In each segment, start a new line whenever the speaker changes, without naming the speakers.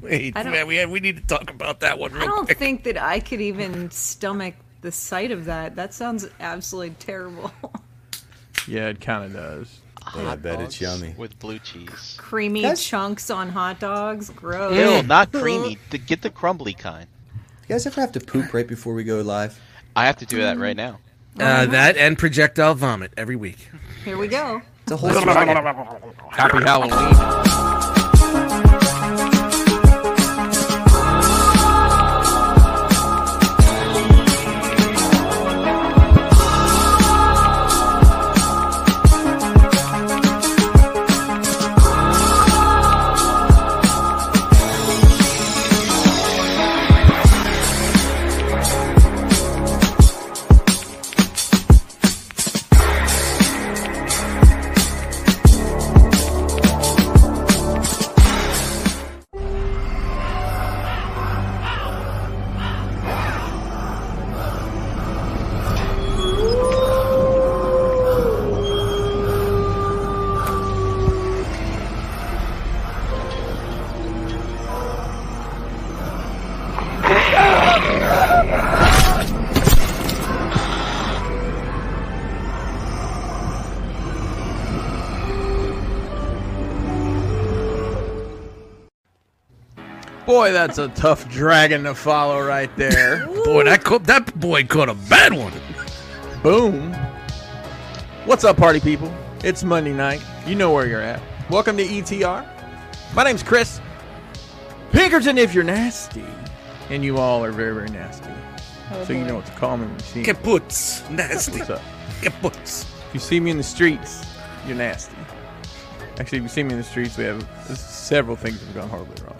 wait,
I don't-
man, we we need to talk about that one. Real
I don't
quick.
think that I could even stomach the sight of that. That sounds absolutely terrible.
Yeah, it kind of does.
I bet it's
dogs
yummy.
With blue cheese.
Creamy
That's-
chunks on hot dogs. Gross.
Ew, not creamy. The- Get the crumbly kind.
You guys ever have to poop right before we go live?
I have to do that right now.
Uh, that and projectile vomit every week.
Here we go.
It's a whole struggle.
Happy Halloween. Boy, that's a tough dragon to follow right there.
Boy, that co- that boy caught a bad one.
Boom. What's up, party people? It's Monday night. You know where you're at. Welcome to ETR. My name's Chris Pinkerton. If you're nasty, and you all are very, very nasty, so you know what to call me when you see me.
Kaputz, nasty.
What's up?
Kaputz.
If you see me in the streets, you're nasty. Actually, if you see me in the streets, we have several things that have gone horribly wrong.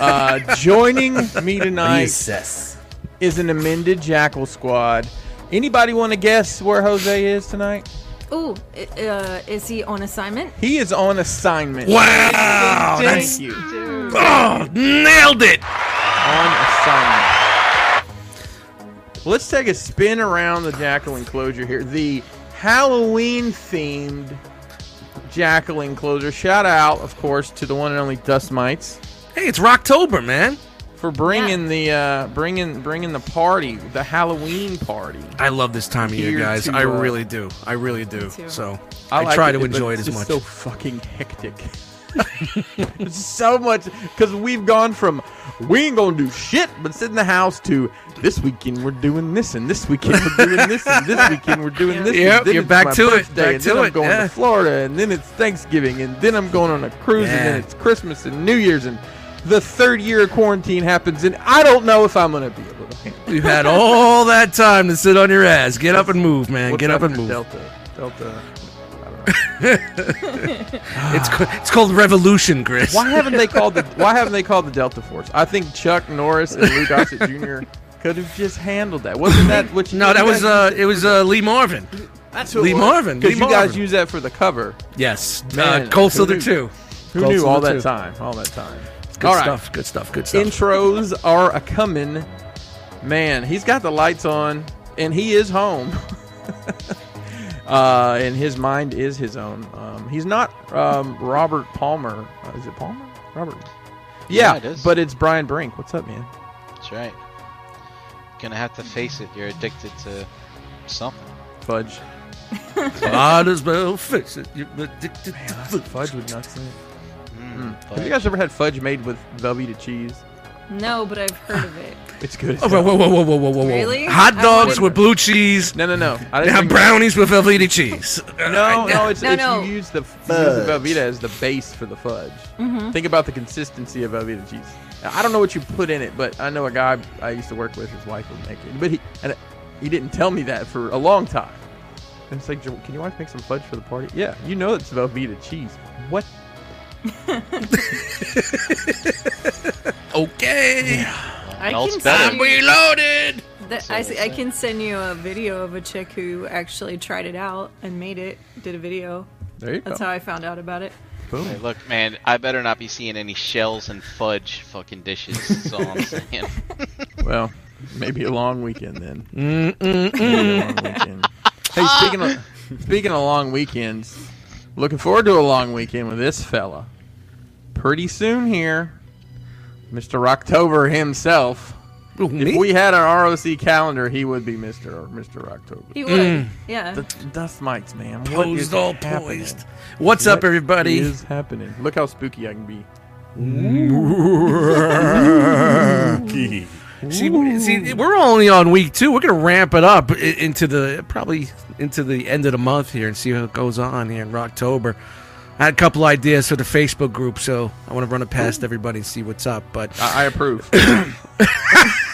uh, joining me tonight
Recess.
is an amended Jackal Squad. Anybody want to guess where Jose is tonight?
Ooh, i- uh, is he on assignment?
He is on assignment.
Wow,
Thank
that's
you.
oh, nailed it.
On assignment. Let's take a spin around the jackal enclosure here. The Halloween themed jackal enclosure. Shout out, of course, to the one and only Dust Mites
Hey, it's Rocktober, man.
for bringing the uh, bringing bringing the party, the Halloween party.
I love this time of year,
Here
guys.
to,
I
uh,
really do. I really do.
too.
So
I,
I,
like
try to
but
enjoy it
it's
as
just
much.
So fucking hectic. It's so much because we've gone from we ain't gonna do shit but sit in the house to this weekend we're doing this and this weekend we're doing this and this weekend we're doing this.
Yep,
and then
you're
it's
back
my
to it,
birthday,
back
and then
to
I'm
it,
going
yeah.
to Florida and then it's Thanksgiving and then I'm going on a cruise and
Yeah.
then it's Christmas and New Year's and the third year of quarantine happens and I don't know if I'm gonna be able to handle. it.
We've had all that time to sit on your ass. Get up and move, man.
What's
Get up
after
and move.
Delta. Delta.
It's ca- it's called revolution, Chris.
Why haven't they called the Why haven't they called the Delta Force? I think Chuck Norris and Lou Gossett Jr. could have just handled that. Wasn't that what? You
No, that was
you guys-
uh, it was uh, Lee Marvin.
that's
Lee Marvin. Lee
Because you guys
Marvin.
use that for the cover.
Yes,
Man,
uh, Cold
who
Silver
knew?
too.
Who
Cold
knew all
Silver
that
too.
time? All that time.
Good
All right.
stuff. Good stuff. Good stuff.
Intros are a coming. Man, he's got the lights on, and he is home. uh, and his mind is his own. Um, he's not um, Robert Palmer. Uh, is it Palmer? Robert. Yeah,
Yeah, it is.
but it's Brian Brink. What's up, man?
That's right. Gonna have to face it. You're addicted to something.
Fudge.
Might as well fix it. You're addicted to food.
Fudge with nuts in it.
Mm,
Have
but-
you guys ever had fudge made with Velveeta cheese?
No, but I've heard of it.
It's good. as
Oh, whoa,
hell.
whoa, whoa, whoa, whoa, whoa, whoa!
Really?
Hot
I
dogs
wanted-
with blue cheese.
No, no, no. I
They
didn't
have
think-
brownies with Velveeta cheese.
No, no, it's,
No,
it's
no.
you use the f- you use the
Fudge.
Velveeta as the base for the fudge.
Mm-hmm.
Think about the consistency of Velveeta cheese. Now, I don't know what you put in it, but I know a guy I used to work with. His wife would make it, but he and he didn't tell me that for a long time. And it's like, "Jo- can your wife make some fudge for the party? Yeah, you know it's Velveeta cheese. What?
Okay.
I
Melts
can
better.
send
I'm
you-
reloaded.
that- I, s- I can send you a video of a chick who actually tried it out and made it. Did a video.
There you
That's
go.
how I found out about it.
Hey, look, man, I better not be seeing any shells and fudge fucking dishes. That's all I'm saying.
Well, maybe a long weekend then. Maybe a long weekend. Hey,
Ah.
speaking of, speaking of long weekends, looking forward to a long weekend with this fella. Pretty soon here, Mr. Rocktober himself.
Oh,
If we had an ROC calendar, he would be Mr. Mr. Rocktober.
He would.
Mm.
Yeah.
The dust mites, man. What is
posed all
happening?
poised. What's up,
What
everybody?
is happening? Look how spooky I can be.
See, see, we're only on week two. We're gonna ramp it up i- into the probably into the end of the month here and see how it goes on here in Rocktober. I had a couple ideas for the Facebook group, so I want to run it past everybody and see what's up. But
I, I approve. I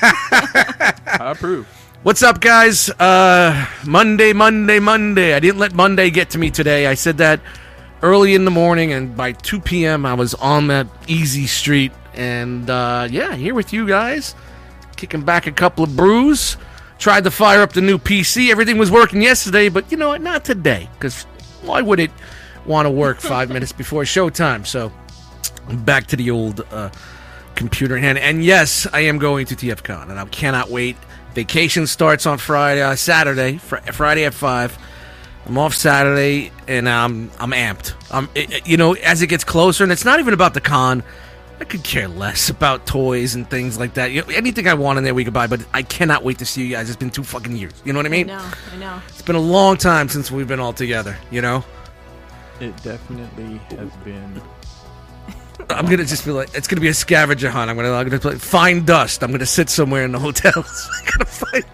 approve.
What's up, guys? Uh, Monday, Monday, Monday. I didn't let Monday get to me today. I said that early in the morning, and by 2 p.m., I was on that easy street. And uh, yeah, here with you guys, kicking back a couple of brews. Tried to fire up the new PC. Everything was working yesterday, but you know what? Not today, because why would it want to work five minutes before showtime? So back to the old uh, computer in hand. And yes, I am going to TFCon, and I cannot wait. Vacation starts on Friday, uh, Saturday, fr- Friday at five. I'm off Saturday, and I'm I'm amped. I'm it, it- you know as it gets closer, and it's not even about the con. I could care less about toys and things like that. You know, anything I want in there, we could buy. But I cannot wait to see you guys. It's been two fucking years. You know what I
I
mean?
know. I know.
It's been a long time since we've been all together. You know.
It definitely has been.
I'm gonna just be like, it's gonna be a scavenger hunt. I'm gonna, I'm gonna play, find dust. I'm gonna sit somewhere in the hotel. I'm gonna find.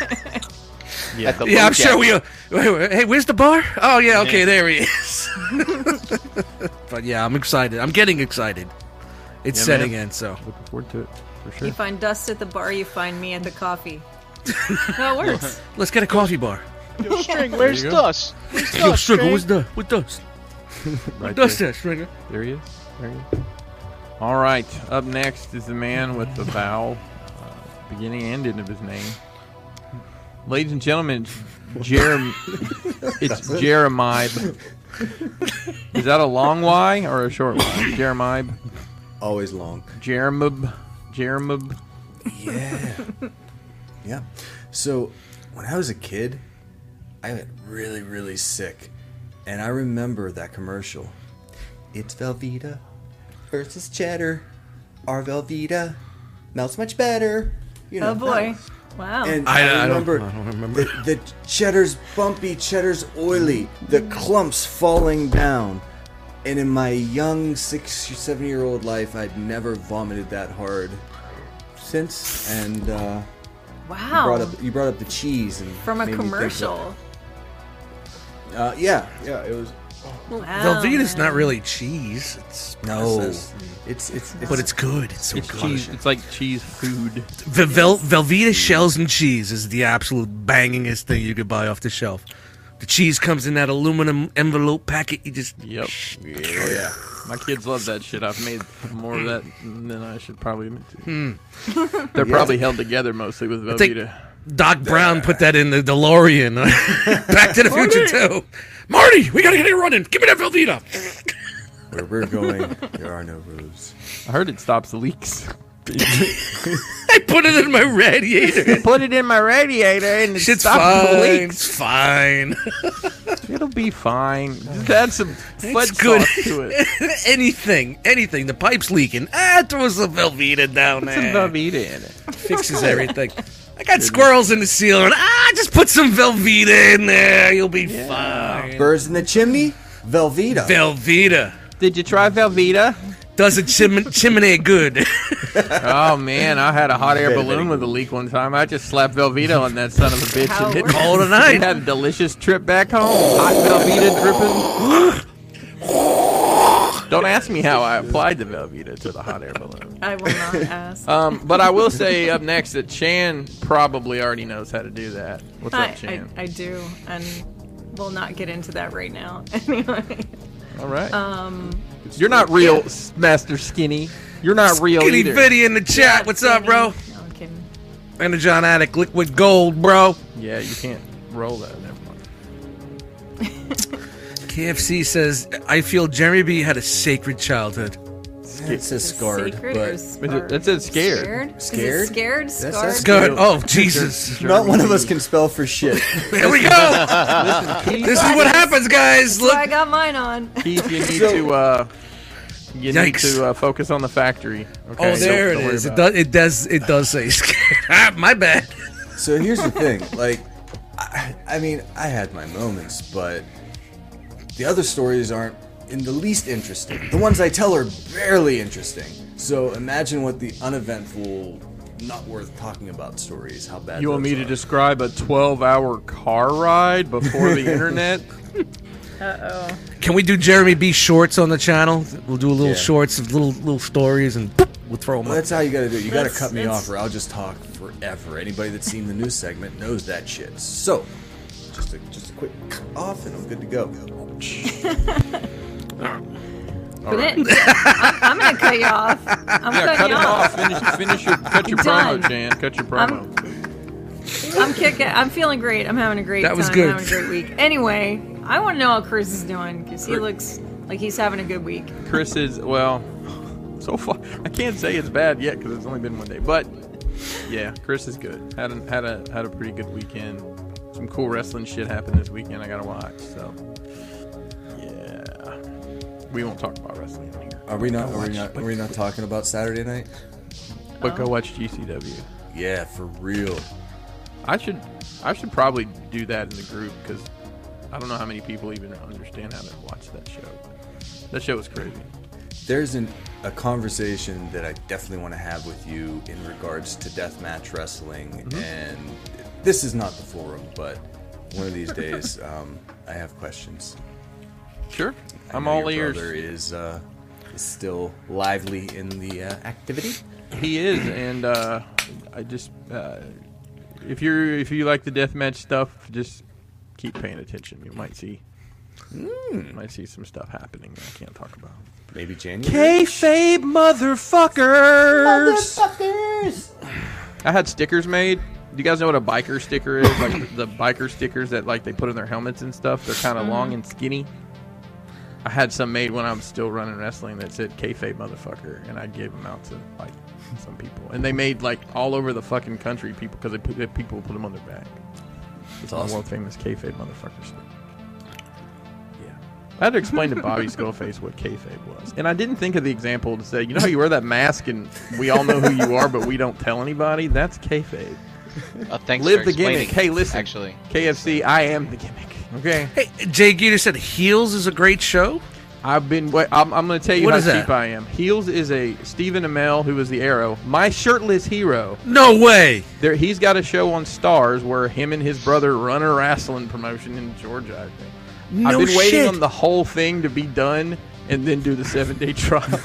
At the
Yeah, I'm
Lojack.
sure we. Wait, wait, hey, where's the bar? Oh yeah, okay, there he is. but yeah, I'm excited. I'm getting excited. It's
Yeah,
setting
man.
in, so
Looking forward to it for sure.
You find dust at the bar, you find me at the coffee. that works.
let's get a coffee bar.
Yo, String, where's
go.
Dust? Where's
Yo,
Dust,
Stringer,
String?
what's the what dust?
Right
Dust
there.
that, Stringer.
There he is. There he is. All right. Up next is the man with the vowel, uh, beginning and end of his name. Ladies and gentlemen, it's Jerem. it's Jeremiah. Is that a long Y or a short Y? Jeremiah.
Always long.
Jeremub. Jeremub.
Yeah. yeah. So when I was a kid, I got really, really sick. And I remember that commercial. It's Velveeta versus cheddar. Our Velveeta melts much better. You know,
Oh boy. Wow.
And
I-
I,
I don't-
remember,
I don't remember.
The, the cheddar's bumpy, cheddar's oily, the
Mm.
clumps falling down. And in my young six or seven year old life, I'd never vomited that hard since. And uh, you,
wow.
brought up, you brought up the cheese and
Oh. From a
made me think of-
commercial.
Uh, yeah, yeah, it was.
Wow.
Velveeta's
man.
not really cheese. It's processed,
it's it's, it's
but it's good. It's so
It's
good.
cheese. It's like cheese food.
The Vel- Velveeta shells and cheese is the absolute bangingest thing you could buy off the shelf. The cheese comes in that aluminum envelope packet. You just
Yep. yeah. My kids love that shit. I've made more of that than I should probably admit to.
Hmm.
They're probably held together mostly with Velveeta.
think- Doc Brown put that in the DeLorean. Back to the Future too. Marty, we gotta get it running. Give me that Velveeta.
where we're going. There are no rules.
I heard it stops leaks.
I put it in my radiator.
Put it in my radiator and it
Shit's
stops
fine.
leaks.
It's fine.
It'll be fine. Just add some fudge
good.
sauce to it.
anything, anything. The pipe's leaking. Ah, throw some Velveeta down
Put some
there.
Velveeta in it.
fixes everything. I got squirrels in the ceiling. Ah, just put some Velveeta in there. You'll be fine.
Birds in the chimney, Velveeta.
Velveeta
Did you try Velveeta?
does a chim- chimney good.
Oh man, I had a hot air
Very,
balloon
very
with a leak one time. I just slapped Velveeta on that son of a bitch
How
and
it
it
works.
All
I
tonight.
had a delicious trip back home. Hot Velveeta dripping. Don't ask me how I applied the Velveeta to the hot air balloon.
I will not ask.
Um, but I will say up next that Chan probably already knows how to do that. What's
I,
up,
I,
Chan?
I do, and we'll not get into that right now. anyway.
All right. Um, You're not real, S- Master Skinny. You're not real
Skinny
either.
Fitty in the chat. What's up, bro?
No, I'm kidding.
And the John Attic liquid gold, bro.
Yeah, you can't roll that. Never mind.
KFC says, I feel Jeremy B had a sacred childhood.
It says scarred,
Sacred or
but
scarred?
that says scared.
Scared? Is it
Scared?
scared?
says
Scarred?
scared.
Good. Oh, Jesus.
not one of us can spell for shit.
Here we go. This is what happens, guys.
That's what Oh, I
Look.
got mine on.
Keith, you need
So-
to uh, You
Yikes.
need to uh, focus on the factory. Okay?
oh, there
Don't-
it
don't
is.
worry
It
about
does. It does. It does say. scared. Ah, My bad.
So here's the thing, like, I, I mean, I had my moments, but the other stories aren't in the least interesting. The ones I tell are barely interesting. So imagine what the uneventful, not worth talking about stories. How bad?
You want
those
me to
are.
describe a 12-hour car ride before the internet?
Can we do Jeremy B shorts on the channel? We'll do a little
Yeah.
shorts of little little stories and boop, we'll throw them
Well,
up.
that's how you gotta do it. You gotta
That's-
cut me
that's-
off, or I'll just talk forever. Anybody that's seen the news segment knows that shit. So, just a, just a quick cut off, and I'm good to go.
Quit it. I'm, I'm gonna cut you off. I'm cutting
yeah, cut
you
it
off.
off. Oh, Finish, finish your cut your
Done.
promo, Jan. Cut your promo.
I'm kicking. I'm feeling great. I'm having a great
That
time.
was good.
I'm having a great week. Anyway, I want to know how Chris is doing because he
Chris-
looks like he's having a good week.
Chris is well. So far, I can't say it's bad yet because it's only been one day. But yeah, Chris is good. Had a, had a had a pretty good weekend. Some cool wrestling shit happened this weekend. I gotta watch. So yeah, we won't talk about wrestling on here.
Are we not? Are we not? Are we not talking about Saturday night?
But go watch GCW.
Yeah, for real.
I should I should probably do that in the group because I don't know how many people even understand how to watch that show. That show was crazy.
There's an, a conversation that I definitely want to have with you in regards to deathmatch wrestling,
Mm-hmm.
and this is not the forum, but one of these days, um, I have questions.
Sure,
I
I'm
know
all
your
ears.
Brother is uh, is still lively in the uh, activity.
He is, and uh, I just uh, if you're if you like the deathmatch stuff, just keep paying attention. You might see
Hmm.
might see some stuff happening that I can't talk about.
Maybe January.
Kayfabe motherfuckers! I had stickers made. Do you guys know what a biker sticker is? Like the biker stickers that like they put on their helmets and stuff. They're kind of long and skinny. I had some made when I was still running wrestling that said "kayfabe motherfucker," and I gave them out to like some people, and they made like all over the fucking country people because they put they- people put them on their back. It's
awesome.
world famous kayfabe motherfucker sticker. Yeah, I had to explain to Bobby Skullface what kayfabe was, and I didn't think of the example to say, you know how you wear that mask and we all know who you are, but we don't tell anybody. That's kayfabe.
Uh, thanks
Live
for
the gimmick.
explaining,
Hey, listen.
Actually,
KFC, I am the gimmick. Okay.
Hey, Jay Gator said Heels is a great show.
I've been. Wait, I'm, I'm going to tell you
What
how
is that?
cheap I am. Heels is a Stephen Amell who was the Arrow. My shirtless hero.
No way.
There, he's got a show on Stars where him and his brother run a wrestling promotion in Georgia. I think.
No
I've been waiting
shit.
on the whole thing to be done and then do the seven day trial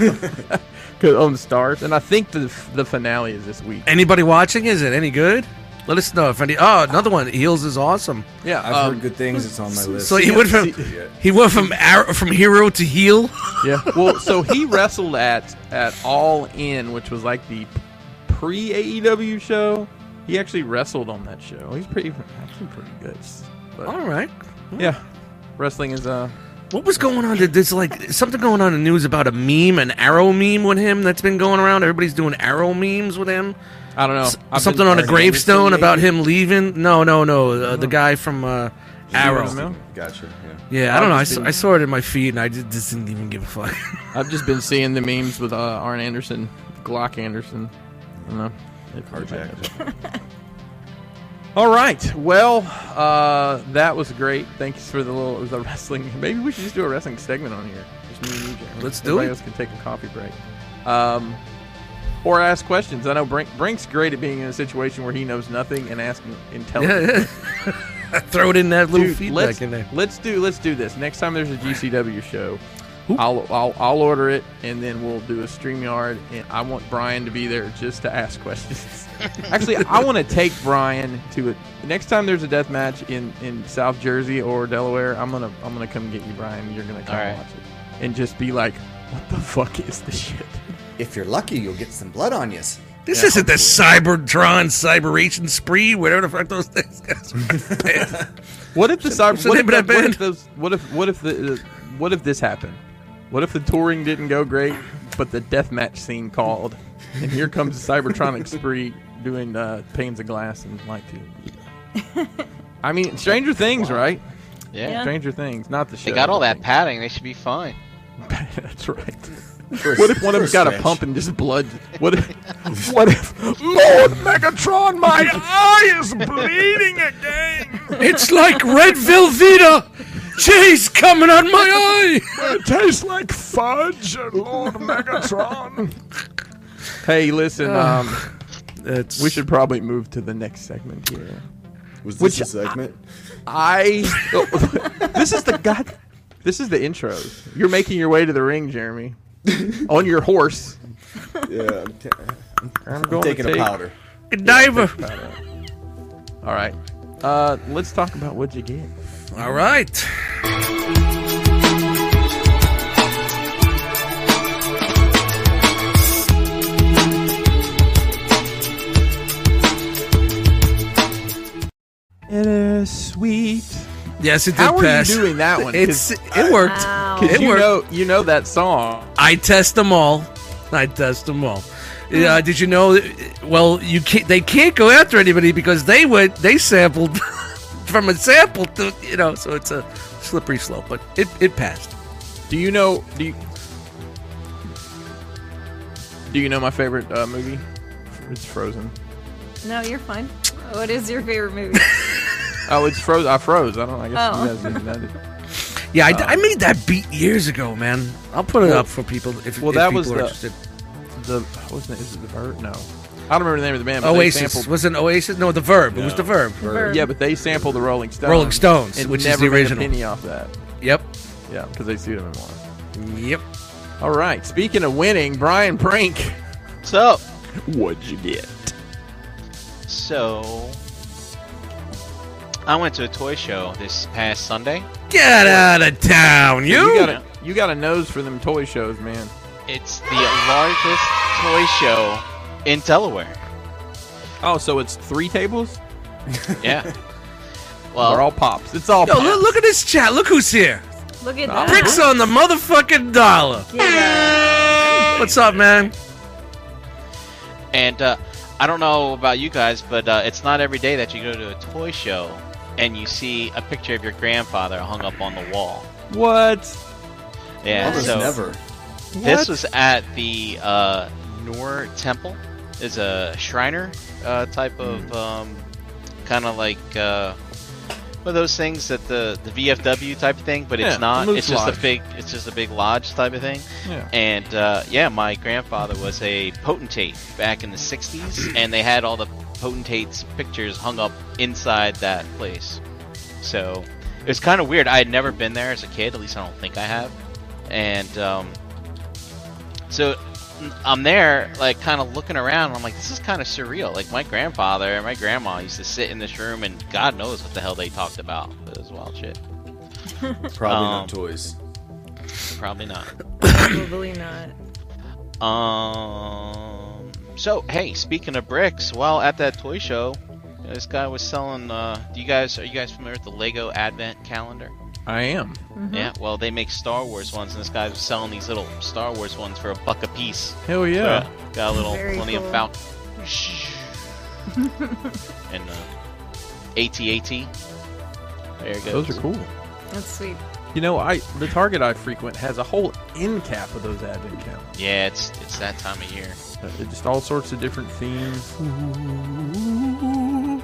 'Cause on Stars. And I think the the finale is this week.
Anybody watching? Is it any good? Let us know if any. Oh, another one. Heels is awesome.
Yeah,
I've
um,
heard good things. It's on my list.
So he went from
Yeah.
he went from arrow, from hero to heel.
Yeah. Well, so he wrestled at at All In, which was like the pre AEW show. He actually wrestled on that show. He's pretty actually pretty good. But,
All right.
Yeah. Wrestling is uh
What was going on? Did There's like something going on in the news about a meme, an arrow meme with him that's been going around. Everybody's doing arrow memes with him.
I don't know.
S-
Oh, I've been-
something on a
I've been
gravestone
listening.
about him leaving. No, no, no. Uh, the guy from uh, Arrow.
Amell?
Gotcha. Yeah.
Yeah, I don't know. I
I've
saw,
seen-
I saw it in my feed and I just, just didn't even give a fuck.
I've just been seeing the memes with uh, Arn Anderson, Glock Anderson. I don't know.
Carjacked.
All right. Well, uh, that was great. Thanks for the little. It was a wrestling. Maybe we should just do a wrestling segment on here. Just me and you, Jeremy.
Let's do
Everybody
it.
else can take a coffee break, um, or ask questions. I know Brink, Brink's great at being in a situation where he knows nothing and asking intelligent.
Yeah. Throw it in that little
Oh. Dude,
feedback
let's,
in there.
let's do let's do this next time. There's a GCW show. I'll, I'll I'll order it and then we'll do a stream yard and I want Brian to be there just to ask questions. Actually, I want to take Brian to it. Next time there's a death match in, in South Jersey or Delaware, I'm gonna I'm gonna come get you, Brian. You're gonna come
All right.
watch it and just be like, what the fuck is this shit?
If you're lucky, you'll get some blood on you.
This isn't the Cybertron Cyberation Spree, whatever the fuck those things are.
What if the cyber?
the
What
name of
if, the-
that
what if
band?
those? What if what if the uh, what if this happened? What if the touring didn't go great, but the deathmatch scene called, and here comes the Cybertronic spree doing uh, panes of glass and light tube. I mean, Stranger Things, right?
yeah.
Yeah.
Stranger Things, not the show.
They got all
I
that
think.
padding. They should be fine.
That's right.
For
What if one of them's
for
got a
Smash.
pump and just blood? What if? What if? Lord Megatron, my eye is bleeding again.
It's like red Velveeta. Jay's coming on my eye.
It tastes like fudge, Lord Megatron. Hey, listen. Um,
That's
we should probably move to the next segment here.
Was
Which
this a segment?
I. this is the god. This is the intros. You're making your way to the ring, Jeremy, on your horse.
yeah, I'm, ta-
I'm going to
taking a
take-
powder.
diver.
All right. Uh, let's talk about what you get.
All right.
It is sweet.
Yes, it did
How are you
pass.
doing that one?
It's
'Cause
it worked.
Wow.
It
you
worked.
know, you know that song.
I test them all. I test them all. Uh, did you know? Well, you can't. They can't go after anybody because they went. They sampled from a sample to you know. So it's a slippery slope. But it it passed.
Do you know? Do you, do you know my favorite uh, movie? It's Frozen.
No, you're fine. What is your favorite movie?
Oh, it's Frozen. I froze. I don't. I guess
Oh.
you guys didn't know that.
Yeah, I, I made that beat years ago, man. I'll put it
Uh, Well-
up for people if,
well,
if
that
people
was
are
the-
interested.
The wasn't it? Is it the bird? No, I don't remember the name of the band. But They
Oasis
sampled,
was it Oasis? No, the verb. It was the verb.
Verb.
yeah, but they sampled the Rolling Stones.
Rolling Stones,
and
which is
never
the
made
original.
A penny off that.
Yep.
Yeah, because they sued him and won.
Yep.
All right. Speaking of winning, Brian Brink.
What's up?
What'd you get?
So, I went to a toy show this past Sunday.
Get out of town, you.
You got a you got a nose for them toy shows, man.
It's the largest toy show in Delaware.
Oh, so it's three tables?
Yeah. Well,
They're all pops. It's all
Yo,
pops.
look, look at this chat. Look who's here.
Look at
Uh-huh.
Oh.
that.
Bricks on the motherfucking dollar. What's up, man?
and uh, I don't know about you guys, but uh, it's not every day that you go to a toy show and you see a picture of your grandfather hung up on the wall.
What?
Yeah.
Almost
so
never.
this
What?
was at the uh, Noor Temple. Is a Shriner uh, type
Hmm.
of um, kind of like uh, one of those things that the the VFW type of thing, but it's
Yeah,
not.
Moose
It's just
Lodge.
a big. It's just a big lodge type of thing.
Yeah.
And uh, yeah, my grandfather was a potentate back in the '60s, and they had all the potentates' pictures hung up inside that place. So it was kind of weird. I had never been there as a kid. At least I don't think I have. And um, so I'm there, like, kind of looking around. And I'm like, this is kind of surreal. Like, my grandfather and my grandma used to sit in this room, and God knows what the hell they talked about. It was wild shit.
Probably
Um,
no toys.
Probably not.
Probably not.
Um. So hey, speaking of bricks, while at that toy show, this guy was selling. Uh, do you guys are you guys familiar with the Lego Advent Calendar?
I am.
Mm-hmm.
Yeah. Well, they make Star Wars ones, and this guy was selling these little Star Wars ones for a buck a piece.
Hell yeah.
Uh, got a little
Very
Millennium
cool.
Falcon. and uh, AT-AT. There you go.
Those are cool.
That's sweet.
You know, I the Target I frequent has a whole end cap of those advent calendars.
Yeah, it's it's that time of year.
Uh, Just all sorts of different themes.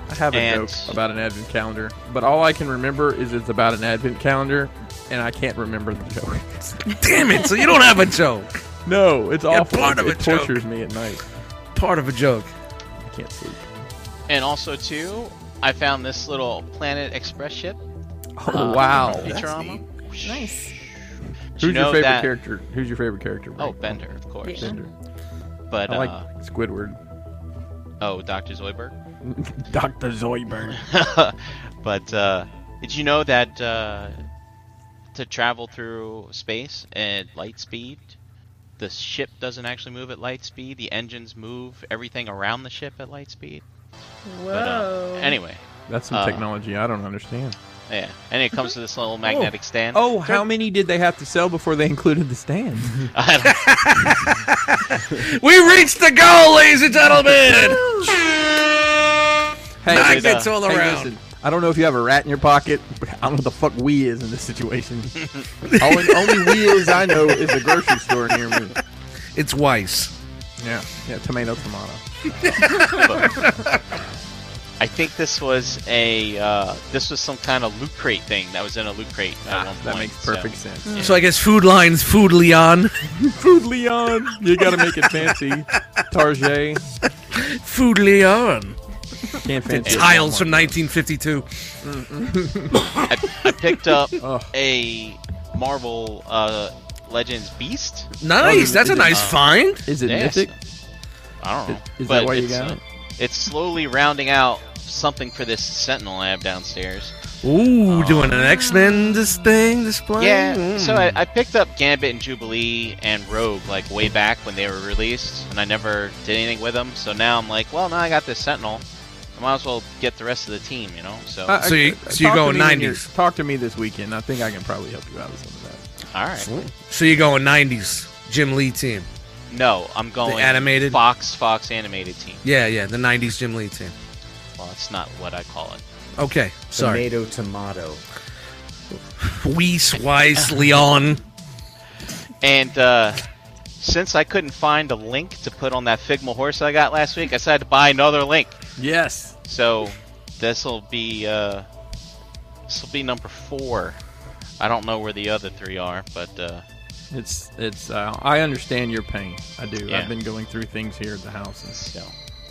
I have a
And-
joke about an advent calendar, but all I can remember is it's about an advent calendar, and I can't remember the joke.
Damn it! So you don't have a joke.
no, it's awful.
part
it,
of
it
a joke.
tortures me at night.
Part of a joke.
I can't sleep.
And also too, I found this little Planet Express ship. Uh,
Oh wow!
from Futurama.
Nice.
Did you
Who's your
know
favorite
that-
character? Who's your favorite character?
Oh,
Frank?
Bender, of course.
Yeah.
Bender.
But
I
uh,
like Squidward.
oh, Doctor Zoidberg.
Doctor Zoidberg.
but uh, did you know that uh, to travel through space at light speed, the ship doesn't actually move at light speed. The engines move everything around the ship at light speed.
Whoa.
But,
Oh.
uh, anyway,
That's some
Uh,
technology I don't understand.
yeah, and it comes to this little magnetic stand.
Oh, how many did they have to sell before they included the stand?
I don't-
We reached the goal, ladies and gentlemen.
hey,
Magnets all
hey,
around.
listen, I don't know if you have a rat in your pocket, but I don't know what the fuck we is in this situation. all, only we is I know is a grocery store near me.
It's Weiss.
Yeah. Yeah. Tomato, tomato.
I think this was a uh, this was some kind of loot crate thing that was in a loot crate at one point.
Ah, That makes
so-
perfect sense.
So I guess Food Line's Food Leon,
Food Leon, you gotta make it fancy. Target,
Food Leon.
can't fancy. it
Tiles
no
from
more.
1952.
I, I picked up
Ugh.
a Marvel uh, Legends Beast.
Nice. That's a
is it-
nice find.
Is it
Yeah,
mythic?
I don't know.
Is
but
that why you
it's,
got
uh,
it?
It's slowly rounding out something for this Sentinel I have downstairs.
Ooh, doing an X Men this thing, this play.
Yeah, so I, I picked up Gambit and Jubilee and Rogue like way back when they were released, and I never did anything with them. So now I'm like, well, now I got this Sentinel. I might as well get the rest of the team, you know. So
I- I-
So you-
talk
so you
to
go
me when
90s.
you're- Talk to me this weekend. I think I can probably help you out with some of that.
all right,
So you're going 90s Jim Lee team.
no, I'm going
animated?
Fox Fox animated team.
Yeah, yeah, the 90s Jim Lee team.
Well, it's not what I call it.
Okay, sorry.
Tomato, tomato.
Weiss, Weiss, Leon.
And uh, since I couldn't find a link to put on that Figma horse I got last week, I decided to buy another link.
Yes.
So this'll be uh, this'll be number four. I don't know where the other three are, but uh,
It's it's. Uh, I understand your pain. I do.
Yeah.
I've been going through things here at the house, and
so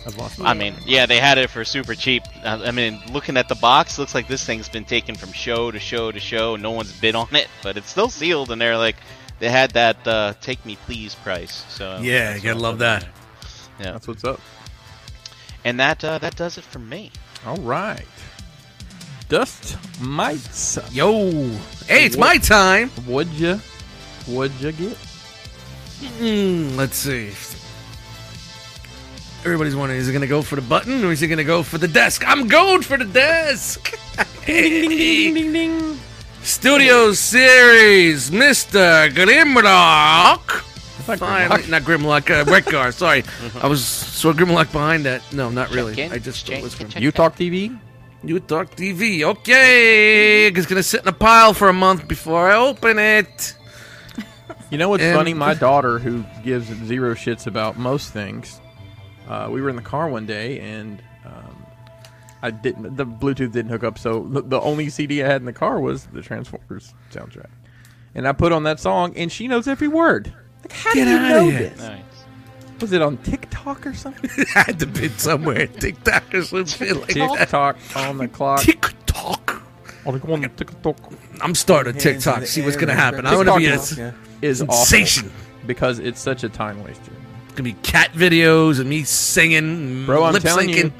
I've lost. My
I mean, yeah, they had it for super cheap. I I mean, looking at the box, looks like this thing's been taken from show to show to show. No one's bid on it, but it's still sealed, and they're like they had that uh, "take me please" price. So
Yeah,
that's
you gotta
what
love
I'm
that.
doing. Yeah,
That's what's up.
and that uh, that does it for me.
All right. Dust mites.
Yo. Hey, it's
What-
my time.
What'd you? What'd you get?
Mm, let's see. Everybody's wondering, is he going to go for the button or is he going to go for the desk? I'm going for the desk!
ding.
Studio Series, Mr. Grimlock.
Not
Finally,
Grimlock.
not Grimlock, uh, Wetgar, sorry. I was so Grimlock behind that. No, not really.
Mm-hmm. Check in,
I just thought it
check-
was Grimlock.
check-
You talk TV.
You Talk TV, okay. It's going to sit in a pile for a month before I open it.
You know what's
And-
funny? My daughter, who gives zero shits about most things, uh, we were in the car one day and um, I didn't. The Bluetooth didn't hook up, so the, the only CD I had in the car was the Transformers soundtrack, and I put on that song, and she knows every word. Like, how
Get
do you
outta
know
here.
this?
Nice.
Was it on TikTok or something?
I had to be somewhere. TikTok or something like that.
TikTok on the clock.
TikTok.
On the- on the TikTok
I'm starting a
Hands in
TikTok.
the
See what's
air
gonna
and
happen.
spread
I'm gonna be a,
TikTok
it's
is-
Yeah.
is awful
Sensation.
because it's such a time waster.
gonna be cat videos and me singing,
Bro, I'm
lip
telling
syncing.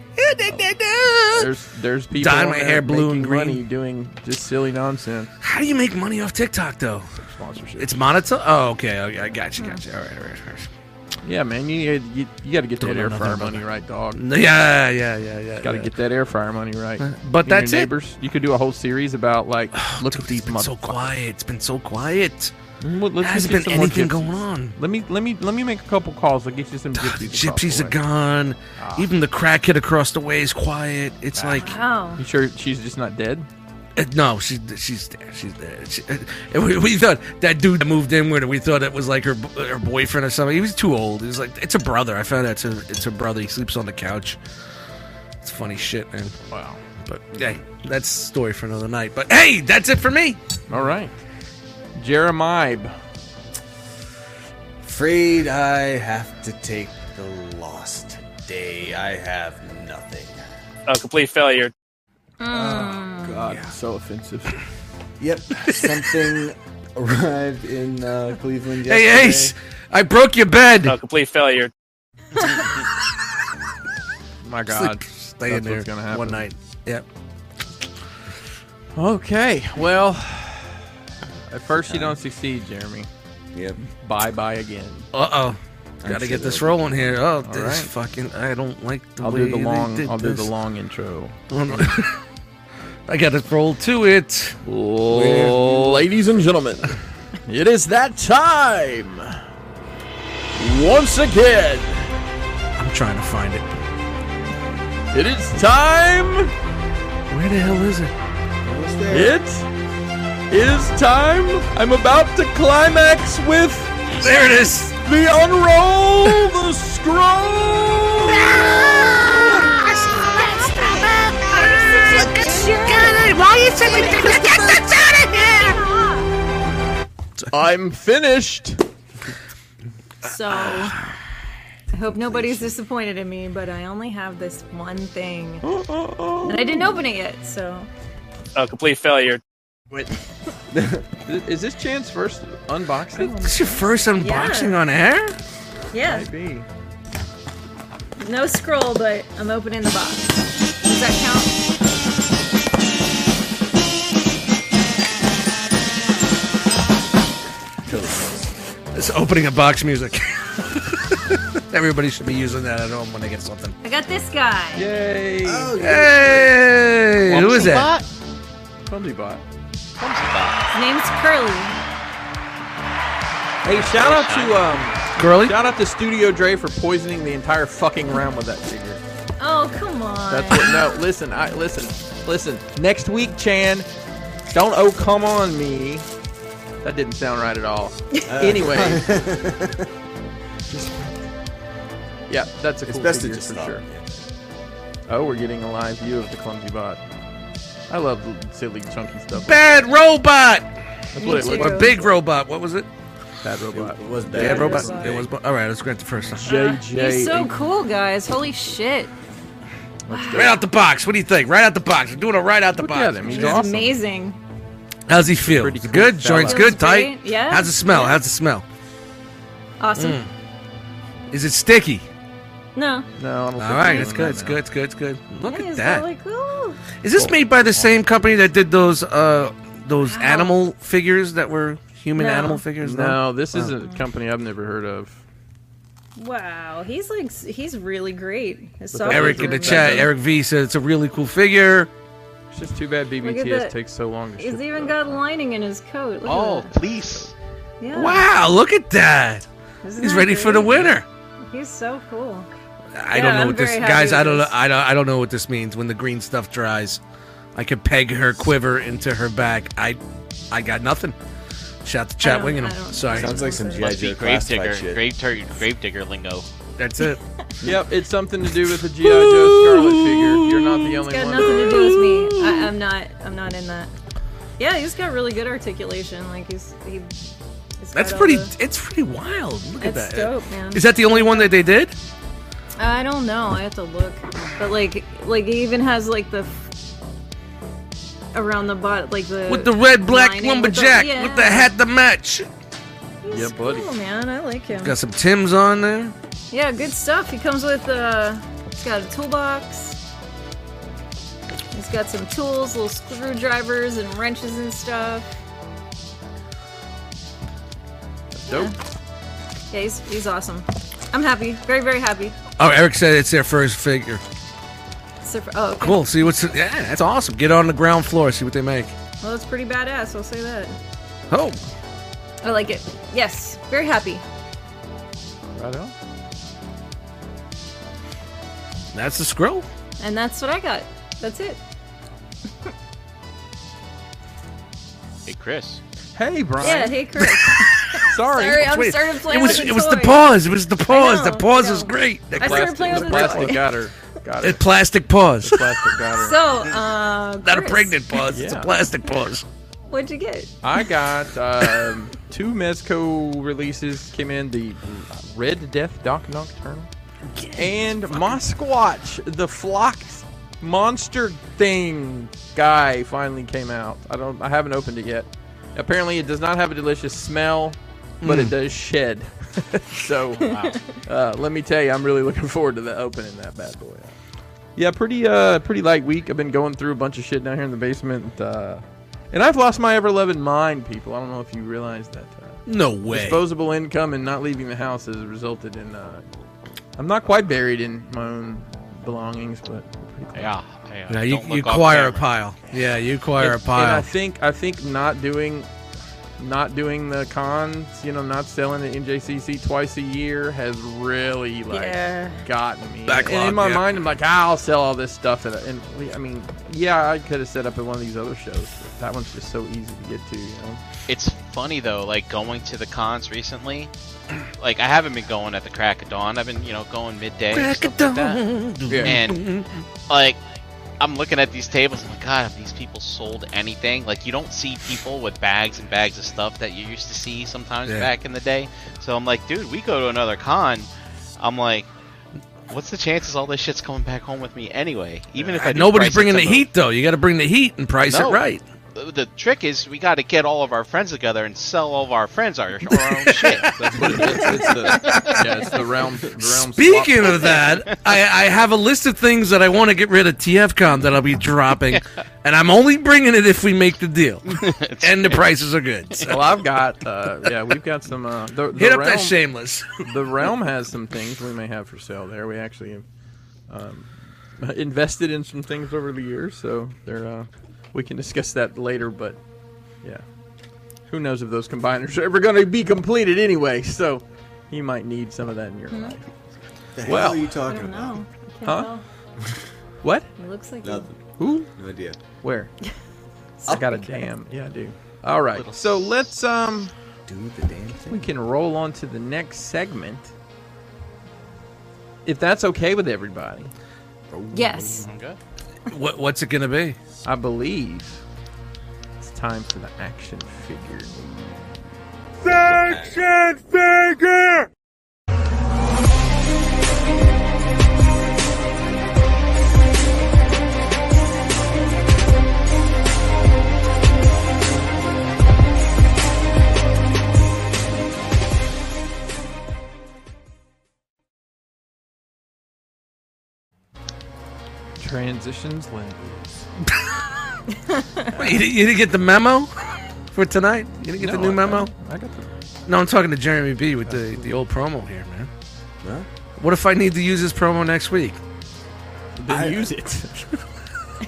There's there's people
Dye
on
my
there
hair blue
making
and green.
money doing just silly nonsense
How do you make money off TikTok though?
sponsorship.
It's monetized. Oh, okay. okay I got you. Got you. All right. All right. All right.
Yeah, man, you need, you, you got to get
Don't
that
know
air
nothing
fryer
about
money
that.
right, dog.
Yeah, yeah, yeah, yeah.
Got to
yeah. Uh,
get that air fryer money right.
But
And
that's it.
your neighbors. You could do a whole series about like, look at
Dude,
these
it's been so
motherfuckers.
quiet. It's been so quiet.
Let-
There
Let's
hasn't
get
been
some more
anything
gypsies.
going on.
Let me let me let me make a couple calls. I'll get you some gypsies. across the
Gypsies are
way.
gone.
Ah.
Even the crackhead across the way is quiet. It's like
Wow.
You sure she's just not dead?
Uh, no, she's she's there. She's there. She, uh, and we, we thought that dude that moved in with her. We thought it was like her b- her boyfriend or something. He was too old. He was like, it's a brother. I found out it's a it's a brother. He sleeps on the couch. It's funny shit, man.
Wow.
But hey, that's a story for another night. But hey, that's it for me.
All right, Jeremiah.
Afraid I have to take the loss today. I have nothing.
A complete failure.
Hmm.
God, so offensive.
Yep, something arrived in uh, Cleveland yesterday.
Hey, Ace, I broke your bed.
Oh,
A complete failure.
My
It's
God.
like, stay in
that's
there
what's gonna happen.
one night. Yep.
Okay. Well, at first you don't succeed, Jeremy.
Yep.
Bye bye again.
Uh oh. Got to
sure
get this
they'll-
rolling here. Oh, this
right.
fucking. I don't like the
I'll
way
do the
they
long.
did
I'll do the
this.
long intro.
Oh, no. I got to roll to it.
Ladies and gentlemen, it is that time once again.
I'm trying to find it.
It is time.
Where the hell is it?
Almost there.
It is time. I'm about to climax with
There it is.
me unroll the scroll!
I'm finished.
So I hope nobody's disappointed in me, but I only have this one thing. and I didn't open it yet, so
A complete failure.
Wait. Is this Chan's first unboxing?
This your first unboxing on air?
yeah,
Might be.
no scroll, but I'm opening the box. Does that count?
It's opening a box music. Everybody should be using that at home when they get something.
I got this guy.
Yay!
Oh, yeah.
Hey, who is that?
Bot?
Clumsy bot.
Clumsy bot.
His name's Curly.
Hey, shout out to um,
Girly?
shout out to Studio Dre for poisoning the entire fucking round with that figure.
Oh come on.
That's what. No, listen, I listen, listen. Next week, Chan, don't oh come on me. That didn't sound right at all.
Uh,
anyway, yeah, that's a cool
It's best to
figure
just
for
stop.
sure.
Yeah.
Oh, we're getting a live view of the clumsy bot. I love the silly chunky stuff.
Bad robot
That's what it
Me
looks
or
like.
too.
big robot? What was it?
Bad robot.
It was bad.
Bad, robot.
It was
It was. bo- All right, let's grant the first time.
JJ.
He's so cool, guys. Holy shit.
Right out the box. What do you think? Right out the box. We're doing it right out the
Look
box.
at him. He's
He's
awesome.
amazing.
How's he feel?
Pretty
Is it
cool
good.
fella.
Joints good.
Feels
Tight.
great, yeah.
How's it smell? How's it smell?
Awesome.
Mm. Is it sticky?
No.
No, I don't think
All right,
we're
it's
doing
good.
that
It's
now.
good. It's good. It's good. Look
Yeah,
at
he's
that.
really cool.
Is this made by the same company that did those uh those
Wow.
animal figures that were human
No.
animal figures?
No, this is a company I've never heard of.
Wow, he's like s- he's really great. His
that
Eric
sausage
in the
is
chat.
amazing.
Eric V said it's a really cool figure.
It's just too bad
at
BBTS
that.
takes so long to ship.
He's even
though.
got lining in his coat. Look at
Oh,
that.
please.
yeah.
Wow, look at that.
Isn't
He's
that
ready for the
Oh. great?
winner.
He's so cool.
I
Yeah,
don't know
I'm
what this
very happy
guys. I
with
don't know.
this.
I don't. I don't know what this means. When the green stuff dries, I could peg her quiver into her back. I, I got nothing. Shout to
I
chat
don't-
winging him.
I don't-
Sorry,
Sounds like some G.I.
Must be
Joe
Gravedigger.
classified shit.
Gravedigger, Gravedigger lingo.
that's it.
Yep, it's something to do with the GI Joe Scarlet figure. You're not the
It's
only
got
one.
nothing to do with me. I, I'm not. I'm not in that. Yeah, he's got really good articulation. Like he's he. he's got
That's
all
pretty.
The,
It's pretty wild. Look at
It's
that. Is
dope, man.
that the only one that they did?
I don't know. I have to look. But like, like he even has like the around the butt, like the
With the red, black
lining with the-
lumberjack, with the,
yeah.
hat, the match.
He's
Yeah, buddy.
Cool, man. I like him.
Got some Tim's on there.
Yeah, good stuff. He comes with uh he's got a toolbox. He's got some tools, little screwdrivers and wrenches and stuff.
Nope.
Yeah, he's, he's awesome. I'm happy. Very, very happy.
Oh, Eric said it's their first figure.
Except for- oh, okay.
Cool. See what's. Yeah, that's awesome. Get on the ground floor. See what they make.
Well, that's pretty badass. I'll say that.
Oh,
I like it. Yes, very happy.
Right on.
that's the scroll.
And that's what I got. That's it.
Hey, Chris.
Hey, Brian.
Yeah, hey, Chris.
Sorry.
Sorry, I'm
Wait,
started playing
it was
with
it was the
toy.
pause. It was the pause.
know,
the pause
I
is
know.
great. The
I started
plastic,
playing
the
with the
plastic
toy.
got her. Got
the
her.
plastic pause.
plastic got her.
So, uh,
Not a
Chris,
pregnant pause. It's a
Yeah.
plastic pause.
What'd you get?
I got um, two Mezco releases came in the Red Death Doc Nocturnal and Mosquatch, the flocked monster thing guy finally came out. I don't I haven't opened it yet. Apparently it does not have a delicious smell, but it does shed. so uh, let me tell you, I'm really looking forward to the opening that bad boy. up. Yeah, pretty uh pretty light week. I've been going through a bunch of shit down here in the basement. Uh, and I've lost my ever loving mind, people. I don't know if you realize that. Uh,
No way.
disposable income and not leaving the house has resulted in uh, I'm not quite buried in my own belongings, but pretty close.
Yeah. yeah.
Now you,
Don't
you
look off
acquire a
camera.
pile. Yeah, you acquire
And-
a
And I
pile.
think I think not doing not doing the cons, you know, not selling the NJCC twice a year has really like
Yeah.
gotten me.
Backlog,
and in my
yeah.
mind, I'm like, I'll sell all this stuff, and, and we- I mean, yeah, I could have set up at one of these other shows. But that one's just so easy to get to, you know.
It's funny though, like going to the cons recently. Like I haven't been going at the crack of dawn. I've been, you know, going midday. and stuff like that.
Yeah.
And like I'm looking at these tables, I'm like, God, have these people sold anything? Like you don't see people with bags and bags of stuff that you used to see sometimes
Yeah.
back in the day. So I'm like, dude, we go to another con. I'm like, what's the chances all this shit's coming back home with me anyway? Even if I do
Nobody's
price it
bringing the
to
heat though. You got to bring the heat and price
No.
it right.
uh, the, the trick is we got to get all of our friends together and sell all of our friends our, our own shit.
That's what it is. It's the, yeah, it's the realm. The realm
Speaking
swap.
of that, I, I have a list of things that I want to get rid of TFCon that I'll be dropping, and I'm only bringing it if we make the deal and the prices are good. So
well, I've got uh, yeah, we've got some. Uh, the, the
hit up
realm,
that shameless.
The realm has some things we may have for sale there. We actually have um, invested in some things over the years, so there uh, we can discuss that later. But yeah, who knows if those combiners are ever going to be completed anyway? So you might need some of that in your life.
The
Well,
hell are you
I
talking
don't
about?
know. I can't
Huh?
tell.
What?
It looks like
Nothing.
Who?
No idea.
Where? I got a damn. Yeah, I do. All right. So let's um.
Do the damn
We
thing.
can roll on to the next segment. If that's okay with everybody,
Yes.
What, what's it gonna be?
I believe it's time for the action figure. Transitions language.
Wait, you, di- you didn't get the memo for tonight? You didn't get the new memo?
I, got the.
No, I'm talking to Jeremy B with the, the old promo here, man.
Huh?
What if I need to use this promo next week?
Then use it.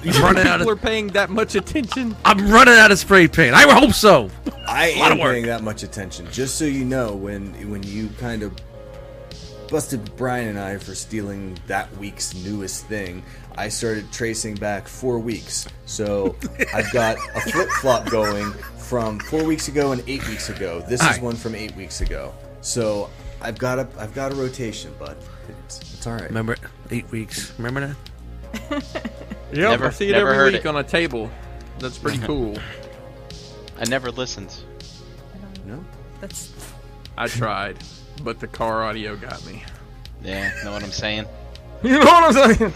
I'm running out
People are
of
paying that much attention.
I'm running out of spray paint. I hope so.
I
lot
am
of work.
paying that much attention. Just so you know, when when you kind of busted Brian and I for stealing that week's newest thing, I started tracing back four weeks. So I've got a flip flop going from four weeks ago and eight weeks ago. This is
Alright.
one from eight weeks ago. So I've got a I've got a rotation, but it's, it's all right.
Remember eight weeks. Remember that?
Yeah,
Never-
I see it
never
every
heard
week
it.
on a table. That's pretty cool.
I never listened.
No?
That's
I tried, but the car audio got me.
Yeah, know what I'm saying?
You know what I'm saying?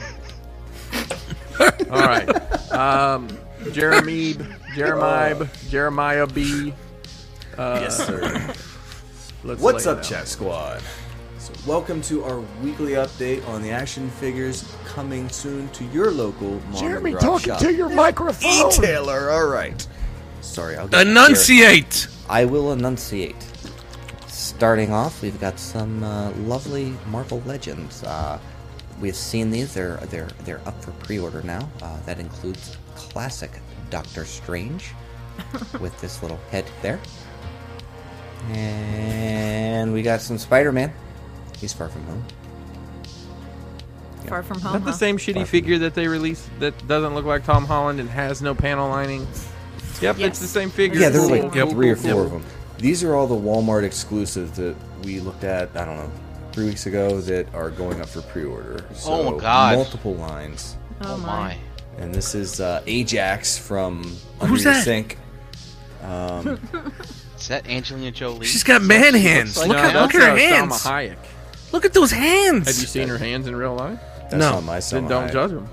All right. Um, Jeremy, Jeremiah, Jeremiah B.
yes, sir.
Let's
What's
lay it
up,
out.
Chat Squad? So welcome to our weekly update on the action figures coming soon to your local mom Jeremy and talking shop. to your microphone. E-tailer, all right. Sorry, I'll get
Enunciate.
I will enunciate. Starting off, we've got some uh, lovely Marvel Legends. Uh, we've seen these; they're they're they're up for pre-order now. Uh, that includes classic Doctor Strange with this little head there, and we got some Spider-Man. He's far from home.
far from
Is
home.
that the
huh?
same shitty figure that they released that doesn't look like Tom Holland and has no panel lining? Yep, it's
Yes.
the same figure.
Yeah,
there
there's
were
like
Yep.
three or
cool,
four
cool.
of them. These are all the Walmart exclusives that we looked at. I don't know, three weeks ago that are going up for pre-order. So,
my God.
Multiple lines,
Oh, my.
and this is uh, Ajax from Under
Who's
Your
that?
Sink.
Is that Angelina Jolie?
She's got man hands.
like
Look,
No,
at,
that's
look at her
uh, Salma
hands.
Hayek.
Look at those hands.
Have you seen her hands in real life?
That's
No.
not my son.
Then don't judge them.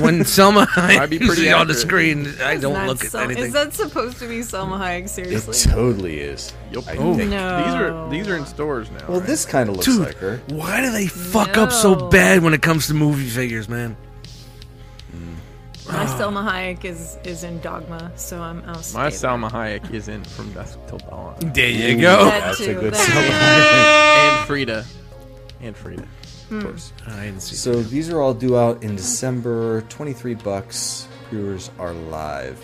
when Selma Hayek
Might be
is
pretty
on the
accurate.
screen, I
Is
don't
that
look at
Sel-
anything.
Is that supposed to be Selma Hayek?
It
Seriously?
totally is.
Yup.
I
Oh.
think.
No.
These are these are in stores now.
Well,
right?
this kind of looks
Dude,
like her.
why do they fuck up so
No.
bad when it comes to movie figures, man?
My Selma Hayek is is in Dogma, so I'm out.
my Salma Hayek is in from dusk till dawn.
There you
That
go.
That's a
too.
good
That-
and Frida. And Frida. Of course.
I didn't see
So these are all due out in December. Twenty-three bucks. Viewers are live.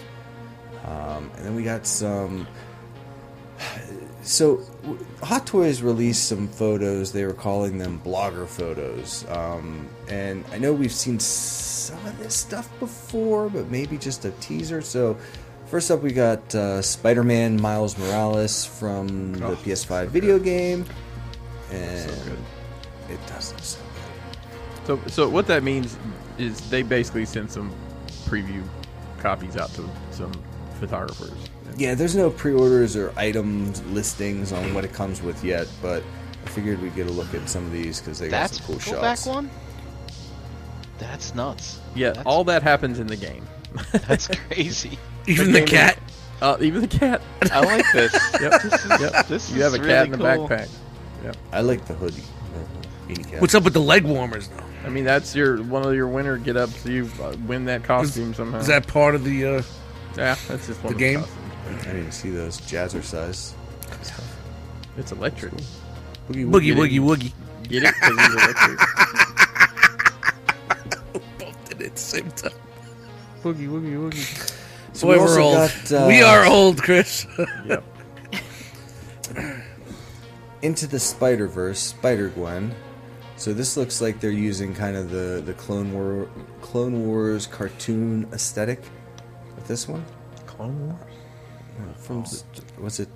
Um, and then we got some. So w- Hot Toys released some photos. They were calling them blogger photos. Um, and I know we've seen some of this stuff before, but maybe just a teaser. So. First up, we got uh, Spider Man Miles Morales from the PS5 video game. And it does look so good.
So, so what that means is they basically send some preview copies out to some photographers.
Yeah, there's no pre orders or items listings on what it comes with yet, but I figured we'd get a look at some of these because they
That's
got some cool
pull
shots.
back one. That's nuts.
Yeah,
That's-
all that happens in the game.
That's crazy.
Even the
game is-
cat.
uh, even the cat.
I like this.
Yep.
This is,
Yep.
this
you have
is
a cat
really
in the
cool.
backpack. Yep.
I like the hoodie. uh, beanie cap.
What's up with the leg warmers though?
I mean, that's your one of your winner get ups. So you uh, win that costume somehow.
Is that part of the? Uh,
yeah, that's just one
the
of
game?
costumes.
I didn't even see those jazzercise.
It's electric.
Boogie
Boogie woogie woogie.
Get it? 'Cause it's electric.
Both did it at the same time.
Boogie woogie woogie.
So
Boy,
we
we are
also
old.
got, uh,
we are old, Chris.
Yep.
Into the Spider Verse, Spider Gwen. So this looks like they're using kind of the the Clone War Clone Wars cartoon aesthetic with this one.
Clone Wars.
From s- was it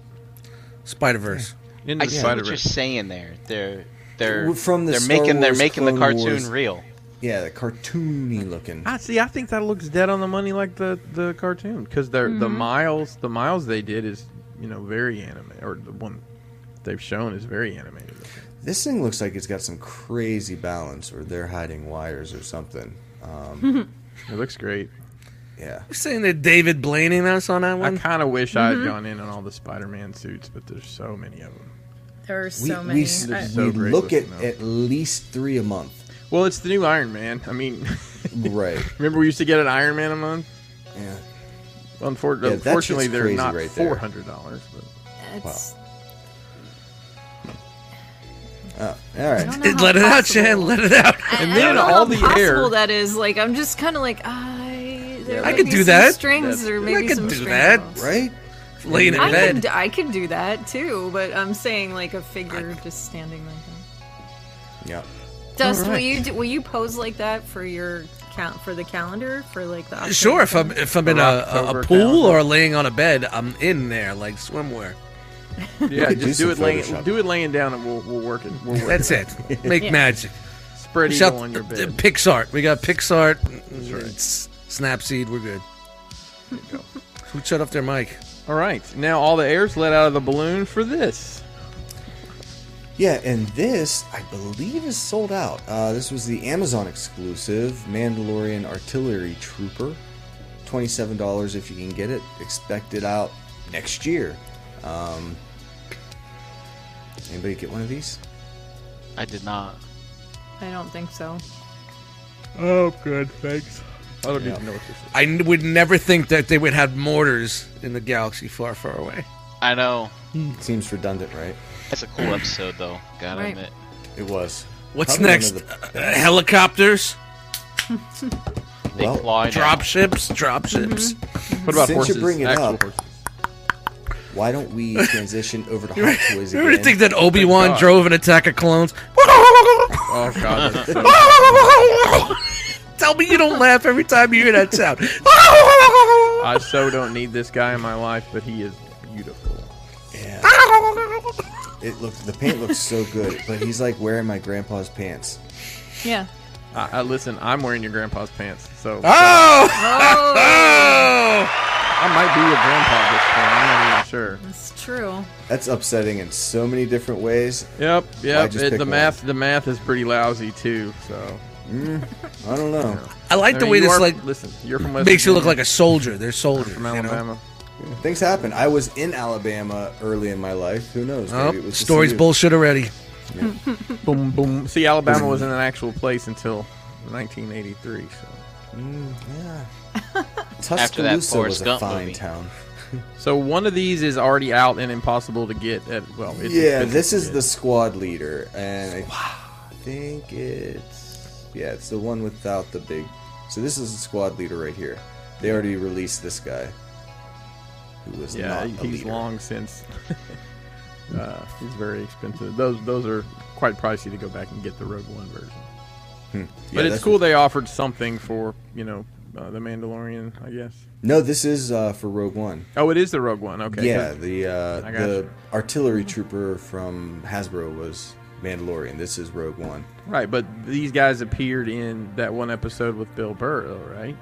Spider Verse.
Into
I
the
see what
Spider-Verse.
you're saying there. They're they're
Well, from the
they're
Star
making they're
Wars
making the
Clone
cartoon
Wars.
real.
yeah the cartoony looking?
I see. I think that looks dead on the money, like the the cartoon, because they're the miles the miles they did is you know very anime, or the one they've shown is very animated.
This thing looks like it's got some crazy balance, or they're hiding wires or something. Um,
It looks great.
yeah,
You're saying that David blaming us on that
I
one?
kind of wish I had gone in on all the Spider-Man suits, but there's so many of them.
There are
we
so
we,
many.
s-
I-
so
we
great
look at
looking up.
at least three a month.
Well, it's the new Iron Man. I mean,
Right.
remember we used to get an Iron Man a month.
Yeah.
Unfor-
Yeah, that
unfortunately,
shit's
they're
crazy
not
right there.
four hundred dollars. But
it's-
Oh, all
I
right.
don't know how
Let it out,
possible-
Shan. Let it out.
And
then all the air-
possible that is. Like I'm just kind of like I. There
Yeah,
I
might
could
be
do
some
that.
Strings
That's-
or maybe
could
some
do
string
that,
balls.
Right.
Laying in
I
bed.
could, I could do that too, but I'm saying like a figure just standing like that.
Yeah.
Dust, will
right.
you do- will you pose like that for your count for the calendar for like the October
Sure, if I'm
calendar?
if I'm in a, a,
Rocktober
a pool
calendar.
or laying on a bed, I'm in there like swimwear.
yeah,
could do
just do,
some
it laying
Photoshop.
do it laying down, and we'll we'll work it. We'll work
That's
it.
it. Make
Yeah.
magic.
out. Spread
Shout-
eagle on your
uh,
bed.
Pixart. We got Pixart.
right.
It's Snapseed. We're good. Who shut off their mic?
All right, now all the air's let out of the balloon for this.
Yeah, and this I believe is sold out. Uh, this was the Amazon exclusive Mandalorian Artillery Trooper, twenty-seven dollars if you can get it. Expect it out next year. Um, anybody get one of these?
I did not.
I don't think so.
Oh, good, thanks. I don't
Yeah.
even know what this is.
I n- would never think that they would have mortars in the galaxy far, far away.
I know.
Seems redundant, right?
That's a cool episode though. Gotta
Right.
admit.
It was.
What's
Probably one
next?
of the
Uh, helicopters,
They
Well,
claw it out.
drop ships, drop ships.
What about
Since you
horses?
bring it
Actual
up-
horses.
Why don't we transition over to Hot Toys
You ever
again?
think that Obi Wan
God.
drove an attack of clones?
Oh god, that's so-
Tell me you don't laugh every time you hear that sound. Oh!
I so don't need this guy in my life, but he is beautiful.
yeah, it looked the paint looks so good, but he's like wearing my grandpa's pants.
Yeah.
I, I listen. I'm wearing your grandpa's pants, so
oh,
Oh,
oh!
I might be your grandpa at this point. I'm not even sure.
that's true.
That's upsetting in so many different ways.
Yep, yep.
just
it-
pick
the
one?
math, the math is pretty lousy too. So
I don't know.
I like
I
the
mean,
way
you
this
are-
like
listen. You're from West
makes you look
Virginia,
like a soldier. They're soldiers.
from
you know?
Alabama.
Things happen. I was in Alabama early in my life. Who knows?
Oh,
Maybe it was just
story's
you.
bullshit already.
Boom, boom. See, Alabama wasn't an actual place until 1983. So,
Yeah.
After that
Tuscaloosa
Forrest
was a
Gump
fine
movie.
town.
so one of these is already out and impossible to get. At well, it's
Yeah,
expensive
this
to
is
get.
the squad leader, and I think it's yeah, it's the one without the big. So this is the squad leader right here. They already released this guy, who was
Yeah,
not a
he's
leader.
long since. uh, he's very expensive. Those those are quite pricey to go back and get the Rogue One version.
Yeah,
But it's
that's
cool they offered something for you know uh, the Mandalorian, I guess.
No, this is uh, for Rogue One.
Oh, it is the Rogue One. Okay.
yeah, the uh,
I gotcha.
the artillery trooper from Hasbro was Mandalorian. This is Rogue One.
Right, but these guys appeared in that one episode with Bill Burr, though, right?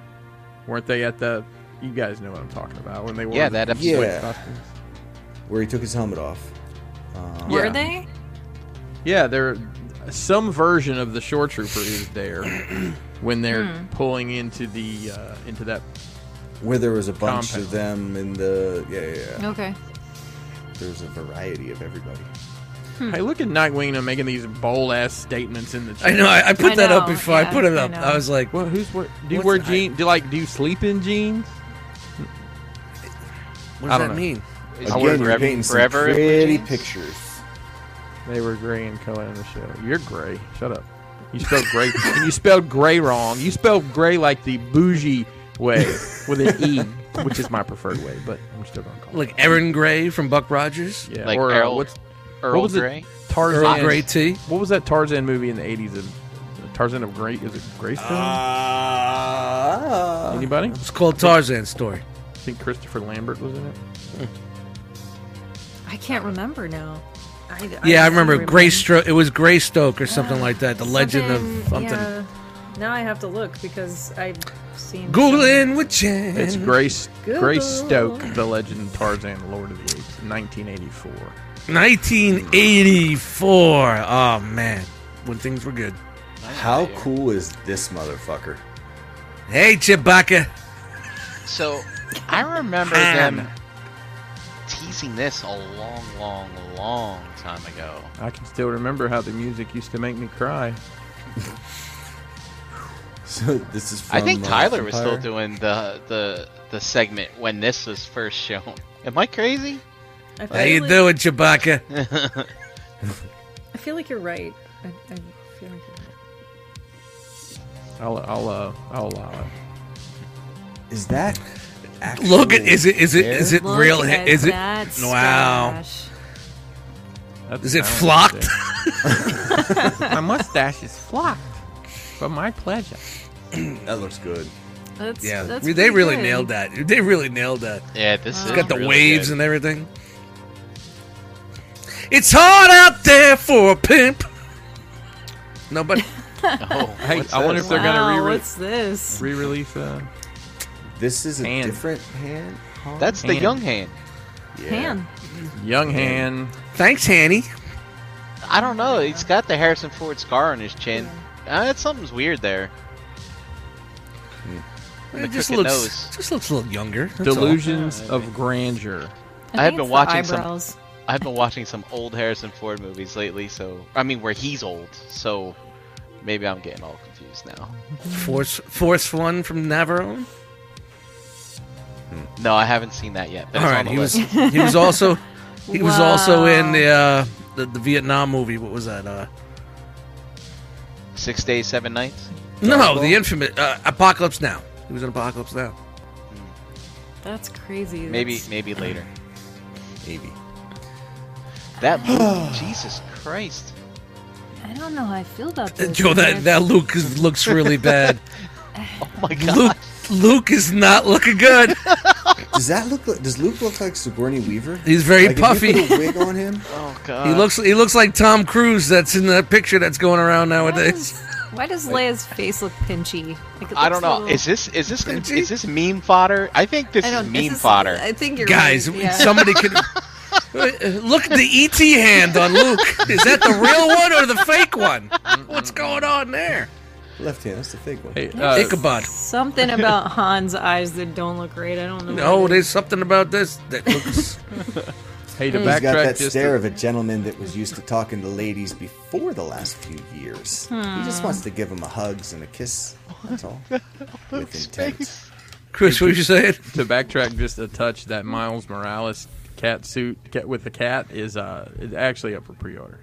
Weren't they at the? You guys know what I'm talking about when they were.
Yeah, that episode.
Yeah. where he took his helmet off. Uh,
Were
Yeah.
they?
Yeah, they're some version of the shore trooper is there when they're
Hmm.
pulling into the uh, into that.
where there was a bunch
Compound.
of them in the yeah, yeah, yeah.
Okay.
There was a variety of everybody.
Hmm.
Hey, look at Nightwing and making these bold ass statements in the. Chat.
I know. I, I put
I
that up
know,
before I
yeah,
put it
I
up.
know.
I, was like,
Well, who's wear? Do you
What's
wear
the-
jeans? Do you like do you sleep in jeans?
what
I
does
don't
that
know.
mean?
Is
Again,
it
you're painting some
forever in blue
pretty
jeans?
pictures.
They were gray in color in the show. You're gray. Shut up. You spelled gray. and you spelled gray wrong. You spelled gray like the bougie way with an e, which is my preferred way, but I'm still gonna call. it.
Like Aaron Gray from Buck Rogers,
Yeah.
Like
or uh,
Earl,
what's
Earl
was it?
Grey?
Tarzan?
Earl Grey tea.
What was that Tarzan movie in the '80s? Of, Tarzan of Great? Is it Greystone?
Uh,
Ah.
Anybody?
It's called Tarzan's story.
I think Christopher Lambert was in it.
I can't remember now. I,
Yeah, I
just
remember Gray Stro- It was Gray Stoke or something like that. The legend of
Something-
something.
Yeah. Now I have to look because I've seen.
Googling with Jan.
It's Grace
Google.
Grace Stoke, the legend Tarzan, Lord of the Apes, 1984.
1984. Oh man, when things were good.
How cool is this motherfucker?
Hey Chewbacca.
So I remember
Ham.
them teasing this a long, long, long time ago.
I can still remember how the music used to make me cry.
So this is. From,
I think
uh,
Tyler was still
Empire.
doing the the the segment when this was first shown. Am I crazy?
I feel
How you
like-
doing, Chewbacca?
I feel like you're right. I, I feel like you're
I'll I'll uh, I'll allow it.
Is that? Actual
Look at is it is it is it
right. Look
real?
at
Is it
that
wow?
stash.
That's
Is it
I don't
flocked?
understand. my mustache is flocked, but my pleasure.
That looks good.
That's,
Yeah,
that's
they
pretty
really
good.
nailed that. They really nailed that.
Yeah, this is
It's got the
really
waves
good.
and everything. It's hard out there for a pimp. No, but
Oh,
Hey,
what's
I wonder
this?
if they're gonna
Wow,
re-re-
Oh, what's this?
Re-release. Uh,
This is a
Hand.
different hand. Huh?
That's the
Hand.
young hand.
yeah.
Pan.
Young Hand.
thanks, Hanny.
I don't know. He's got the Harrison Ford scar on his chin. Uh, that's something's weird there.
It just
crooked
looks
nose.
just looks a little younger. that's all.
Delusions of Grandeur.
I have
think
been
it's the
watching some-
eyebrows.
I've been watching some old Harrison Ford movies lately, so I mean where he's old, so maybe I'm getting all confused now.
Force Force One from Navarone.
No, I haven't seen that yet. But
All
it's on
right,
the
he was
list.
he was also he was also in
Wow.
the, uh, the the Vietnam movie. What was that? Uh,
six days, seven nights.
no, the infamous uh, Apocalypse Now. He was in Apocalypse Now.
That's crazy.
Maybe,
That's-
maybe later.
Maybe.
That movie, Jesus Christ!
I don't know how I feel about
Uh,
this.
Joe, that that Luke is, looks really bad.
Oh my God!
Luke Luke is not looking good.
Does that look? Like, does Luke look like Sigourney Weaver?
He's very
Like, if you
puffy.
put a wig on him.
Oh God!
He looks he looks like Tom Cruise that's in that picture that's going around
why
nowadays.
does, why does Leia's face look pinchy? Like, it
I
looks
don't know.
a little-
Is this is this gonna,
Benji?
is this meme fodder? I think this
I
is
don't,
meme
this is-
fodder.
I think you're
Guys,
right. yeah.
somebody could Uh, look at the ET hand on Luke. Is that the real one or the fake one? What's going on there?
Left hand. That's the fake one.
Hey, uh,
Ichabod.
something about Han's eyes that don't look great. I don't know.
No,
what it
there's something about this that looks.
hey, to
He's got
backtrack
that
just.
stare
a-
of a gentleman that was used to talking to ladies before the last few years. He just wants to give them a hugs and a kiss. That's all. With intent.
Chris, what were you saying?
to backtrack just a touch, that Miles Morales cat suit cat with the cat is uh is actually up for pre-order.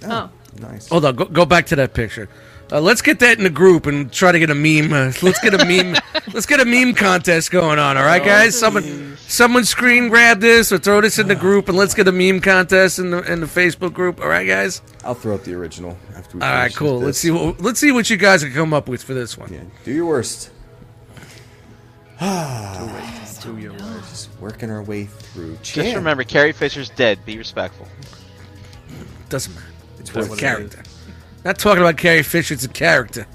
So.
Oh.
nice.
Hold on, go, go back to that picture. Uh, let's get that in the group and try to get a meme. Uh, let's get a meme. let's get a meme contest going on. All right, guys. Someone, someone, screen grab this or throw this in the group, and let's get a meme contest in the in the Facebook group. All right, guys.
I'll throw up the original after we
All right,
finish
cool.
with
Let's
this.
see what let's see what you guys can come up with for this one.
Yeah, do your worst.
Two year words.
Just working our way through. Chan,
Just remember, Carrie Fisher's dead. Be respectful.
Doesn't matter.
it's
It's a
worth
character. Not talking about Carrie Fisher. It's a character.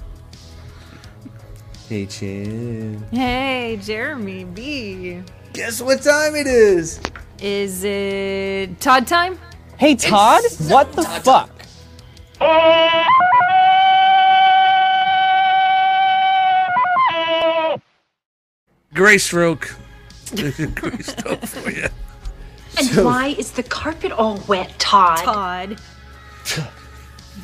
Hey, Chan.
Hey, Jeremy B.
Guess what time it is?
Is it Todd time?
Hey, Todd, what the fuck?
Grace Roke. Grace Roke for you.
And why is the carpet all wet, Todd?
Todd.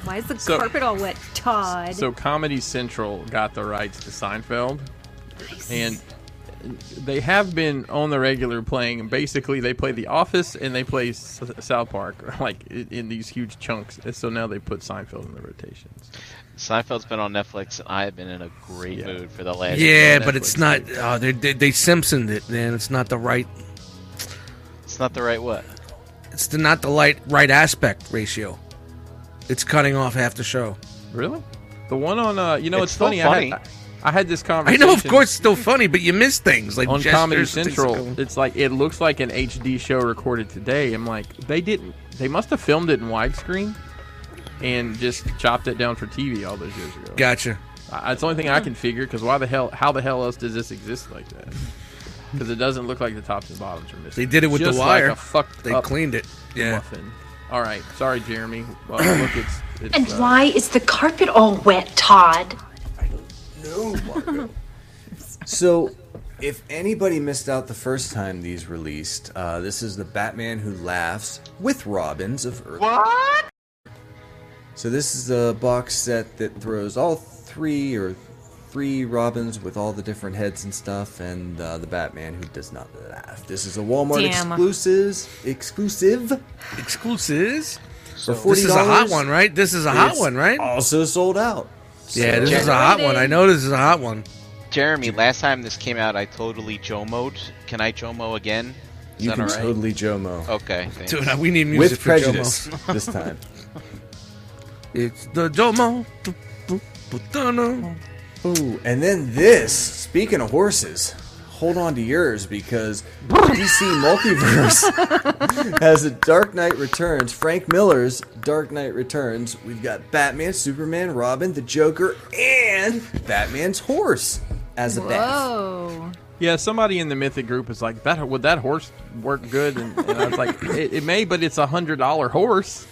Why is the
So-
carpet all wet, Todd?
So Comedy Central got the rights to Seinfeld, and they have been on the regular playing. Basically, they play The Office and they play S- South Park like i- in these huge chunks. And so now they put Seinfeld in the rotations.
Seinfeld's been on Netflix, and I've been in a great
Yeah.
mood for the last.
Yeah,
Netflix
but it's not.
too.
Uh, they, they they Simpsoned it, man. It's not the right.
It's not the right what.
It's the, not the light right aspect ratio. It's cutting off half the show.
Really? The one on uh, you know,
It's
it's,
still
funny.
funny.
I, had, I, I had this
I
conversation.
know, of course, it's still funny, but you miss things like
on
gestures
Comedy
and things like
Central,
that.
it's like it looks like an HD show recorded today. I'm like, they didn't. They must have filmed it in widescreen and just chopped it down for TV all those years ago.
Gotcha.
I, it's the only thing
Hmm.
I can figure because why the hell? How the hell else does this exist like that? Because it doesn't look like the tops and bottoms are missing.
They did it with
Just
the wire.
Like a fucked
they
up
cleaned it. Yeah.
muffin. All right, sorry, Jeremy. Well, look, it's, it's
And
uh,
why is the carpet all wet, Todd?
No, Marco. Oh so, if anybody missed out the first time these released, uh, this is the Batman Who Laughs with Robbins of Earth. What? So this is a box set that throws all three or three Robins with all the different heads and stuff, and uh, the Batman who does not laugh. This is a Walmart
Damn.
exclusives exclusive
Exclusives.
for forty
This is a hot one, right? This is a hot one, right?
Also sold out.
yeah,
So-
this is a hot one. I know this is a hot one.
Jeremy, last time this came out, I totally Jomoed. Can I Jomo again? Is
you
that
can
alright?
totally Jomo
Okay. thanks.
Dude, we need music
with
Oh, for Jomo.
prejudice this time.
It's the Jomo. Bu- bu- bu- dunno.
Ooh, and then this. Speaking of horses, hold on to yours because DC Multiverse has a Dark Knight Returns. Frank Miller's Dark Knight Returns. We've got Batman, Superman, Robin, the Joker, and Batman's horse as a bat.
Whoa.
Yeah, somebody in the Mythic group is like, "That would that horse work good?" And, and I was like, it, "It may, but it's a hundred dollar horse."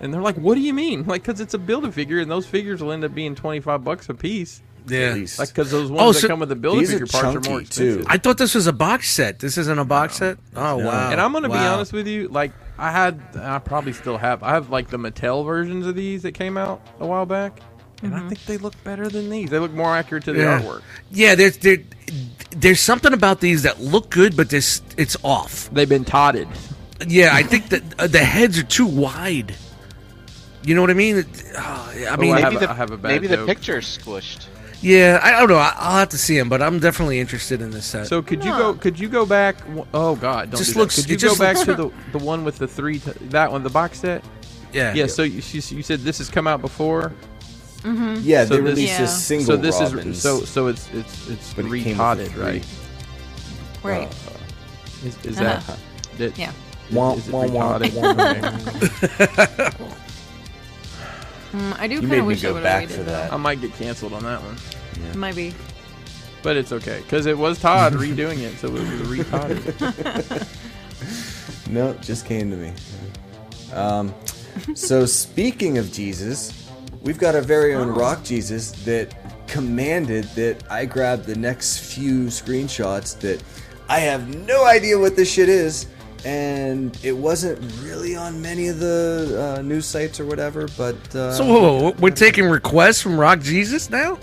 And they're like, "What do you mean?" Like, because it's a build a figure, and those figures will end up being twenty five bucks a piece.
Yeah.
Like, because those ones
Oh, so
that come with the build a
These are
figure parts are more
chunky
expensive.
too.
I thought this was a box set. This isn't a box set. Oh wow!
And I'm gonna be
Wow.
honest with you, like I had, I probably still have, I have like the Mattel versions of these that came out a while back, and
Mm-hmm.
I think they look better than these. They look more accurate to the
Yeah.
artwork.
Yeah, there's there, there's something about these that look good, but this it's off.
They've been totted.
Yeah, I think that uh, the heads are too wide. You know what I mean? It- ah, I mean,
Oh, I
Maybe
have a-
the,
I have a bad
maybe the
joke.
picture's squished.
yeah, I, I don't know. I, I'll have to see them, but I'm definitely interested in this set.
So could you go? Could you go back? Oh God! Don't
Just
do that.
looks-
Could
it
you go
just
back
looks-
to the the one with the three? T- that one, the box set.
yeah,
Yeah. So you, she- you said this has come out before.
Yeah,
So this-
they released
Yeah.
a single.
So this
Robins,
is so so it's it's it's
but it came with the
retotted,
three.
right?
Right.
Oh.
Is, is
Uh-huh.
that, that
Yeah.
Wah,
is it
wah, wah,
retarded?
wah.
Mm, I do
You
kind
made
of
me
wish I
go
would
back
have
for
waited. though.
I
that.
might get canceled on that one,
Might be.
but it's okay because it was Todd redoing it, so it was retotted.
No, it just came to me. Um, so speaking of Jesus, we've got our very own Rock Jesus that commanded that I grab the next few screenshots that I have no idea what this shit is, and it wasn't really on many of the uh, news sites or whatever, but uh,
So whoa, whoa, we're taking requests from Rock Jesus now.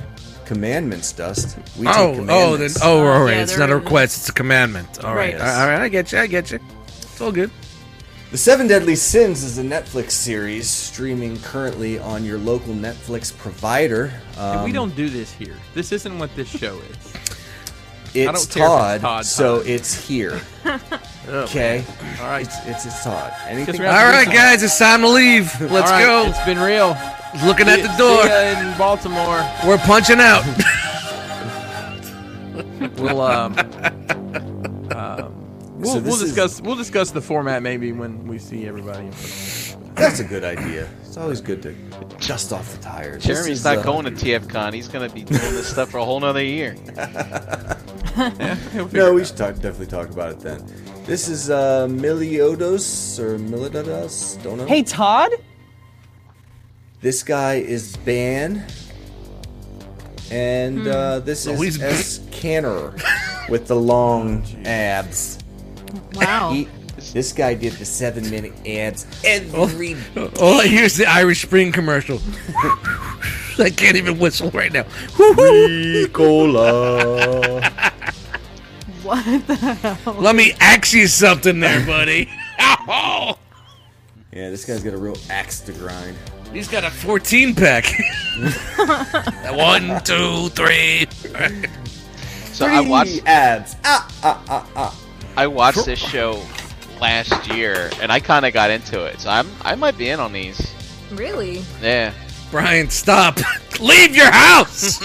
commandments dust. We take
Oh, oh, then
commandments.
oh, all right.
Yeah,
it's
they're
not a
written.
request; it's a commandment. All right,
Right.
all right. I get you. I get you. It's all good.
The Seven Deadly Sins is a Netflix series streaming currently on your local Netflix provider. Um,
And we don't do this here. This isn't what this show is.
It's
I don't care if it's
Todd,
Todd,
so
Todd.
it's here. okay. All right. It's, it's it's Todd. Anything?
Guess we
All
have to do
right,
something.
guys, it's time to leave. Let's
All right,
go.
It's been real.
Looking at
See-
the door.
see ya in Baltimore.
We're punching out.
We'll um, um, we'll,
So this
we'll
is-
discuss we'll discuss the format maybe when we see everybody. in person.
That's a good idea. It's always good to dust off the tires. This
Jeremy's
is,
not
uh,
going to TFCon. He's going to be doing this stuff for a whole nother year.
We'll figure
No,
it
we
out.
should talk, definitely talk about it then. This is uh, Miliodos or Milidodos. Don't know.
Hey, Todd?
This guy is Ban. And uh, this
Oh,
is
he's-
S. Canner with the long abs.
Wow.
He, this guy did the seven minute abs every
All I hear is the Irish Spring commercial. I can't even whistle right now. Woo-hoo.
Ricola.
what the hell?
Let me ax you something there, buddy. Ow!
yeah, this guy's got a real axe to grind.
He's got a 14 pack. One, two, three.
So I watched
abs. Ah, ah, ah, ah.
I watched this show last year, and I kind of got into it. So I'm I might be in on these.
Really?
Yeah.
Brian, stop. Leave your house.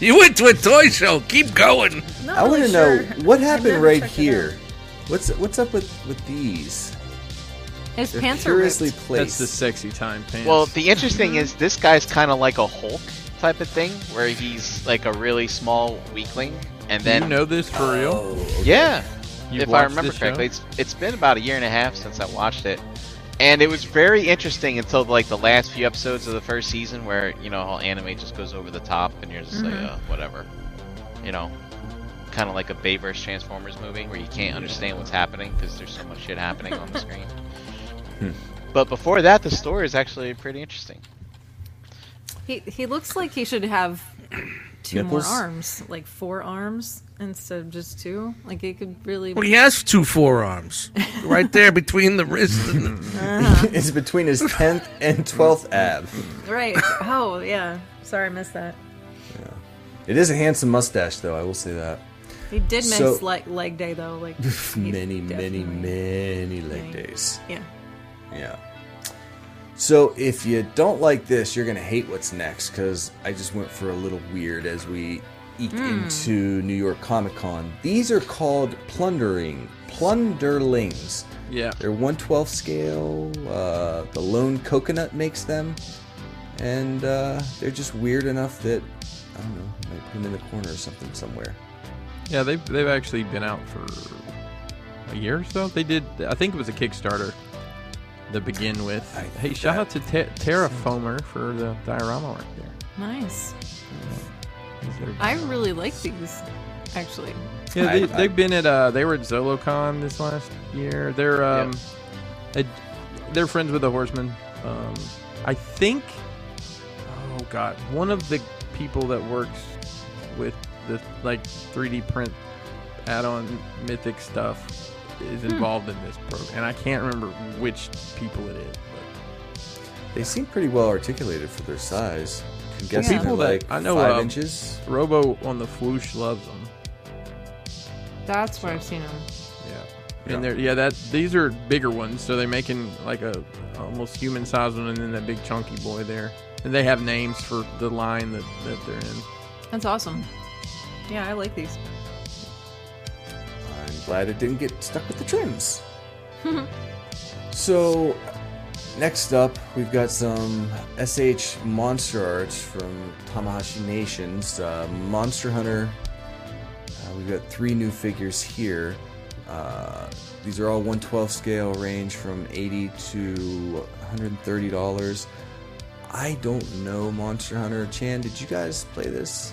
you went to a toy show. Keep going.
Not
I want to
really
know
sure.
what
I've
happened
never
right
checked it
here. What's what's up with with these?
out. His
They're
pants are
curiously
ripped.
That's
placed.
the sexy time pants.
Well, the interesting is this guy's kind of like a Hulk type of thing, where he's like a really small weakling, and
do you
then
know this for real?
yeah,
You've
Oh. if I
watched
remember
this show?
correctly, it's it's been about a year and a half since I watched it, and it was very interesting until like the last few episodes of the first season, where you know all anime just goes over the top, and you're just
Mm-hmm.
like,
Mhm.
uh, whatever, you know, kind of like a Bayverse Transformers movie where you can't understand what's happening because there's so much shit happening on the screen. But before that, the story is actually pretty interesting.
He he looks like he should have two
Nipples?
more arms, like four arms instead of just two. Like he could really.
Well, he has two forearms right there between the wrist and the.
it's between his tenth and twelfth ab.
Right. Oh yeah. Sorry, I missed that.
It is a handsome mustache, though. I will say that.
He did miss
So-
like leg day though. Like he
many, many,
definitely-
many leg
Yeah.
days.
Yeah.
Yeah. So if you don't like this, you're gonna hate what's next because I just went for a little weird as we eke
Hmm.
into New York Comic Con. These are called plundering, plunderlings.
Yeah.
They're 112 scale. Uh, the lone coconut makes them, and uh, they're just weird enough that I don't know, might put them in the corner or something somewhere.
Yeah, they've they've actually been out for a year or so. They did, I think it was a Kickstarter to begin with.
I
Hey,
think
shout
that-
out to Te- Terrafoamer for the diorama right there.
Nice.
These are-
I really like these, actually.
Yeah, they,
I- I-
they've been at uh, they were at ZoloCon this last year. They're um, a- they're friends with the Horsemen. Um, I think. Oh God, one of the people that works with the like 3D print add-on Mythic stuff
Hmm.
is involved in this program, and I can't remember which people it is.
They seem pretty well articulated for their size. I'm
people
they're,
that- I know,
five
um,
inches.
But Robo on the Floosh loves them.
That's where I've seen them.
Yeah. And they're yeah that these are bigger ones, so they're making like a almost human sized one, and then that big chunky boy there. And they have names for the line that, that they're in.
That's awesome. Yeah, I like these.
I'm glad it didn't get stuck with the trims. so, next up, we've got some SH monster arts from Tamahashi Nations, uh, Monster Hunter. Uh, we've got three new figures here. Uh, these are all 112 scale, range from 80 to 130 dollars. I don't know Monster Hunter. Chan, did you guys play this?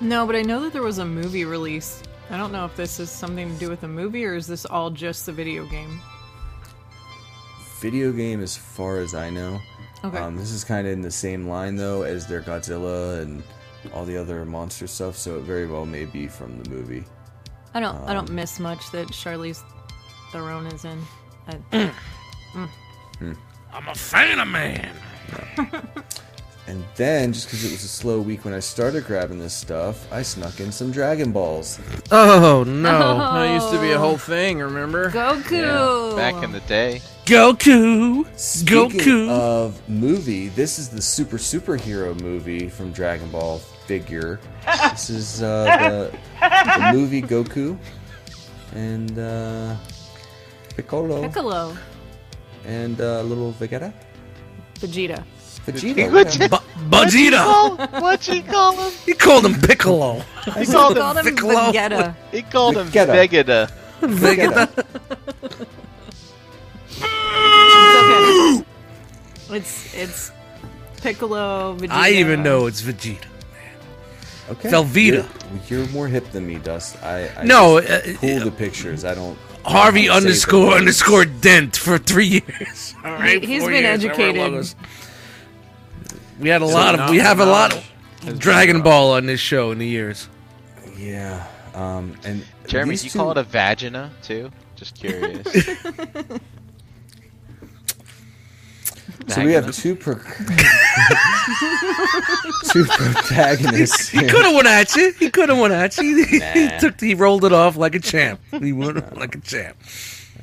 No, but I know that there was a movie release. I don't know if this is something to do with the movie or is this all just the video game?
video game as far as I know.
Okay.
Um, this is kind of in the same line though as their Godzilla and all the other monster stuff, so it very well may be from the movie.
I don't. I
Um,
don't miss much that Charlize Theron is in. I,
I'm a fan of man.
And then, just because it was a slow week when I started grabbing this stuff, I snuck in some Dragon Balls.
Oh, no.
That used to be a whole thing, remember? Oh,
Goku.
Back in the day,
Goku.
Speaking
Goku.
of movie, this is the super superhero movie from Dragon Ball
figure. This is uh, the, the movie Goku and uh, Piccolo
Piccolo,
and uh, little Vegeta.
Vegeta.
Vegeta.
Vegeta.
okay.
Bu- Vegeta.
What'd he call him?
He called him Piccolo.
He called
Call
him
them
Piccolo.
Vegeta.
He called him
Vegeta.
Vegeta.
Vegeta.
It's okay. It's it's Piccolo. Vegeta.
I even know it's Vegeta.
Okay.
Velveeta.
You're, you're more hip than me, Dust. I, I
No,
just
uh,
pull the pictures. I don't. I
Harvey
don't save
underscore
them.
underscore Dent for three years. All right,
He- he's
four
been
years, however
educated.
long it was. We had a lot of. We have a lot of
Has
Dragon
been-
Ball on this show in the years.
Yeah. Um, and
Jeremy,
these
do you
two-
call it a vagina too? Just curious.
So we have
Vagina.
two pro- two protagonists.
He could have went at you. He could have went at you. He, took. He rolled it off like a champ. He went off like a champ.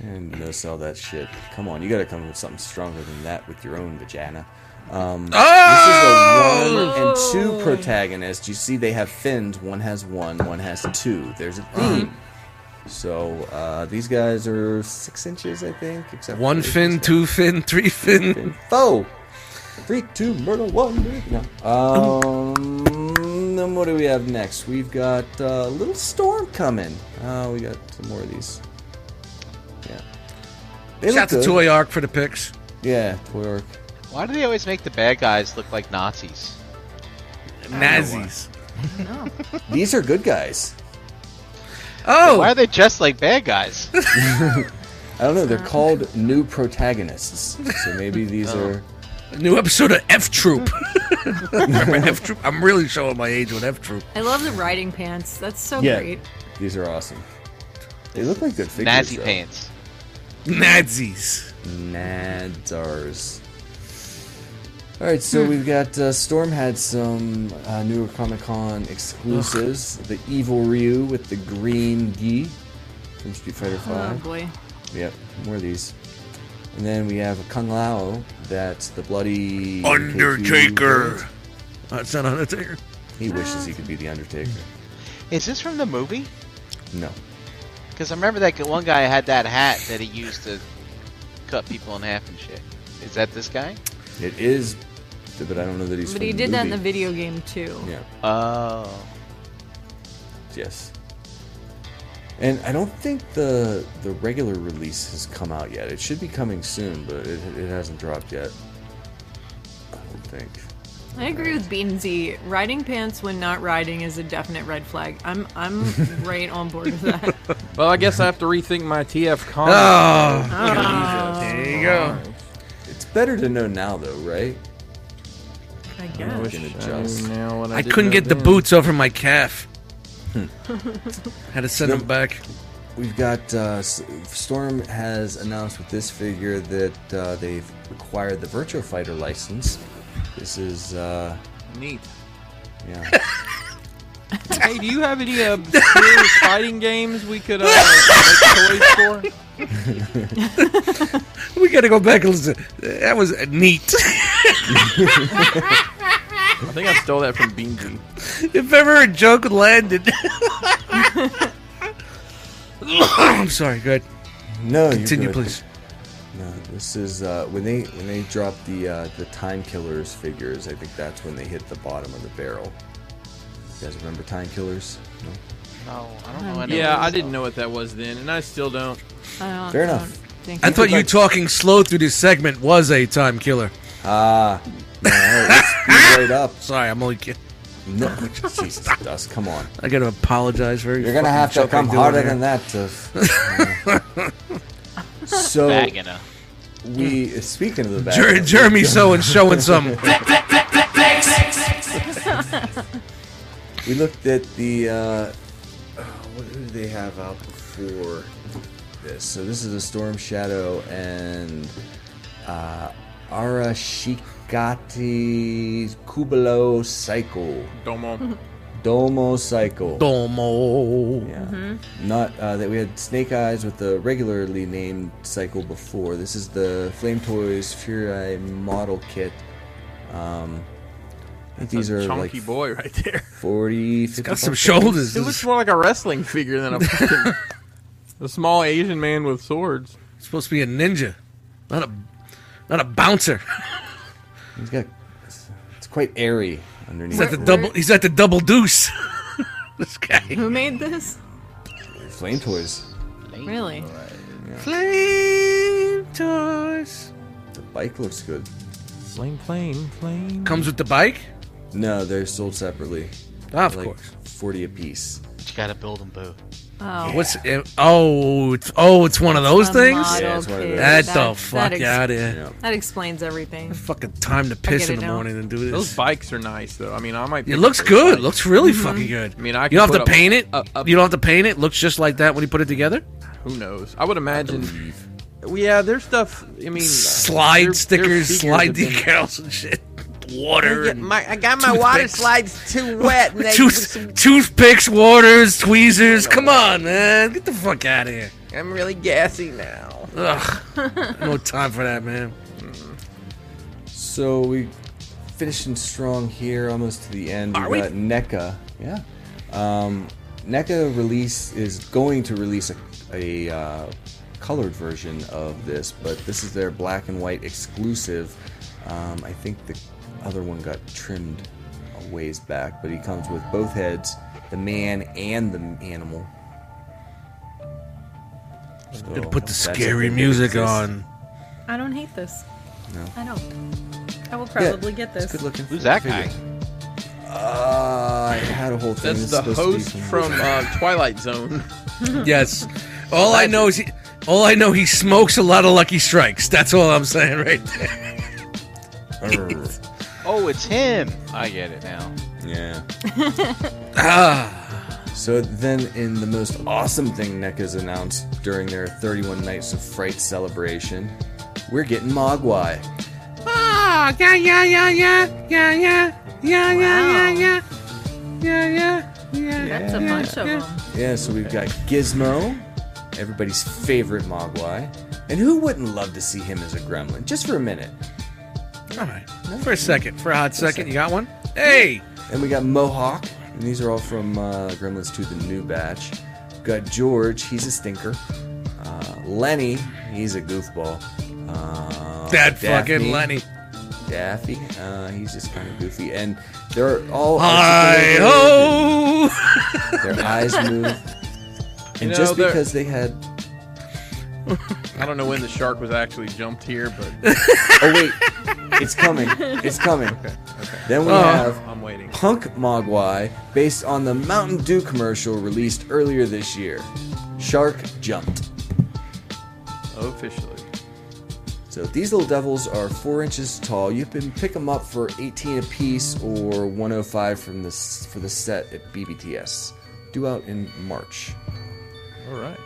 And no sell that shit. Come on, you gotta come up with something stronger than that with your own vagina. Um, this
Oh!
is a one and two protagonist. You see, they have fins. One has one. One has two. There's a
Uh-huh.
theme. So uh, these guys are six inches, I think. Except for
One
Nathan's
fin,
head.
two fin, three fin.
Foe. Three, two, murder, one. murder. No. Um. Then what do we have next? We've got uh, little storm coming. Uh, we got some more of these. Yeah. They
Shout
look
to
good.
Toy Arc for the picks.
Yeah, toy arc.
Why do they always make the bad guys look like Nazis?
Nazis.
These are good guys.
Why
Oh,
are they dressed like bad guys?
I don't know. They're called new protagonists. So maybe these are.
a new episode of F Troop. Remember F Troop? I'm really showing my age with F Troop.
I love the riding pants. That's so
Yeah.
Oh, great.
These are awesome. They look like good figures.
Nazi
though.
pants.
Nazis.
Nadzars. All right,
Hmm.
so we've got uh, Storm had some uh, newer Comic Con exclusives. The Evil Ryu with the green gi from Street Fighter
Oh
Five.
boy.
Yep, more of these. And then we have Kung Lao. That's the bloody
Undertaker. Oh, it's not Undertaker.
He wishes he could be the Undertaker.
Is this from the movie?
No.
Because I remember that one guy had that hat that he used to cut people in half and shit. Is that this guy?
It is, but I don't know that he's.
But
from
he
the
did that in the
movie.
video game too.
Yeah.
Oh.
Yes. And I don't think the the regular release has come out yet. It should be coming soon, but it, it hasn't dropped yet. I don't think.
I agree with Beansy. Riding pants when not riding is a definite red flag. I'm I'm right on board with that.
Well, I guess I have to rethink my TF con.
Oh,
there
you go.
It's better to know now, though, right?
I
I
guess.
wish I
adjust.
knew now what I,
I
did
couldn't get
back
the
then.
boots over my calf. Had to send
No.
them back.
We've got uh, S- Storm has announced with this figure that uh, they've acquired the Virtua Fighter license. This is uh,
Neat.
yeah.
Hey, do you have any uh, serious fighting games we could uh, make toys for?
We gotta go back and listen. That was neat.
I think I stole that from Beansy.
if ever a joke landed. I'm sorry. Good.
No, you're
Continue,
good.
please.
No, this is uh, when they when they drop the uh, the time killers figures. I think that's when they hit the bottom of the barrel. You guys remember time killers? No?
No, I don't know. any
Yeah,
of
I
this
didn't
stuff.
know what that was then, and I still don't.
I don't,
Fair
I don't
enough.
think
I
so.
thought you talking slow through this segment was a time killer.
Ah, no, let's speed right up.
Sorry, I'm only kidding.
No, Jesus, Dust, come on.
I gotta apologize very.
You're gonna
fucking
have to
joke I
come
do on
harder
here.
than that. To, so
Vagina.
we speaking of the back,
Jer- Jeremy showing showing some.
we looked at the uh, what do they have out before this? So this is a Storm Shadow and uh, Arashikati Kubalo Cycle
Domo.
Domo Cycle.
Domo.
yeah, not uh, that we had Snake Eyes with the regularly named Cycle before. This is the Flame Toys Fury Model Kit. Um, think these are
chunky
like
boy right there.
40, 50
Got some shoulders.
It
It's
looks more like a wrestling figure than a fucking, a small Asian man with swords.
supposed to be a ninja, not a not a bouncer.
He's got. It's, it's quite airy underneath.
He's at the
We're-
double. He's at the double deuce. this guy.
Who made this?
Flame toys.
Really?
Flame toys.
The bike looks good.
Flame, flame, flame.
Comes with the bike.
No, they're sold separately.
Ah, of
like
course.
forty a piece.
You gotta build them both.
Oh.
What's eh, oh it's, oh it's one of those
a
things.
model
Yeah, it's one of
kit.
those.
That, the
That-
fuck
that ex-
out of here.
Yeah.
That explains everything.
Fucking time to piss
get
in
it
the
now.
morning and do
Those
this.
bikes are nice though. I mean, I might.
It
pick
looks
up those
good.
bikes.
looks really fucking good.
I mean, I
you
can
don't
put
have to
up-
paint it.
up- up-
you don't have to paint it. Looks just like that when you put it together.
Who knows? I would imagine.
Leave.
Yeah, their stuff. I mean, uh,
Slide
their- their
stickers,
figures
slide
have been-
decals, and shit. Water. and
I got my
water
slides too wet. And
Tooth, toothpicks, waters, tweezers. Come on, man. Get the fuck out of here.
I'm really gassy now.
Ugh. no time for that, man.
So we finishing strong here, almost to the end.
Are
we
we?
got NECA. Yeah. Um, NECA release is going to release a, a uh, colored version of this, but this is their black and white exclusive. Um, I think the other one got trimmed a ways back, but he comes with both heads, the man and the animal.
Gonna put the
So Oh, that's a
scary
thing that
music
exists.
on.
I don't hate this.
No.
I don't. I will
Yeah,
probably get
it's
this.
Good looking.
Who's that
figure.
guy?
Uh, I had a whole thing.
That's
It's
the
supposed to be
host from uh, Twilight Zone.
Hmm. Yes. All I know is he. All I know, he smokes a lot of Lucky Strikes. That's all I'm saying right there.
Err.
Oh, it's him. I get it now.
Yeah. So then, in the most awesome thing NECA's announced during their 31 Nights of Fright celebration, we're getting Mogwai.
Ah, yeah, yeah, yeah, yeah, yeah, yeah, yeah, yeah, yeah, yeah, yeah, yeah, yeah.
That's a bunch of them.
Yeah, so we've got Gizmo, everybody's favorite Mogwai. And who wouldn't love to see him as a gremlin? Just for a minute.
All right. For a second, for a hot second, you got one? Hey!
And we got Mohawk, and these are all from uh, Gremlins 2, the new batch. We've got George, he's a stinker. Uh, Lenny, he's a goofball. Uh,
That fucking
Daphne-
Lenny.
Daffy, uh, he's just kind of goofy, and they're all
Hi
articulated,
ho!
and Their eyes move, and
know,
just
they're-
because they had.
I don't know when the shark was actually jumped here, but
Oh wait, it's coming! It's coming. Then we have
I'm waiting.
Punk Mogwai, based on the Mountain Dew commercial released earlier this year. Shark jumped.
Officially.
So these little devils are four inches tall. You can pick them up for 18 apiece or 105 from the s- for the set at BBTS, due out in March.
All right.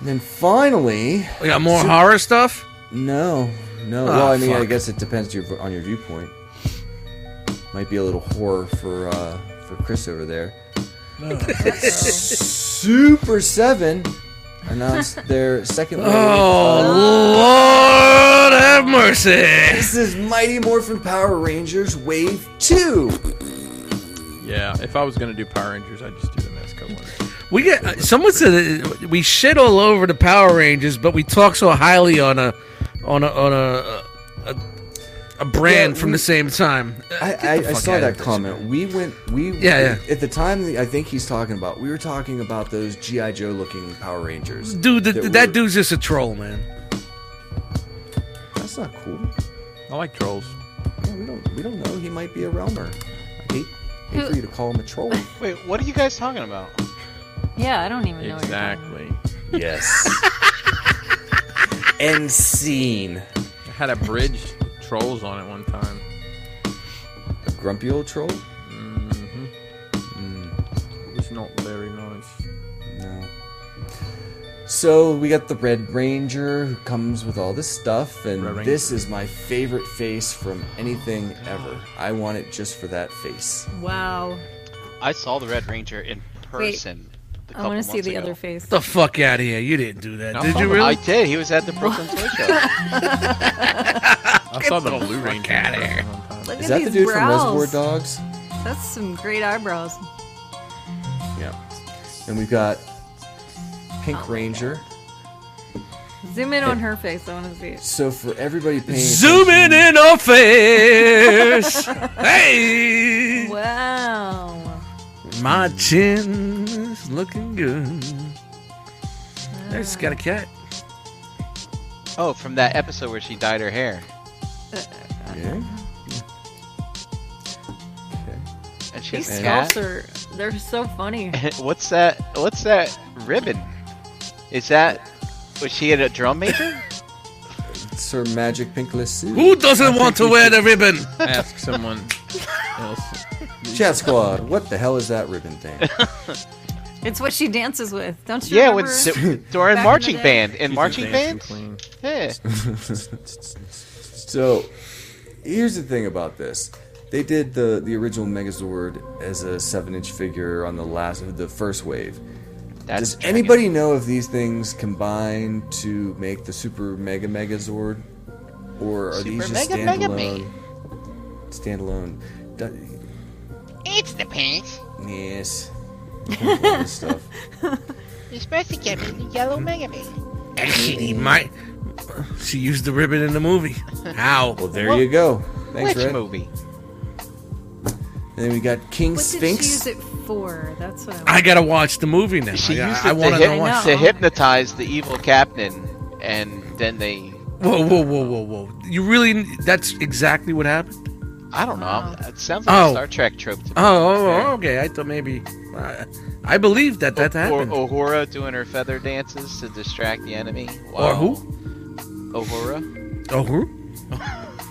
And then finally,
We got more horror stuff?
no, no. well, I mean, I
Ah, fuck.
guess it depends your, on your viewpoint. Might be a little horror for uh, for Chris over there. Super Seven announced their second. wave of-
Oh, Lord have mercy!
This is Mighty Morphin Power Rangers Wave Two.
Yeah, if I was gonna do Power Rangers, I'd just do the Mezco one.
We get uh, someone said that uh, we shit all over the Power Rangers, but we talk so highly on a on a on a a, a brand
Yeah,
from
we-
the same time.
I, I, I
Uh, fuck
saw
outta
that
this.
comment. We went. We
Yeah, yeah.
At the time, that I think he's talking about. We were talking about those GI Joe looking Power Rangers.
Dude, th-
that
that, that
were-
dude's just a troll, man.
That's not cool.
I like trolls.
Yeah, we don't. We don't know. He might be a realmer. I hate, hate
Who-
for you to call him a troll.
Wait, what are you guys talking about?
Yeah, I don't even know. What
Exactly.
Yes. End scene.
I had a bridge with trolls on it one time.
A grumpy old troll?
It's not very nice.
No. So we got the Red Ranger who comes with all this stuff, and
Red
this is my favorite face from anything ever. I want it just for that face.
you're wow.
I saw the Red Ranger in person. a
I
couple
want to see
months
the
ago.
other face.
The fuck out of here! You didn't do that,
No,
did you?
fuck
Really?
I did. He was at the Brooklyn Toy Show.
I saw the Blue Ranger.
outta here.
one time.
Look
Is
at
that the
these
dude
brows.
from Reservoir Dogs?
That's some great eyebrows.
Yeah. And we've got
Oh,
Pink Ranger.
Zoom in on her face. I want to see it.
So for everybody paying
Zooming
attention-
in our face. hey,
Wow.
my chin is looking good. I just got a cat.
Oh, from that episode where she dyed her hair
Uh,
Yeah.
and she
These
has a
scalps
cat.
are they're so funny.
what's that? What's that ribbon? Is that? Was she at a drum major?
It's her magic pink lasso.
Who doesn't want to wear the ribbon?
Ask someone else.
Chat squad, what the hell is that ribbon thing?
It's what she dances with. Don't you
yeah,
remember?
with during
Back in
marching
the day.
band in marching band. Yeah.
So, here's the thing about this. They did the the original Megazord as a seven inch figure on the last the first wave.
That's
Does
a dragon.
anybody know if these things combine to make the Super Mega Megazord, or are these just
Mega Mega Me.
standalone? standalone. du-
It's the pants.
Yes. All this stuff.
You're supposed to get me the yellow Mega Man.
Actually,
Mm.
my she used the ribbon in the movie.
Well,
How?
there you go. Thanks,
Which
Red.
movie?
Then we got King
What did she
Sphinx.
use it for? That's what I.
I gotta watch the movie now.
She
I,
used
I
it
want
to,
to
hip-
know.
why.
to hypnotize the evil captain, and then they.
Whoa, whoa, whoa, whoa, whoa! You really? That's exactly what happened.
I don't know. It sounds like
Oh.
a Star Trek trope. To me.
Oh, oh, okay. I thought maybe. I, I believe that that
or
happened.
Ohura doing her feather dances to distract the enemy. Wow.
Or who?
Ohura.
Oh, who?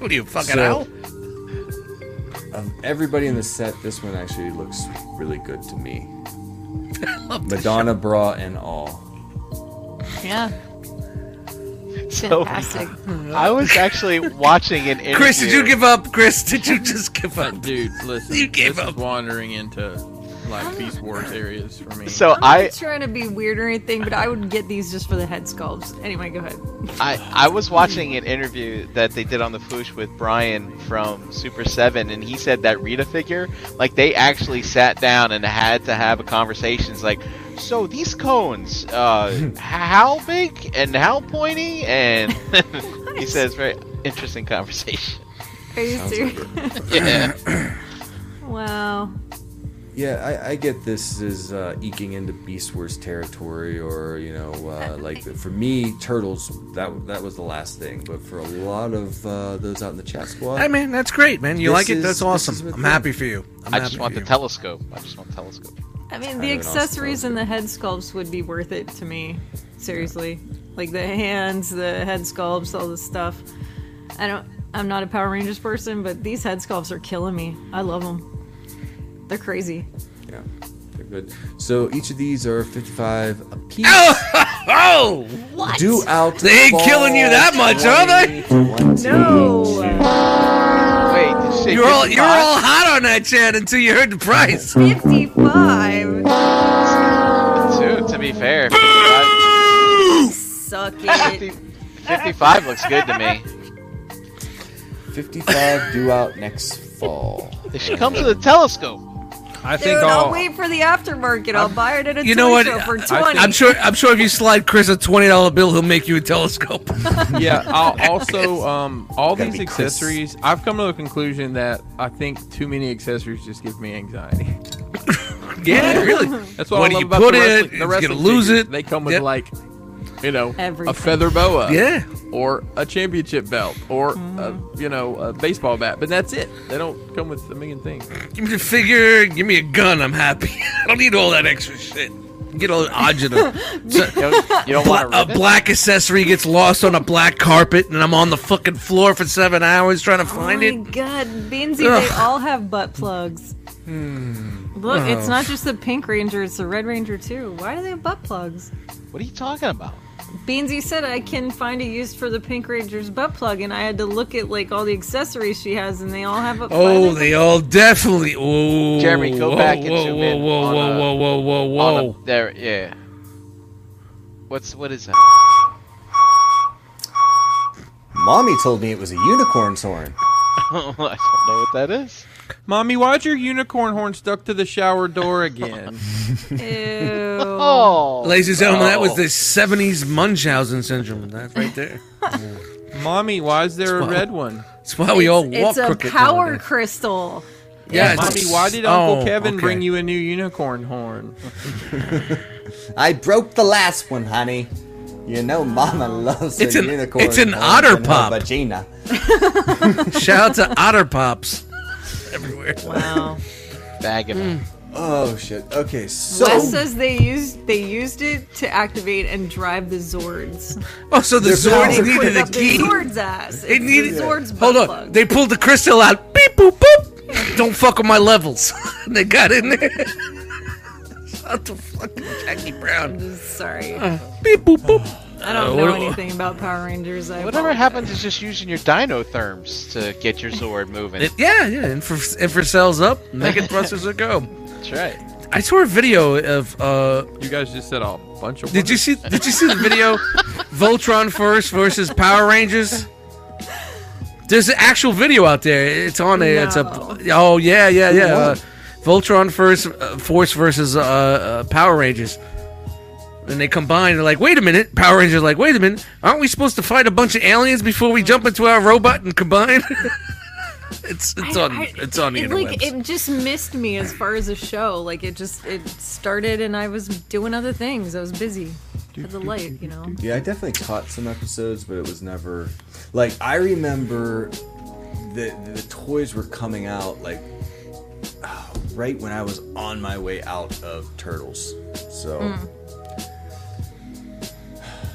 What are you fucking
So-
out?
Of everybody in the set, this one actually looks really good to me. Madonna bra and all.
Yeah.
So-
Fantastic.
I was actually watching an interview.
Chris, did you give up? Chris, did you just give up?
Dude, listen.
You gave
this
up.
is wandering into like Beast Wars areas for me.
So
I'm
I,
not trying to be weird or anything, but I would get these just for the head sculpts. Anyway, go ahead.
I, I was watching an interview that they did on the Foosh with Brian from Super 7, and he said that Rita figure, like, they actually sat down and had to have a conversation. It's like, so these cones, uh, h- how big and how pointy? And he says, very interesting conversation.
Are you serious?
Yeah.
wow.
Yeah, I, I get this is uh, eking into Beast Wars territory, or you know, uh, like for me, Turtles that that was the last thing. But for a lot of uh, those out in the chat squad,
Hey, man, that's great, man. You
This
like it?
is-
That's
this is
awesome.
what
I'm
the-
happy for you. I'm
I just
happy
want
for
the
you.
telescope. I just want telescope.
I mean,
Kind of
the
an awesome
accessories and the head sculpts would be worth it to me. Seriously, like the hands, the head sculpts, all this stuff. I don't. I'm not a Power Rangers person, but these head sculpts are killing me. I love them. They're crazy.
yeah, they're good. So each of these are fifty-five a piece.
Oh,
What?
Due out.
they ain't
fall
killing you that much, are they?
No,
Wait, did you say
You're all
55?
you're all hot on that chat until you heard the price.
fifty-five.
Dude, to be fair, 55,
Suck it.
55 looks good to me.
Fifty-five due out next fall.
They should come to the telescope.
I
Dude,
think
I'll
all.
wait for the aftermarket. I'll buy it at a
You
toy
know what?
show for
I-
twenty.
I'm sure. I'm sure if you slide Chris a twenty dollar bill, he'll make you a telescope.
yeah. I'll also, um, all
Gotta
these
be Chris.
accessories. I've come to the conclusion that I think too many accessories just give me anxiety.
yeah, really.
That's what
Where
I
do
love
you
about
put
the
it?
wrestling.
It's
the
gonna
wrestling
lose
figures.
it.
They come with
Yep.
like, you know, a
Everything.
feather boa.
Yeah.
Or a championship belt, or a, you know, a baseball bat. But that's it. They don't come with a million things.
Give me the figure. Give me a gun. I'm happy. I don't need all that extra shit. Get all the odds of them. So-
You don't, you don't
Bla-
want
a
ribbon?
black accessory gets lost on a black carpet, and I'm on the fucking floor for seven hours trying to
Oh
find
my
it.
god, Beansy, they
Ugh. Hmm.
all have butt plugs. Look, it's
Oh.
not just the Pink Ranger, it's the Red Ranger too. Why do they have butt plugs?
What are you talking about?
Beansy said I can find a use for the Pink Ranger's butt plug, and I had to look at like all the accessories she has, and they all have a.
Oh, they all definitely. Oh,
Jeremy, go
whoa,
back and
whoa,
zoom
whoa,
in
Whoa,
on
whoa,
a-
whoa, whoa, whoa,
On
whoa,
a- there, yeah. What's what is that?
Mommy told me it was a unicorn's horn.
I don't know what that is.
Mommy, why'd your unicorn horn stuck to the shower door again?
Oh.
Ladies and gentlemen, that was the 70s Munchausen syndrome. That's right there.
Mommy, why is there a
why-
red one?
That's why we all walk
It's a
crooked
power
nowadays.
crystal.
Yeah, it's-
Mommy, why did Uncle
Oh,
Kevin
okay.
bring you a new unicorn horn?
I broke the last one, honey. You know, Mama loves
It's
a
an-
unicorn.
it's an
horn
otter
in her
pop.
Vagina.
Shout out to Otter Pops. Everywhere.
Wow.
Bag of them.
Oh shit. Okay, so
Wes says they used they used it to activate and drive the Zords.
Oh, so the
They're
Zords
powered.
needed a
Up the
key.
Zord's ass.
It
It's
needed.
the Zord's butt
Hold on.
plug.
They pulled the crystal out. Beep boop boop. Don't fuck with my levels. they got in there. Shout out to fucking Jackie Brown.
Sorry,
Beep boop
Oh.
boop.
I don't
Uh,
know
what-
anything about Power Rangers. I
Whatever
apologize.
happened to just using your dinotherms to get your Zord moving?
It- yeah, yeah. And for and for sales up, Megan thrusters a go.
That's right.
I saw a video of uh
You guys just said a bunch of.
Did you see? Did you see the video? Voltron first versus Power Rangers. There's an actual video out there. It's on a. It's
No.
a. Oh yeah, yeah, yeah. Uh, Voltron first uh, Force versus uh, uh, Power Rangers. And they combine. They're like, wait a minute. Power Rangers are like, wait a minute. Aren't we supposed to fight a bunch of aliens before we jump into our robot and combine? it's it's
I-
on
I-
it's on the
it,
interwebs.
like it just missed me as far as a show. Like it just it started and I was doing other things. I was busy. Had the light, you know.
Yeah, I definitely caught some episodes, but it was never like I remember the the toys were coming out like ah, right when I was on my way out of Turtles. So
Hmm.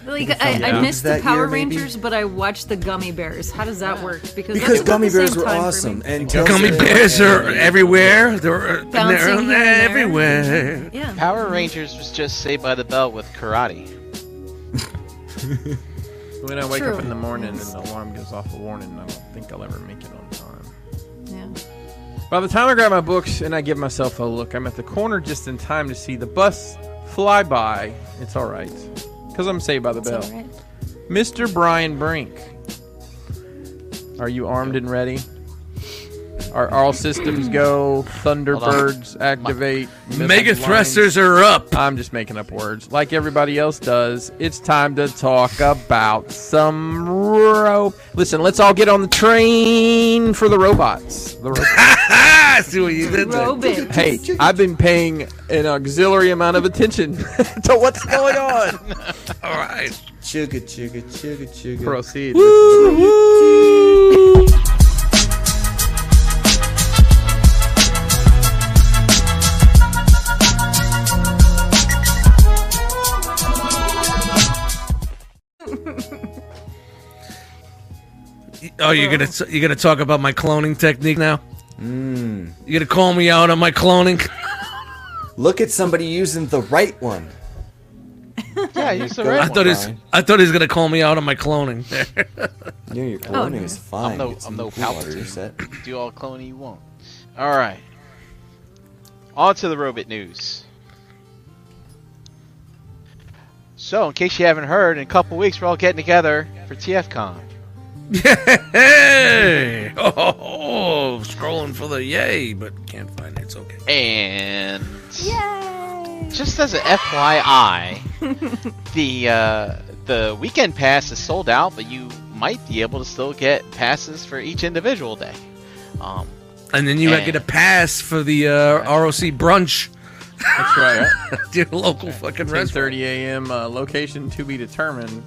Like I, I
Yeah.
missed the
That
Power
year, maybe?
Rangers, but I watched the Gummy Bears. How does that work?
because
that's about
gummy
the
bears
same
were
time for me.
awesome and
Gummy
Tales-
bears are everywhere. They're,
Bouncing here and
they're
there.
everywhere.
Yeah.
Power Rangers was just Saved by the Bell with karate.
When I wake
True.
up in the morning and the alarm goes off a warning, I don't think I'll ever make it on time.
Yeah.
By the time I grab my books and I give myself a look, I'm at the corner just in time to see the bus fly by. It's all right, cause I'm saved by the bell.
It's all right.
Mr. Brian Brink, are you armed and ready? Are all systems go? Thunderbirds activate. missile
Mega
lines-
thrusters are up.
I'm just making up words. Like everybody else does, it's time to talk about some rope. Listen, let's all get on the train for the robots. The robots.
Ah, I see what you did there.
Robin.
hey, I've been paying an auxiliary amount of attention to what's going on.
All right.
chugga chugga chugga chugga
Proceed.
Oh, you're gonna you're gonna talk about my cloning technique now. You're gonna call me out on my cloning.
Look at somebody using the right one.
Yeah, you're so
Go
right.
I thought he's
Ryan.
I thought he's gonna call me out on my cloning.
You know, your
Oh,
cloning is fine.
I'm no-
Get some
I'm no
cool water
Palpatine.
set.
Do all cloning you want. All right. On to the robot news. So, in case you haven't heard, in a couple weeks we're all getting together for TFCon.
hey, oh, oh, oh, scrolling for the yay, but can't find it. It's okay.
And just as a FYI, the uh, the weekend pass is sold out, but you might be able to still get passes for each individual day. Um,
And then you
And-
get a pass for the uh, ROC brunch
That's right.
at your local fucking restaurant.
10:30 a.m. Uh, location to be determined.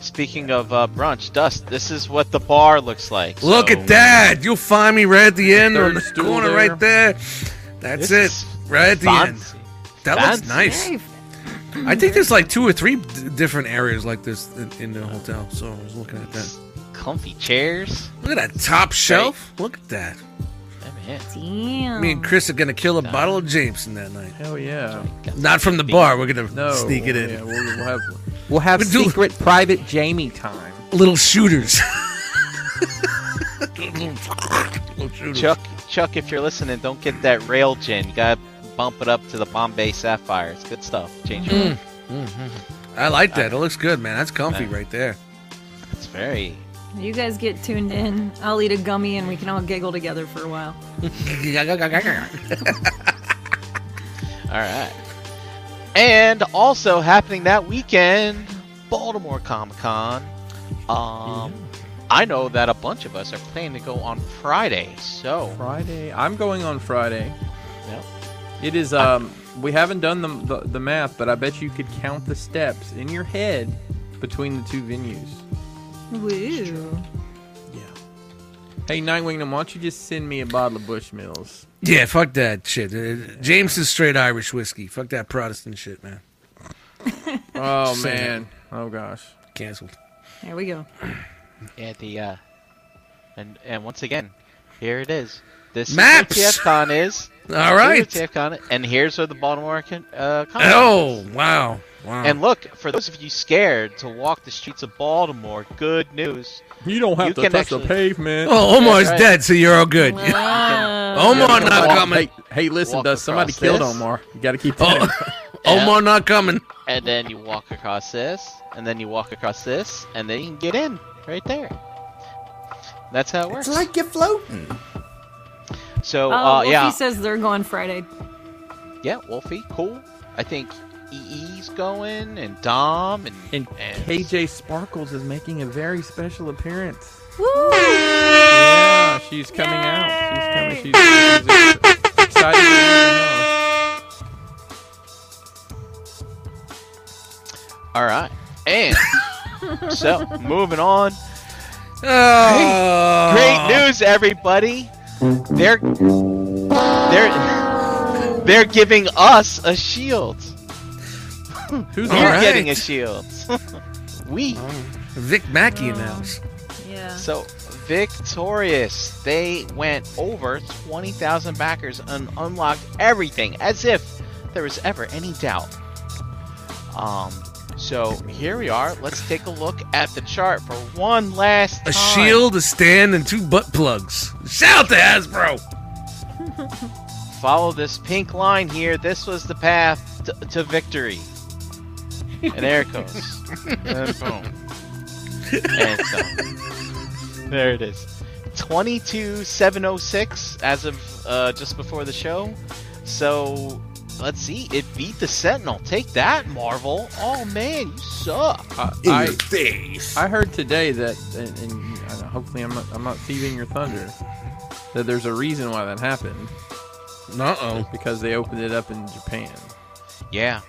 speaking of uh, brunch, Dust, this is what the bar looks like.
Look
So-
at that! You'll find me right at the end
third
on the
stool
corner
there.
right there. That's
This is
it, right at the end.
fancy.
That
Fancy.
looks nice.
Very
I think there's like two or three d- different areas like this in, in the hotel. So I was looking at that.
Comfy chairs.
Look at that top shelf. Look at that.
I mean, yeah.
Damn.
Me and Chris are gonna kill a bottle of Jameson that night.
Hell yeah.
uh,
Not from the bar. We're gonna
No.
sneak it in.
Yeah, we'll, we'll have we'll have
We do-
secret private Jamie time.
Little shooters. little, little shooters.
Chuck, Chuck, if you're listening, don't get that rail gin. You gotta bump it up to the Bombay Sapphire. It's good stuff. Change
Mm.
your
I like that. It looks good, man. That's comfy right there.
It's very
You guys get tuned in. I'll eat a gummy and we can all giggle together for a while.
All right. And also happening that weekend, Baltimore Comic Con. Um, I know that a bunch of us are planning to go on Friday. So
Friday. I'm going on Friday.
Yep.
It is. Um, we haven't done the, the the math, but I bet you could count the steps in your head between the two venues.
Woo.
Hey, Nightwing, why don't you just send me a bottle of Bushmills?
Yeah, fuck that shit. Uh, James is straight Irish whiskey. Fuck that Protestant shit, man.
Oh
Send it.
man. Oh gosh.
Cancelled.
There we go.
yeah, the uh, and and once again, here it is. This
Maps!
TFCon is.
All right.
TFCon, and here's where the Baltimore con- uh, Comic Con
Oh, wow. Wow.
And look, for those of you scared to walk the streets of Baltimore, good news.
You don't have
You
to
can
touch the
actually-
pavement.
oh, Omar's
That's right.
dead, so you're all good. Omar not
Walk-
coming.
Hey, hey, listen,
Walk
Dust. Somebody
across
killed
this.
Omar. You got to keep that.
Oh, Omar not coming.
And then you walk across this, and then you walk across this, and then you can get in right there. That's how it works.
It's like you're floating.
so,
Oh,
uh,
Wolfie
yeah,
says they're going Friday.
yeah, Wolfie, cool. I think EE's going, and Dom, and
And KJ Sparkles is making a very special appearance. Yeah, she's coming out. She's coming. She's, she's excited. for everyone else.
All right, and so moving on.
Oh,
Great news, everybody! They're they're they're giving us a shield.
Who's
All
We're
right.
getting a shield. we
Vic Mackey announced.
Yeah.
so victorious. They went over twenty thousand backers and unlocked everything, as if there was ever any doubt. Um. So here we are. Let's take a look at the chart for one last
A
time.
shield, a stand, and two butt plugs. Shout out to Hasbro.
follow this pink line here. This was the path to, to victory. And there it goes. and boom. And it's done. There it is. 22706 as of uh, just before the show. So let's see. It beat the Sentinel. Take that, Marvel. Oh man, you suck.
I,
In
I-
your face.
I heard today that, and, and I don't know, hopefully I'm not, I'm not thieving your thunder, that there's a reason why that happened
Uh oh.
because they opened it up in Japan.
Yeah.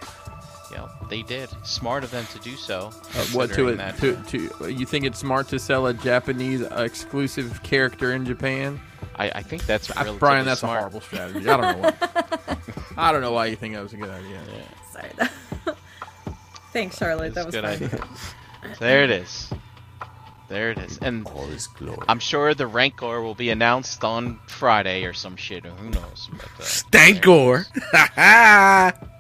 Yeah, they did. Smart of them to do
Uh,
so.
what to
considering
it?
that-
To, to you think it's smart to sell a Japanese exclusive character in Japan?
I, I think that's
I,
relatively
Uh, Brian, that's
smart.
a horrible strategy. I don't know why. I don't know why you think that was a good idea.
Sorry. That... Thanks, Charlotte. That was
It's a
fun.
good idea. there it is. There it is. And
All is glory.
I'm sure the Rancor will be announced on Friday or some shit. Who knows? But, uh,
Stankor. Ha ha.
Ah,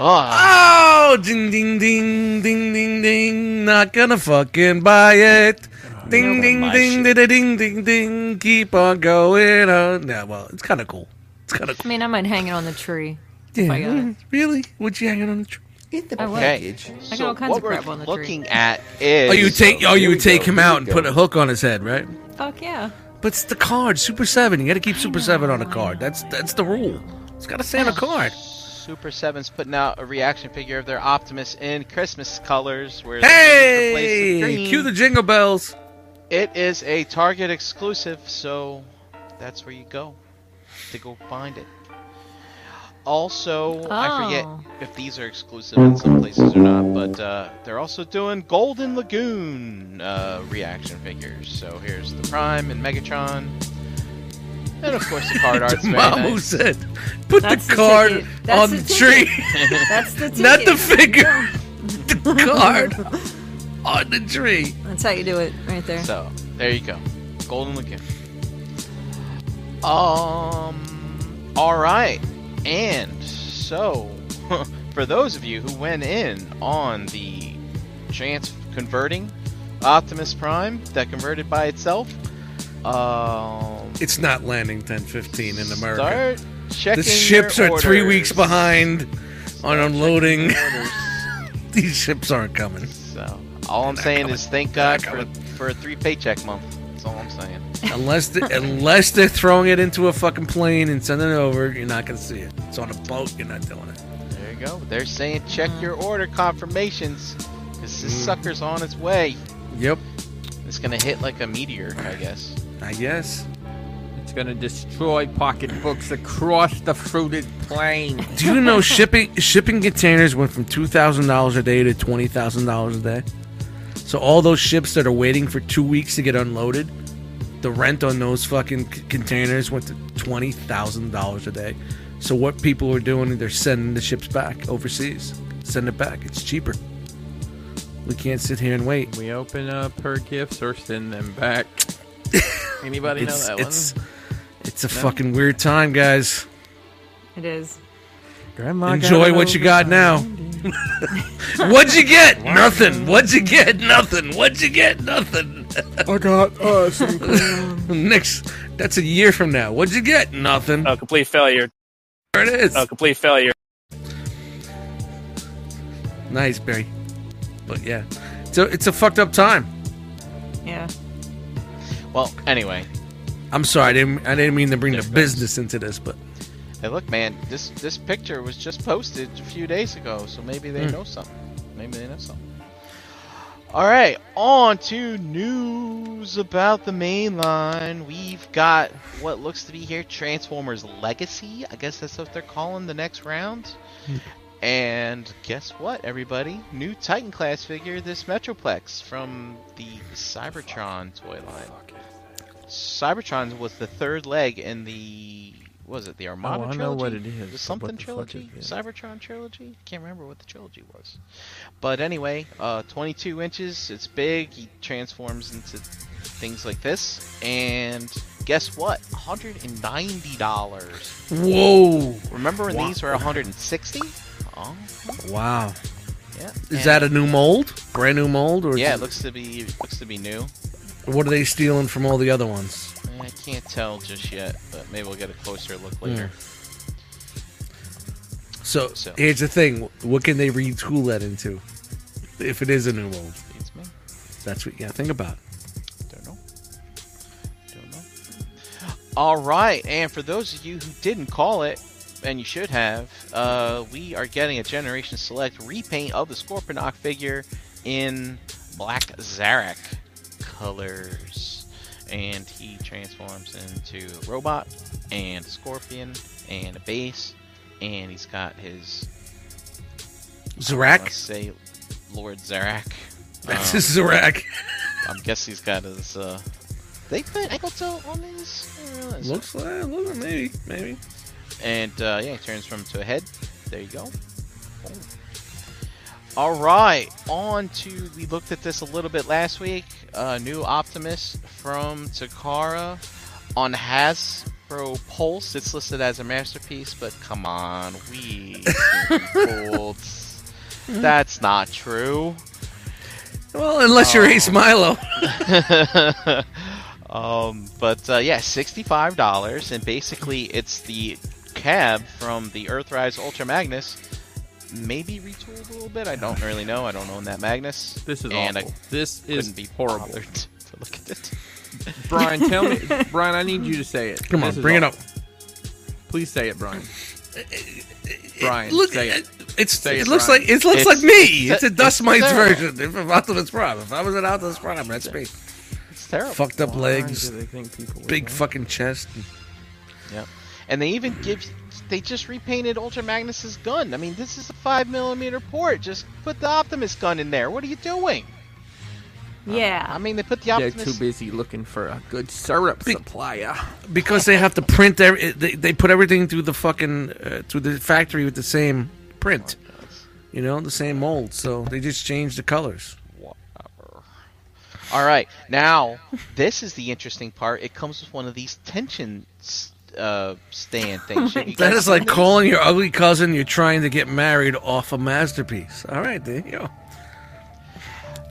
Oh, ding, ding, ding, ding, ding, ding. Not gonna fucking buy it.
Oh,
Ding,
no,
ding,
my
ding,
shit.
da, ding, ding, ding. Keep on going on. Yeah, well, it's kind of cool. It's kind of
I
cool.
mean, I might hang it on the tree. I got
Yeah.
it.
Really? Would you hang it on the tree?
In the
I will.
okay.
package.
So
I got all kinds
what
of
we're
crap on the tree.
looking at is
Oh, you take oh, you
here we
would take
go,
him
here
out
we
and
go.
put a hook on his head, right?
Fuck yeah.
But it's the card, Super Seven. You got to keep Super Seven on a card. That's that's the rule. It's got to stay on a card.
Super Seven's putting out a reaction figure of their Optimus in Christmas colors. Where the green is replaced
Hey,
with
cue the
green.
jingle bells.
It is a Target exclusive, so that's where you go to go find it. Also, I
Oh.
forget if these are exclusive in some places or not, but uh, they're also doing Golden Lagoon uh, reaction figures. So here's the Prime and Megatron, and of course the card art's very
Mamu
nice.
said, "Put
That's
the
the
card
ticket. That's
on
the
the
ticket.
tree."
That's the ticket.
Not the figure. the card on the tree.
That's how you do it, right there.
So there you go, Golden Lagoon. Um, all right, and so for those of you who went in on the chance converting Optimus Prime that converted by itself, um,
It's not landing 10:15 in America.
start checking
the ships
your
are three
orders.
weeks behind on unloading.
Orders.
These ships aren't coming.
So all I'm saying is thank God for for a three paycheck month. That's all I'm saying.
Unless they, unless they're throwing it into a fucking plane and sending it over, you're not gonna see it. It's on a boat. You're not doing it.
There you go. They're saying check your order confirmations. 'cause this sucker's on its way.
Yep.
It's gonna hit like a meteor, I guess.
I guess.
It's gonna destroy pocketbooks across the fruited plain.
Do you know shipping shipping containers went from two thousand dollars a day to twenty thousand dollars a day? So all those ships that are waiting for two weeks to get unloaded, the rent on those fucking c- containers went to twenty thousand dollars a day. So what people are doing, they're sending the ships back overseas. Send it back. It's cheaper. We can't sit here and wait.
We open up her gifts or send them back. Anybody
It's
know that
it's
one?
it's a
No?
fucking weird time, guys.
It is.
Grandma
Enjoy what you got now. What'd you get? Nothing. What'd you get? Nothing. What'd you get? Nothing.
I got uh, some.
Next, that's a year from now. What'd you get? Nothing.
a complete failure.
There it is.
A complete failure.
Nice, Barry. But yeah, it's a, it's a fucked up time.
Yeah.
Well, anyway,
I'm sorry, I didn't, I didn't mean to bring the business into this, but
hey, look, man, this this picture was just posted a few days ago, so maybe they
Hmm.
know something. Maybe they know something. All right, on to news about the main line. We've got what looks to be here Transformers Legacy. I guess that's what they're calling the next round. And guess what, everybody? New Titan class figure, this Metroplex from the Cybertron toy line. Cybertron was the third leg in the what was it the
Oh,
Armada
I know
trilogy?
what it is,
The
but
something
what the fuck
trilogy,
it is.
Cybertron trilogy. Can't remember what the trilogy was. But anyway, uh, 22 inches. It's big. He transforms into things like this. And guess what? 190 dollars.
Whoa.
Remember when
Wow.
these were 160? Oh,
wow.
yeah.
Is that a new mold? Brand new mold, or is
Yeah, it looks to be looks to be new.
What are they stealing from all the other ones?
I can't tell just yet, but maybe we'll get a closer
Hmm.
look later.
So,
So.
here's the thing: what can they retool that into? If it is a new mold,
It's me.
that's what you gotta think about.
Don't know. Don't know. All right, and for those of you who didn't call it, and you should have, uh, we are getting a Generation Select repaint of the Scorponok figure in Black Zarek colors. And he transforms into a robot and a scorpion and a base, and he's got his
Zarak,
Let's say Lord Zarak.
that's
Um,
his
uh,
Zarak.
I guess he's got his. Uh, they put ankle toe on these. I didn't realize
Looks like, look, maybe, maybe.
that. And uh, yeah, he turns from to a head. There you go. Boom. All right, on to we looked at this a little bit last week. Uh, new Optimus from Takara on Hasbro Pulse. It's listed as a masterpiece, but come on, we pulled. That's not true.
Well, unless you're
Oh.
Ace Milo.
um, but uh, yeah, sixty-five dollars, and basically it's the cab from the Earthrise Ultra Magnus, maybe retooled a little bit. I don't really know. I don't own that Magnus.
This is
and
awful. This
I
is
couldn't be
horrible.
bothered to look at it.
Brian, tell me, Brian, I need you to say it.
Come on,
This is
bring it up.
awful. Please say it, Brian. Brian,
Look,
say it.
It's
Say
it,
it,
looks
Brian.
like it looks
It's-
like me. It's a
it's
Dust Mites
terrible.
version if- of Optimus Prime. If I was an Optimus Prime, that's me.
It's terrible.
Fucked up
Why
legs,
do they think people would
big
know?
fucking chest.
And they even give. They just repainted Ultra Magnus's gun. I mean, this is a five millimeter port. Just put the Optimus gun in there. What are you doing? I
Yeah.
mean, they put the
They're
Optimus.
too busy looking for a good syrup
Big-
supplier.
Because they have to print every, they, they put everything through the fucking uh, through the factory with the same print, you know, the same mold. So they just changed the colors.
Whatever. All right, now this is the interesting part. It comes with one of these tension s- uh, stand things. Have you
That
guys
is like
seen these?
calling your ugly cousin you're trying to get married off a masterpiece. All right, there you go.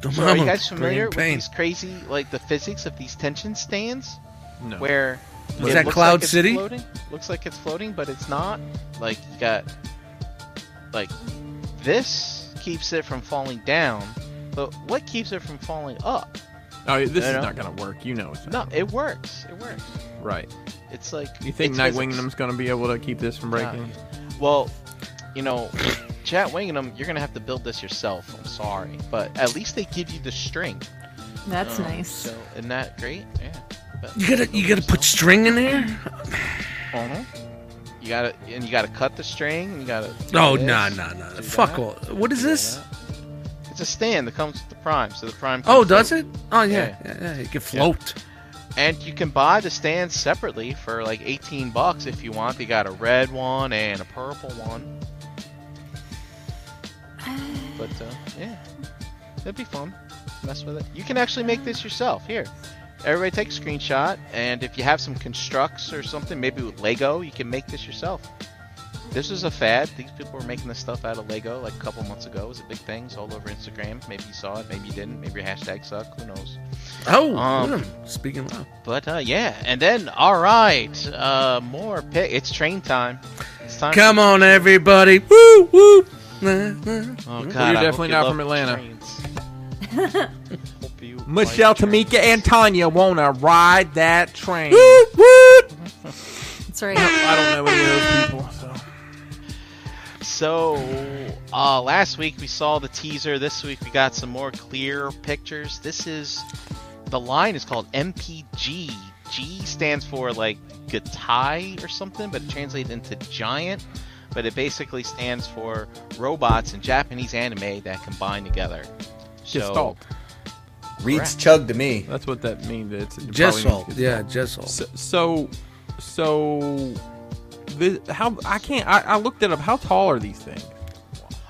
The
So are you
mama,
guys familiar
green
with
paint.
these crazy, like the physics of these tension stands,
No.
where
Was
it
that
looks
Cloud
like it's
City?
Floating, looks like it's floating, but it's not. Like you got, like this keeps it from falling down, but what keeps it from falling up?
No, Oh, this
No,
is
no.
not gonna work. You know it's not.
No, it works. It works.
Right.
It's like
You think
it's
Night
physics.
Wingnum's gonna be able to keep this from breaking?
Well, you know, Chat Wingingham, you're gonna have to build this yourself. I'm sorry, but at least they give you the string.
That's
Oh,
Um,
nice.
So isn't that great? Yeah. But
You gotta you gotta put string in there.
Uh-huh. You gotta and you gotta cut the string. And you gotta. do
Oh,
this,
nah, nah, nah.
do
Fuck
that.
all. What is this?
It's a stand that comes with the prime. So the prime.
Oh,
comes
does
with-
it? Oh yeah,
Yeah.
yeah, yeah, it can float.
And you can buy the stands separately for like 18 bucks if you want. They got a red one and a purple one. But uh, yeah, that'd be fun. Mess with it. You can actually make this yourself. Here, everybody take a screenshot. And if you have some constructs or something, maybe with Lego, you can make this yourself. This is a fad. These people were making this stuff out of Lego like a couple months ago. It was a big thing. It's all over Instagram. Maybe you saw it. Maybe you didn't. Maybe your hashtag sucked. Who knows?
Oh,
Um,
look at him, speaking loud.
but uh, yeah, and then all right, uh, more pick. It's train time. It's time.
Come on, everybody! Woo, woo. Nah, nah.
Oh God,
Mm-hmm. You're
I hope
definitely
you
not
love
from Atlanta.
trains. Hope you like
Michelle,
trains.
Tamika, and Tanya wanna ride that train.
That's right.
I don't know any of those people, so
So uh, last week we saw the teaser. This week we got some more clear pictures. This is the line is called MPG. G stands for like Gatai or something, but it translates into giant. But it basically stands for robots in Japanese anime that combine together. So-
Gestalt.
Reads chug to me.
That's what that means. It's it
Just
probably
salt.
means
Yeah, just salt.
So, so, so this, how I can't. I, I looked it up. How tall are these things?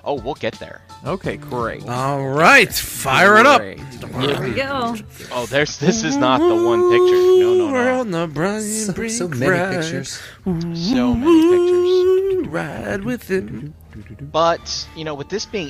Oh, we'll get there.
Okay, great.
All right, fire it up.
Great.
Here we go.
Oh, there's this is not the one picture. No, no,
We're
no.
on the Brian
So,
Brink
so many
ride.
pictures.
So many pictures.
Ride with him.
But, you know, with this being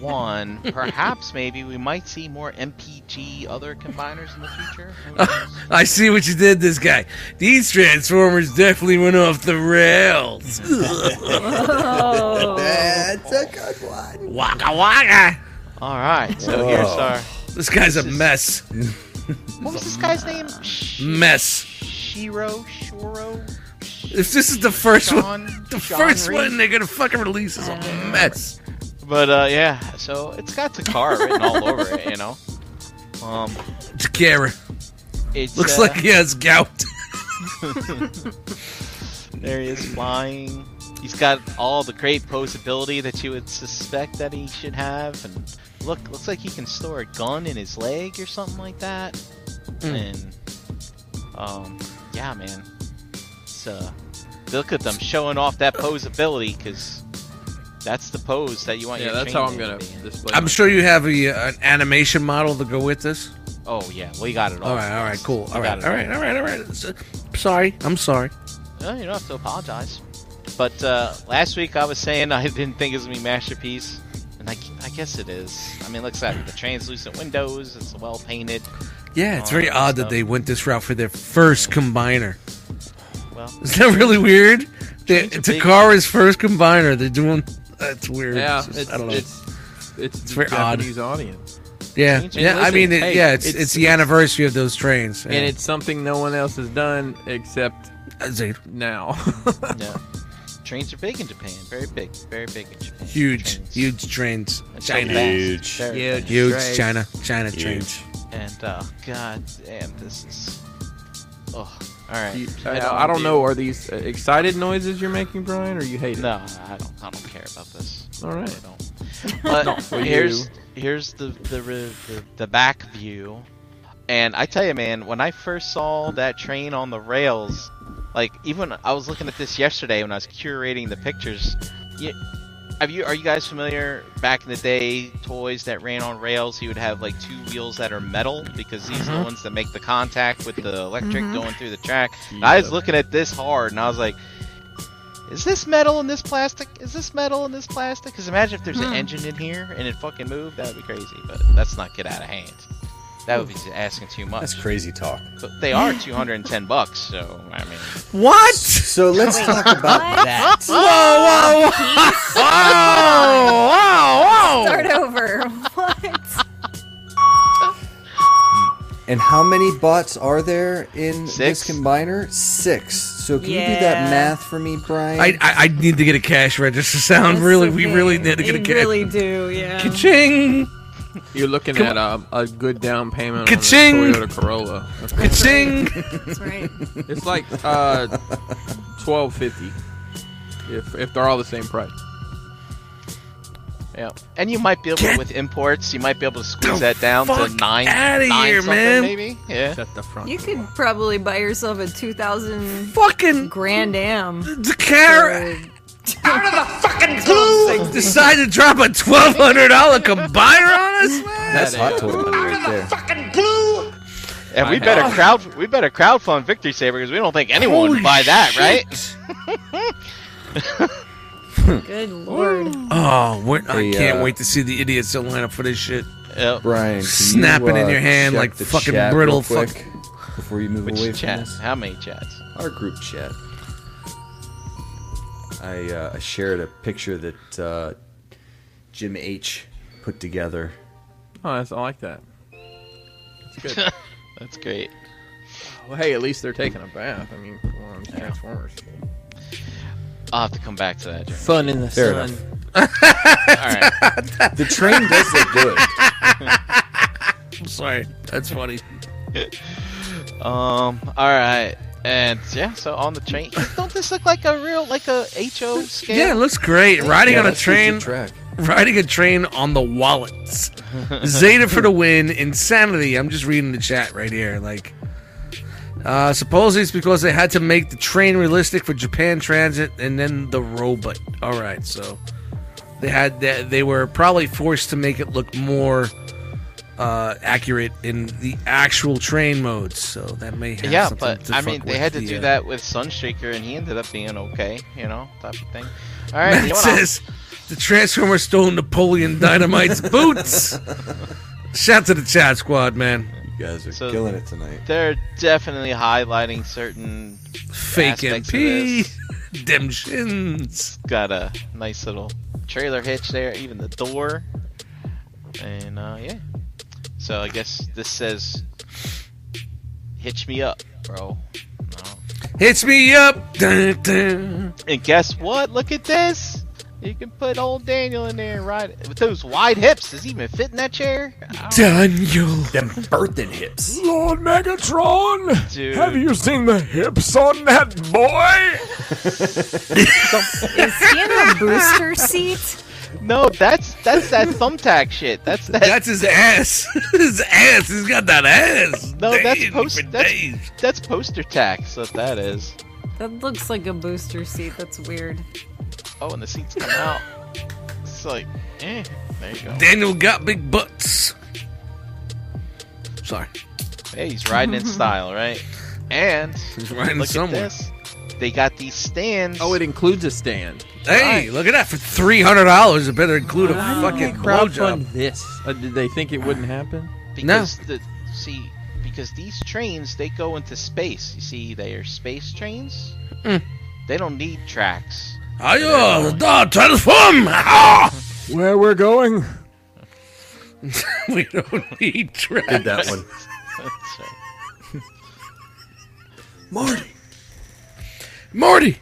01, perhaps maybe we might see more MPG other combiners in the future. Who knows?
I see what you did, this guy. These Transformers definitely went off the rails.
Oh.
That's a good one.
waka waka.
All right, so here's
Whoa.
our.
This guy's a mess.
What was this guy's
Mm.
name? Sh-
Mess.
Shiro? Shuro?
If this is the first one,
Sean-
the
Sean
first
Reed?
one they're gonna fucking release is a mess.
But, uh, yeah, so it's got Takara written all over it, you know? Um,
Takara
it's,
looks
uh,
like he has gout.
There he is flying. He's got all the great posability that you would suspect that he should have, and look, looks like he can store a gun in his leg or something like that.
Hmm.
And um, yeah, man, it's uh, look at them showing off that posability because that's the pose that you want
Yeah,
your.
that's
chain
how I'm
to
gonna
be in.
display.
I'm
my-
sure you have a, uh, an animation model to go with this.
Oh yeah, we got it all.
All right, all right, cool.
We
All right,
got it
all right, all right, all right. So- Sorry, I'm sorry.
No, you don't have to apologize. But uh, last week I was saying I didn't think it was going to be masterpiece, and I, I guess it is. I mean, it looks at the translucent windows. It's well painted.
Yeah, it's
All
very
that
odd that
stuff.
they went this route for their first combiner.
Well,
Isn't that really weird? They,
Change a big-
Takara's first combiner. They're doing. That's weird.
Yeah,
It's
it's
just-
it's,
I don't know.
it's it's
very odd.
Japanese audience,
yeah,
change it.
yeah. I
Listen,
mean, it,
hey,
yeah. It's, it's
it's-
the anniversary of those trains.
and it's something no one else has done except
it's a
now.
no. Trains are big in Japan. Very big. Very big in Japan.
huge,
Trains.
huge trains.
And so
China,
fast,
Huge.
very
Huge.
fast.
huge
Trains.
China, China trains.
And uh, god damn, this is. Oh, all right.
You- I, I don't know. Are these uh, excited noises you're making, Brian, or you hate it?
No, I don't. I don't care about this.
All
I
right.
don't. But
Not for
here's
you.
here's the the, re- the the back view, and I tell you, man, when I first saw that train on the rails, like even I was looking at this yesterday when I was curating the pictures. You, have you are you guys familiar back in the day toys that ran on rails? You would have like two wheels that are metal because these
Uh-huh.
are the ones that make the contact with the electric going through the track. And I was
Yeah.
looking at this hard, and I was like. Is this metal in this plastic? Is this metal in this plastic? Because imagine if there's
Hmm.
an engine in here and it fucking moved, that would be crazy. But let's not get out of hand. That would be just asking too much.
That's crazy talk.
But they are 210 bucks, so I mean,
What?
So let's talk about that.
Whoa, whoa, whoa, whoa, whoa, whoa!
Start over. What?
And how many bots are there in
Six.
this combiner? Six. So can you do that
Yeah.
math for me, Brian?
I, I I need to get a cash register sound. really, we really need to get a
You
cash.
really do, yeah.
Ka-ching!
You're looking
Come
at um, a good down payment
Ka-ching!
on a Toyota Corolla.
Ka-ching!
That's right.
It's like uh, twelve fifty, if if they're all the same price.
Yeah. And you might be able
Get
with imports, you might be able to squeeze that down to
fuck
nine,
outta
nine
here,
something
man.
maybe. Yeah.
Shut the front.
You could probably buy yourself a 2000
Fucking
Grand Am.
the car decided to drop a twelve hundred dollar combiner on us. Man.
That's
That
hot
is-
toy money right there.
And we
Fine.
better crowd we better crowdfund Victory Saber because we don't think anyone would buy that, right?
Good lord.
Oh, we're, I
Hey,
can't
uh,
wait to see the idiots that line up for this shit.
Yeah.
Brian, can
Snapping
you,
in
uh,
your hand
check
like
the
fucking
chat
brittle
real quick
fuck-
Before you move away
Which
from
chat?
this,
How many chats?
our group chat. I uh, I shared a picture that uh, Jim H put together.
Oh, that's, I like that. That's good.
That's great.
well, hey, at least they're taking a bath. I mean, come on, Transformers.
I'll have to come back to that. Jeremy.
Fun in the
Fair
sun.
All right.
The train does look good.
I'm sorry, that's funny.
Um. All right. And yeah, so on the train. Don't this look like a real like a HO scale?
Yeah, it looks great. Riding on a
that's pretty
train,
good Track.
riding a train on the wallets. Zeta for the win. Insanity. I'm just reading the chat right here. Like, uh, supposedly it's because they had to make the train realistic for Japan Transit and then the robot. All right, so they had they, they were probably forced to make it look more uh, accurate in the actual train modes. So that may have
yeah,
something
but
to
I
fuck
mean, they
with
had to
the,
do
uh,
that with Sunstreaker, and he ended up being okay, you know, type of thing. All right,
Matt
you wanna-
says the Transformer stole Napoleon Dynamite's boots. Shout to the chat squad, man.
You guys are
So-
killing it tonight.
they're definitely highlighting certain.
Fake
Aspects of
MP, dim shins.
Got a nice little trailer hitch there, even the door, and uh, yeah. So I guess this says, "Hitch me up, bro." No.
Hits me up. Dun, dun.
And guess what? Look at this. You can put old Daniel in there and ride it. With those wide hips, does he even fit in that chair? I don't-
Daniel.
Them birthing hips.
Lord Megatron,
Dude.
have you seen the hips on that boy?
Is he in the booster seat?
No, that's that's that thumbtack shit. That's that.
That's his ass. his ass. He's got that ass.
no, that's
Days
post.
for days.
That's, that's poster tax. That that is.
That looks like a booster seat. That's weird.
Oh, and the seats come out. It's like, eh. There you go.
Daniel got big butts. Sorry.
Hey, he's riding in style, right? And
He's riding
look
somewhere.
at this. They got these stands.
Oh, it includes a stand.
Hey, look at that. For $300, it better include a fucking blowjob.
this. Uh, did they think it wouldn't happen?
because the see because these trains they go into space. You see, they are space trains.
Mm.
They don't need tracks.
Ayo, da, transform! Ah!
Where we're going?
we don't need
Did
tracks.
that one,
That's right.
Marty.
Marty,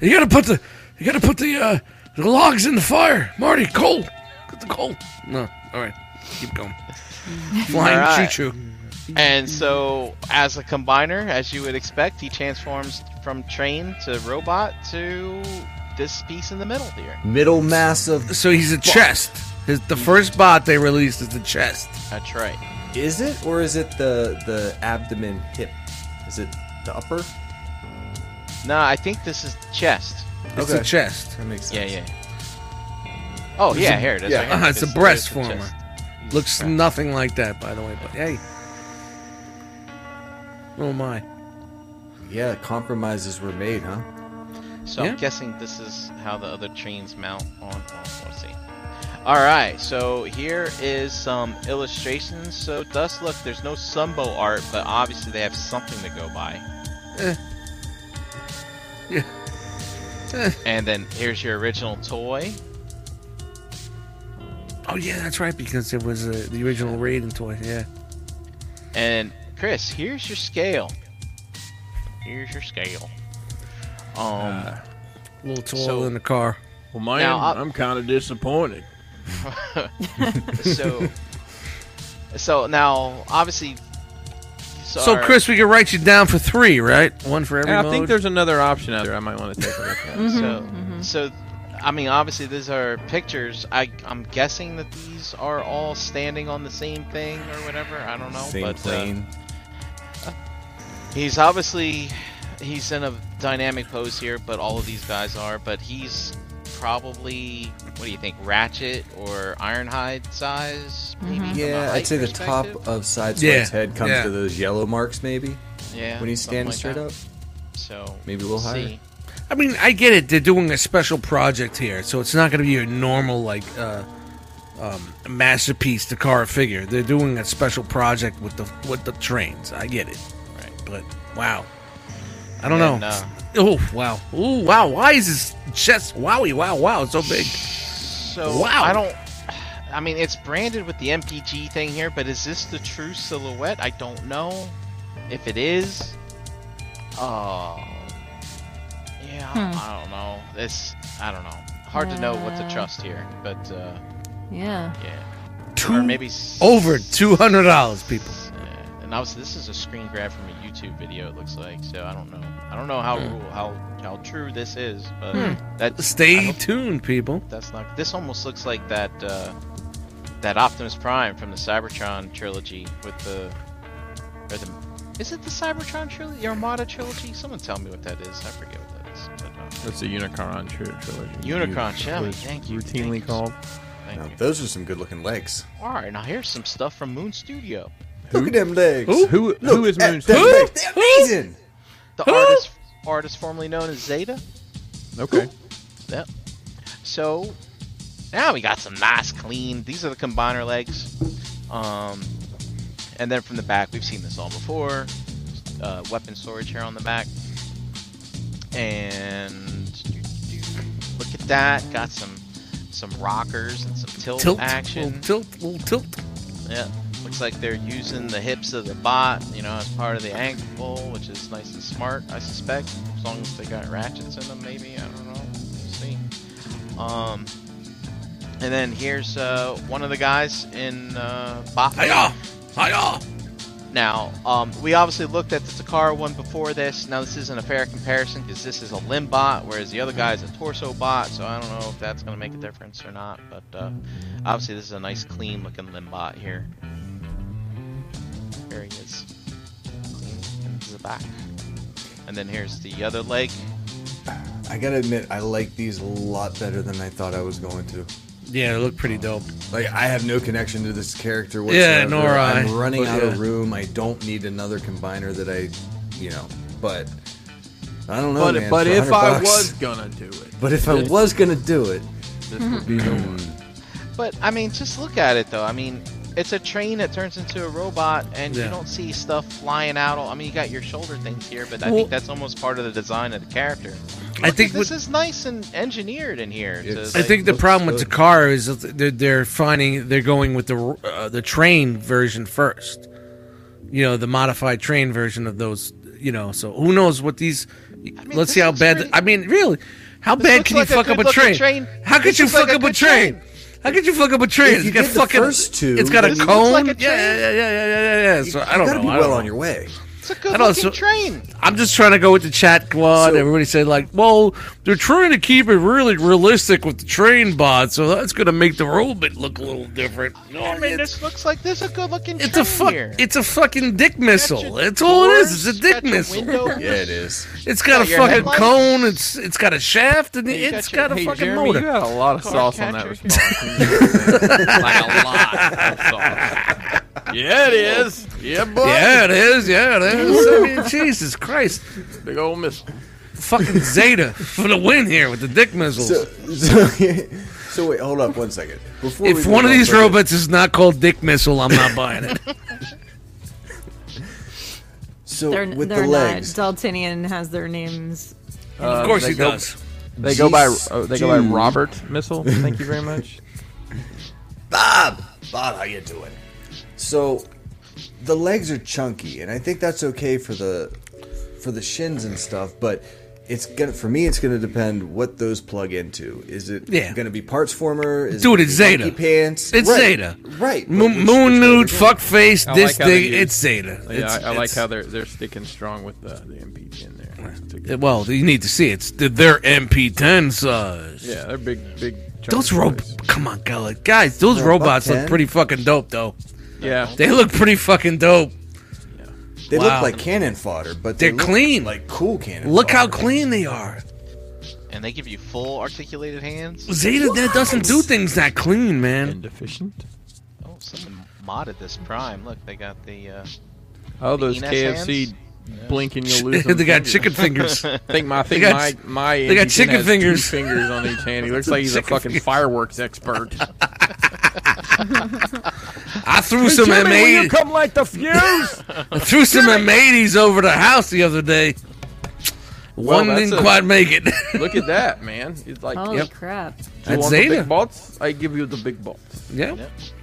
you gotta put the you gotta put the uh, the logs in the fire. Marty, coal, get the coal. No, all right, keep going. Flying
All right.
choo choo.
And so, as a combiner, as you would expect, he transforms from train to robot to this piece in the middle here.
Middle mass of
So he's a chest. His, the first bot they released is the chest.
That's right.
Is it or is it the the abdomen hip? Is it the upper?
No, I think this is the chest.
It's
Okay.
the chest.
That makes sense.
Yeah, yeah. Oh yeah, here it is.
yeah.
I got
Uh, it's a
This-
breast
there's the
former.
chest.
Looks nothing like that, by the way. But hey, oh my.
Yeah, compromises were made, huh?
So
Yeah.
I'm guessing this is how the other trains mount on. Oh, let's see. All right, so here is some illustrations. So it does look there's no Sunbow art, but obviously they have something to go by.
Eh. Yeah. Eh.
And then here's your original toy.
Oh yeah, that's right because it was uh, the original Raiden toy. Yeah.
And Chris, here's your scale. Here's your scale. Um,
Ah. a little tall
so-
in the car.
Well, man,
Now, I-
I'm kind of disappointed.
so, so now obviously. So,
So
our-
Chris, we can write you down for three, right? One for every.
Yeah, I think
mode?
there's
another option out there. I might want to take a look at.
so, so, I mean, obviously these are pictures. I, I'm guessing that these are all standing on the same thing or whatever. I don't know.
Same
but, uh,
plane.
He's obviously he's in a dynamic pose here, but all of these guys are. But he's probably what do you think, Ratchet or Ironhide size? Maybe from a
Yeah,
height
I'd say the top
perspective?
of Sideswipe's
Yeah,
head comes
yeah.
to those yellow marks, maybe.
Yeah,
When he's
something
standing
like
straight
that.
up.
So
Maybe we'll hire.
see.
I mean, I get it. They're doing a special project here, so it's not going to be a normal like uh, um, masterpiece to car figure. They're doing a special project with the with the trains. I get it.
Right.
But wow, I don't
And uh,
know.
then,
Oh wow. Oh wow. Why is his chest? Wowie. Wow. Wow. It's so big.
So
Wow.
I don't. I mean, it's branded with the MPG thing here, but is this the true silhouette? I don't know. If it is, oh, yeah,
Hmm.
I don't know. This, I don't know. Hard to know what to
Yeah.
trust here, but uh,
Yeah.
yeah.
Two
or maybe s-
over two hundred dollars, people.
And obviously, this is a screen grab from a YouTube video. It looks like. So I don't know. I don't know
Hmm.
how rule, how how true this is, but that I
Stay
hope-
tuned, people.
that's not. This almost looks like that uh, that Optimus Prime from the Cybertron trilogy with the. Or the is it the Cybertron trilogy? The Armada trilogy? Someone tell me what that is. I forget what that is. But, uh,
That's the Unicron tri- trilogy.
Unicron, yeah,
was
thank you,
Routinely
thank you.
called.
Thank
Now, those are some good looking legs.
uh, all right, now here's some stuff from Moon Studio.
Look at them legs.
Who? Who- who
Look
is
at
Moonstone?
them
Who?
legs. They're amazing.
The artist, artist formerly known as Zeta.
Okay.
Oh,
Yep. So now we got some nice clean. These are the combiner legs. Um, and then from the back, we've seen this all before. Uh, weapon storage here on the back. And look at that. Got some some rockers and some tilt,
Tilt.
action.
Little tilt. Little tilt.
Yeah, looks like they're using the hips of the bot, you know, as part of the ankle, which is nice and smart, I suspect. As long as they got ratchets in them, maybe. I don't know. We'll see. Um, and then here's uh, one of the guys in uh, bot. mode.
Hiya. Hiya.
Now, um, we obviously looked at the Takara one before this. Now, this isn't a fair comparison because this is a limb bot, whereas the other guy is a torso bot. So I don't know if that's going to make a difference or not. But uh, obviously, this is a nice, clean looking limb bot here. There he is. Clean into the back. And then here's the other leg.
I gotta admit, I like these a lot better than I thought I was going to.
Yeah, it looked pretty dope.
Like I have no connection to this character whatsoever.
Yeah, nor I.
I'm running
But
out
yeah.
of room. I don't need another combiner that I, you know. But I don't know,
But,
man.
but
for
if
100
I
bucks-
was gonna do it,
but if I
this-
was gonna do it,
this would be the one.
But I mean, just look at it though. I mean, it's a train that turns into a robot, and
Yeah.
you don't see stuff flying out. I mean, you got your shoulder things here, but I
Well-
think that's almost part of the design of the character.
I think
this
what-
is nice and engineeered in here. to,
I
like-
think the
looks
problem with the
good.
car is that they're, they're finding they're going with the uh, the train version first. You know, the modified train version of those. You know, so who knows what these? let's
this
see how
looks
bad.
pretty-
I mean, really, how
This
bad
looks
can
like a
you fuck up a
good-looking
train?
train.
How could
This
you
looks like
fuck
a
up a
good
train?
train.
How could you fuck up a train?
If
It's
you
got
did the
fucking.
first two,
it's got a
this looks like
cone.
a
yeah,
train.
yeah, yeah, yeah, yeah, yeah. So I
you
don't
gotta
know.
be
I don't
well
know.
on your way.
It's a good
I know,
looking
so-
train.
I'm just trying to go with the chat squad.
So-
Everybody said like, well, they're trying to keep it really realistic with the train bot, so that's gonna make the robot look a little different. No,
I mean, this looks like there's a good looking train
it's a fuck.
here.
It's a fucking dick missile.
your
That's all it is.
doors,
It's a dick
got your
missile.
windows.
Yeah, it is.
It's got a
Got your
fucking
headlights.
cone. It's it's got a shaft and
you
it's
got your-
got, a
hey,
fucking
Jeremy,
motor.
you had a lot of
Car
sauce on that
catcher.
response.
like a lot of sauce.
Yeah, it is. Yeah, boy.
yeah, it is. Yeah, it is. I mean, Jesus Christ,
Big old missile.
fucking Zeta for the win here with the dick missiles.
So, so, so wait, hold up one second. Before we
if
go
one of
on
these
further-
robots is not called dick missile, I'm not buying it.
so
They're,
with
they're
the legs,
not. Daltinian has their names.
Uh,
of course
they
he
go-
does.
They go by
Jeez,
oh, they go by
dude.
Robert Missile. Thank you very much.
Bob, Bob, how you doing? So the legs are chunky, and I think that's okay for the for the shins and stuff. But it's gonna for me, it's gonna depend what those plug into. Is it
Yeah.
gonna be parts former? Is
Dude,
it
it's Zeta.
monkey Pants.
It's
Right,
Zeta.
Right.
Mo- moon nude, fuck face,
I
this
like how they
thing.
use-
It's Zeta.
Yeah,
It's-
I, I like
it's-
how they're they're sticking strong with the, the MPG in there.
Yeah, Well, you need to see it. it's th- their MP10 size.
Yeah, they're big, big. chunky
Those ro-
boys.
come on, Gully. guys, those
Yeah, buck
robots look
10.
pretty fucking dope, though.
Yeah.
they look pretty fucking dope.
They
Wow.
look like cannon fodder, but
They're
they look
clean.
like cool cannon.
Look how clean they are.
And they give you full articulated hands.
Zeta that doesn't do things that clean, man. And
efficient.
Oh, someone modded this Prime. Look, they got the. Uh,
Oh,
the
those
Enes
KFC
hands.
blinking,
Ch-
you'll lose. them
they got chicken fingers.
think my, I
They
think
got-
my, my.
they got
Andy Chen
chicken
has two
fingers.
fingers on each hand. He looks like he's a
Chicken
fucking
fingers.
fireworks expert.
I threw some
Jimmy, will you
M80.
come light the fuse?
I threw some M80s over the house the other day.
Well,
One
that's
didn't
a-
quite make it.
Look at that, man. It's like
Holy
Yep.
crap.
Do you
That's
want the
Zeta.
big bolts? I give you the big bolts.
Yeah.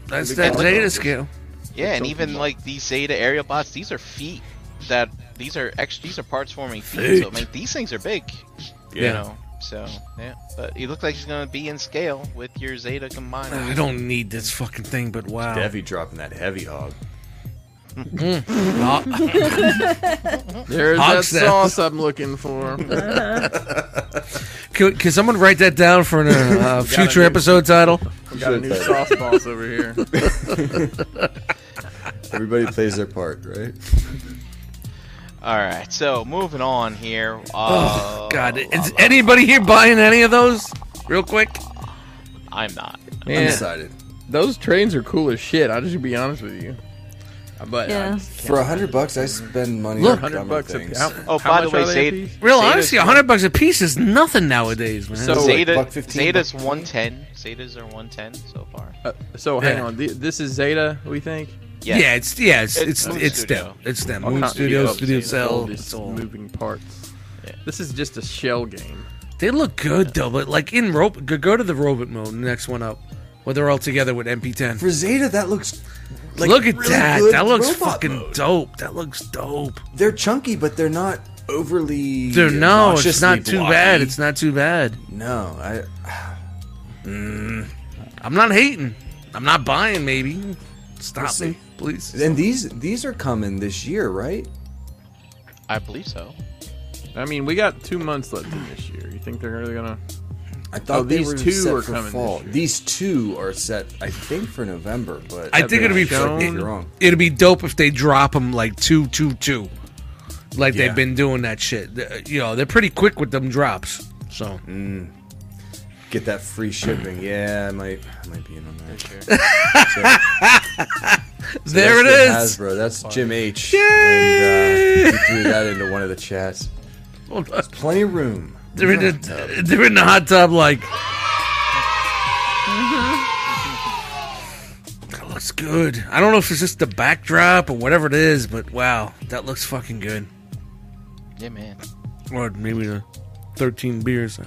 That's
Big
that
bolts.
Zeta scale.
yeah, and
Big
even
bolts.
like these Zeta aerial bots, these are feet that these are ex- these are parts forming feet. So I
Feet.
mean, these things are big. You
Yeah.
know. So yeah, but he looks like he's gonna be in scale with your Zeta combined.
I don't need this fucking thing, but wow.
Devi dropping that heavy hog.
Mm. Ah.
There's
Hog
that
says-
sauce I'm looking for.
Can, can someone write that down for a uh,
We got
future
a new-
episode title?
We got a new sauce boss over here.
Everybody plays their part, right?
All right, so moving on here.
Oh,
Uh,
God. Is anybody here buying any of those? Real quick.
I'm not.
Man,
Undecided.
Those trains are cool as shit. I'll just be honest with you. But
Yeah.
For a hundred bucks, I spend money
Look.
on
100
dumber
bucks a-
things.
how-
Oh,
How
by the
much
way,
are they,
Zeta,
AP?
Real
Zeta's-
honestly, honestly, hundred bucks a piece is nothing nowadays, man.
So-
Zeta,
Buck 15,
Zeta's
buck
110. Zeta's are 110 so far.
Uh, so hang
Yeah.
on. Th- This is Zeta, we think.
yeah. it's yeah, it's it's
Moon
it's
Studio.
them. It's them.
All
Moon
kinds of
Studio,
stuff.
Studio
Zeta, all
Cell.
these
It's all.
moving parts. This is just a shell game.
They look good though, but like in rope, go, go to the robot mode. Next one up, where they're all together with MP10.
For Zeta, that looks. Like
look at
really
that.
good
That looks
robot
fucking
mode.
dope. That looks dope.
They're chunky, but they're not overly.
Dude, no, it's
obnoxiously
not too
blocky.
bad. It's not too bad.
No, I. Mm.
I'm not hating. I'm not buying. Maybe stop
We'll
me, please.
And these these are coming this year, right?
I believe so.
I mean, we got two months left in this year. You think they're really gonna?
I thought
Oh,
they
these
were
two
set
are
for
coming
fall.
this year.
These two are set, I think, for November. But
I think it'll be
correct me if
it,
you're wrong.
it'll be dope if they drop them like two, two, two, like
Yeah.
they've been doing that shit. Th- You know, they're pretty quick with them drops. So
Mm. Get that free shipping. Yeah, I might, I might be in on that. So
there it
that's
is.
the Hasbro. That's Jim H.
Yay!
And uh, he threw that into one of the chats.
Hold on.
There's plenty of room.
They're in
Hot tub.
the they're in the hot tub. Like
Mm-hmm.
that looks good. I don't know if it's just the backdrop or whatever it is, but wow, that looks fucking good.
Yeah, man.
Or maybe the thirteen beers.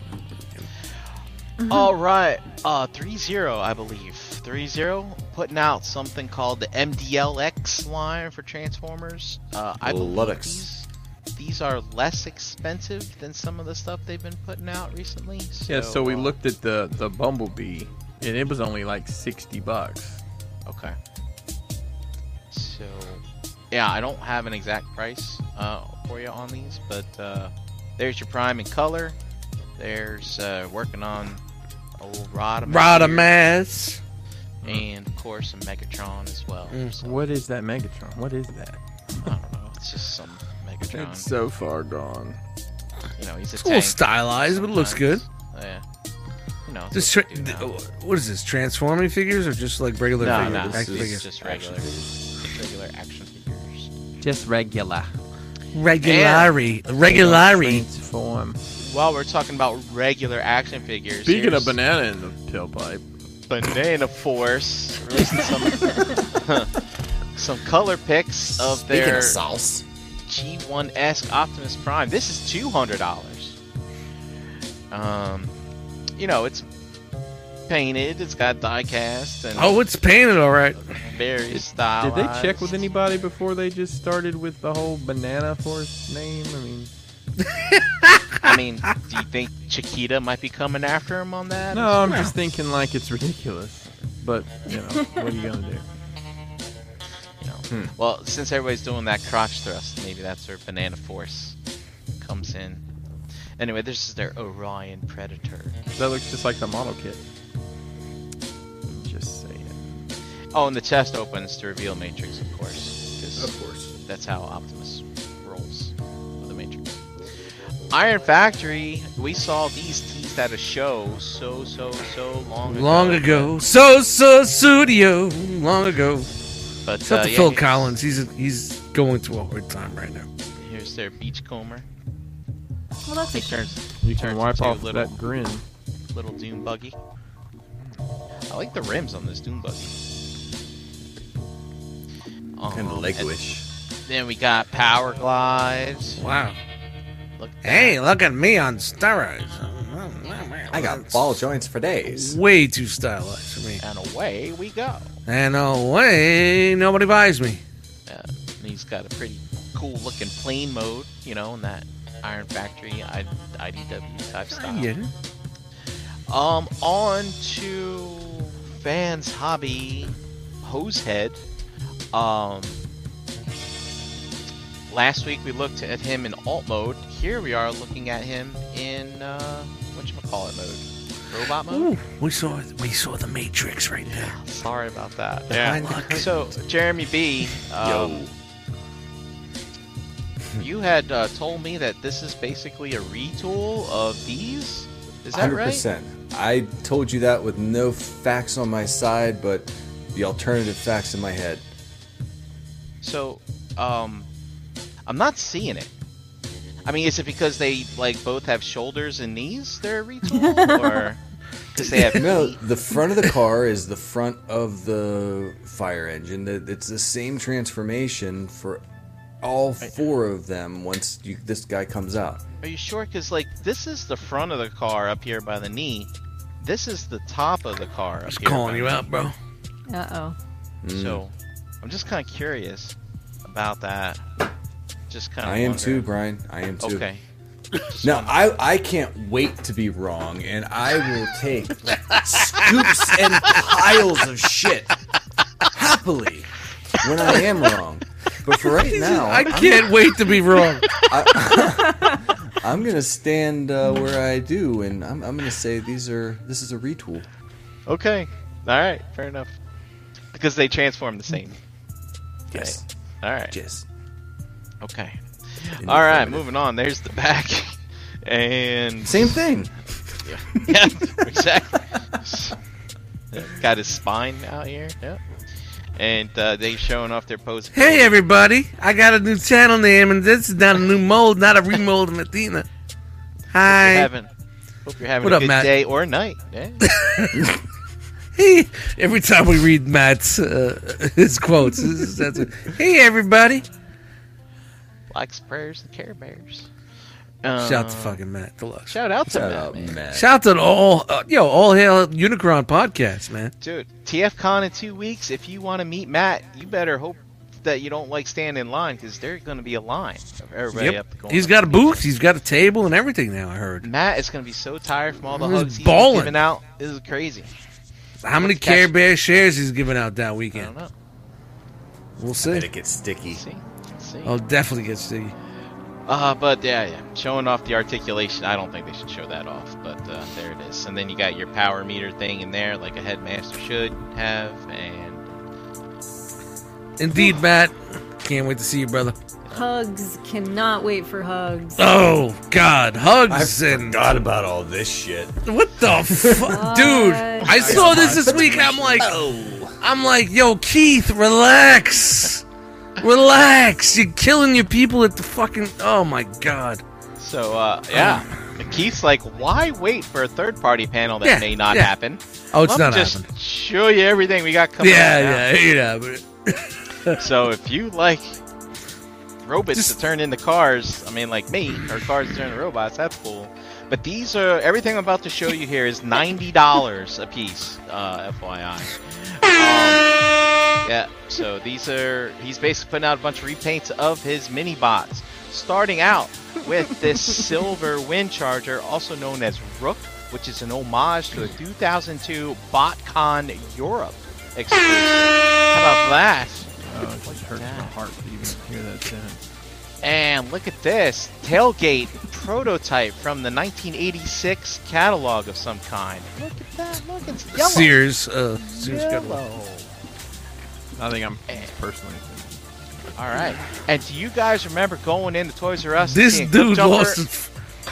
All right, uh, three zero, I believe. Three zero, putting out something called the MDLX line for Transformers. Uh, I believe
Ludex.
these, these are less expensive than some of the stuff they've been putting out recently. So,
yeah. So um, we
uh,
looked at the the bumblebee, and it was only like sixty bucks.
Okay. So, yeah, I don't have an exact price uh, for you on these, but uh, there's your prime in color. There's uh, working on a lot of
Rod of mass.
and of course a Megatron as well.
Mm.
What is that Megatron? What is that?
I don't know. It's just some Megatron.
It's so far gone.
you know, he's a
It's a little
tank
stylized, but it looks good.
sometimes. Yeah. You know, it's
Just
what
tra-
we do now.
th- what is this? Transforming figures or just like regular
no,
figures?
no,
Act
it's
figures?
just regular, regular action figures.
Just regular.
Regulari. Regulari.
Transform.
While we're talking about regular action figures,
Speaking of
here's
banana in the tailpipe,
Banana Force releasing some some color picks of their
sauce.
G1 esque Optimus Prime. This is two hundred dollars. Um, you know it's painted. It's got diecast and
Oh, it's painted all right.
Very stylized.
Oh. Did they check with anybody before they just started with the whole banana force name? I mean,
I mean, do you think Chiquita might be coming after him on that?
no, I'm just thinking like it's ridiculous. But you know, what are you gonna do? Hmm.
Well, since everybody's doing that crotch thrust, maybe that's where Banana Force comes in. Anyway, this is their Orion Predator.
That looks just like the model kit. Just saying.
Oh, and the chest opens to reveal Matrix, of course. 'cause
Of course.
That's how Optimus rolls with the Matrix. Iron Factory, we saw these teeth at a show so, so, so long ago.
Long ago, so so studio. Long ago.
But,
Except
uh,
to
yeah,
Phil
he's-
Collins, he's he's going through a hard time right now.
Here's their Beachcomber.
Well, that's
he
a shame.
turns,
You
turns
can wipe
into
off
little,
that grin.
little Doom Buggy. I like the rims on this Doom Buggy.
And
Um,
leg
and-
wish.
Then we got Power Glides.
Wow.
Look
Hey, look at me on steroids.
I got ball joints for days.
Way too stylized for me.
And away we go.
And away, nobody buys me.
Uh, and he's got a pretty cool looking plane mode, you know, in that Iron Factory I- IDW type style.
get it.
Um, on to Van's hobby, Hosehead. Um, last week we looked at him in alt mode. Here we are looking at him in uh, what call it mode, robot mode.
Ooh, we saw we saw the Matrix right there.
Sorry about that.
Hmm. Behind the
Look,
curtain.
So Jeremy B, um, you had uh, told me that this is basically a retool of these. Is that right?
I told you that with no facts on my side, but the alternative facts in my head.
So, um, I'm not seeing it. I mean, is it because they like both have shoulders and knees? They're a retool, or because they have
no, the front of the car is the front of the fire engine. The- It's the same transformation for all four of them once you, this guy comes out.
Are you sure? Because like this is the front of the car up here by the knee. This is the top of the car. Up Just
calling you out, bro.
Uh oh.
So
Mm.
I'm just kind of curious about that. Just kind of.
I am too, Brian. I am too.
Okay.
Now I I can't wait to be wrong, and I will take scoops and piles of shit happily when I am wrong. But for right now,
I can't wait to be wrong.
I'm gonna stand uh, where I do, and I'm, I'm gonna say these are this is a retool.
Okay. All right. Fair enough. Because they transform the same.
Yes.
All right.
Yes.
Okay. All right. Moving on. There's the back. And
Same thing.
Yeah. yeah exactly. Got his spine out here. Yep. And uh, they showing off their pose.
Hey everybody, I got a new channel name, and this is not a new mold, not a remold of Medina. Hi.
Having, hope you're having
What
a
up,
good
Matt?
day or night. Yeah.
Hey, every time we read Matt's uh, his quotes, this is- that's what- hey everybody,
Likes prayers and Care Bears.
shout out to
Uh,
fucking Matt Deluxe.
Shout out to
Shout
Matt,
out,
man.
Matt.
Shout out to all uh, yo all hail Unicron podcast, man.
Dude, TFCon in two weeks. If you want to meet Matt, you better hope that you don't like standing in line because there's going to be a line of everybody
Yep.
up going.
He's got a booth, he's got a table and everything now. I heard.
Matt is going to be so tired from all the
He's
hugs he's
balling.
giving out. This is crazy.
How many
Let's catch-
Care Bear shares he's giving out that
I don't
weekend?
know.
We'll see.
it gets sticky.
See, see.
I'll definitely get sticky.
Uh, but yeah, yeah, showing off the articulation. I don't think they should show that off, but uh, there it is. And then you got your power meter thing in there, like a headmaster should have, and
Indeed, Matt. Can't wait to see you, brother.
Hugs. Cannot wait for hugs.
Oh God,
I
hugs and
forgot about all this shit.
what the fuck, dude? I saw this this week. I'm like, I'm like, yo, Keith, relax, relax. You're killing your people at the fucking. Oh my God.
so uh, yeah. Keith's like, why wait for a third party panel that
Um, Yeah,
may not
yeah.
happen?
Oh, it's
Let
not
me just
happening.
show you everything we got coming.
Yeah,
up now."
yeah, yeah. But
So if you like robots to turn into cars, I mean, like me, or cars to turn into robots, that's cool. But these are everything I'm about to show you here is ninety dollars a piece, uh, FYI. Um, Yeah, so these are he's basically putting out a bunch of repaints of his mini bots. Starting out with this silver wind charger, also known as Rook, which is an homage to the 2002 BotCon Europe exclusive. How about that?
Oh, it just hurts my heart to even hear that sentence.
And look at this tailgate prototype from the 1986 catalog of some kind. Look at that! Look, it's yellow.
Sears, uh, Sears catalog.
Yellow.
I think I'm personally.
All right. And do you guys remember going into Toys R Us? and
This
seeing
dude
Jumper
lost his,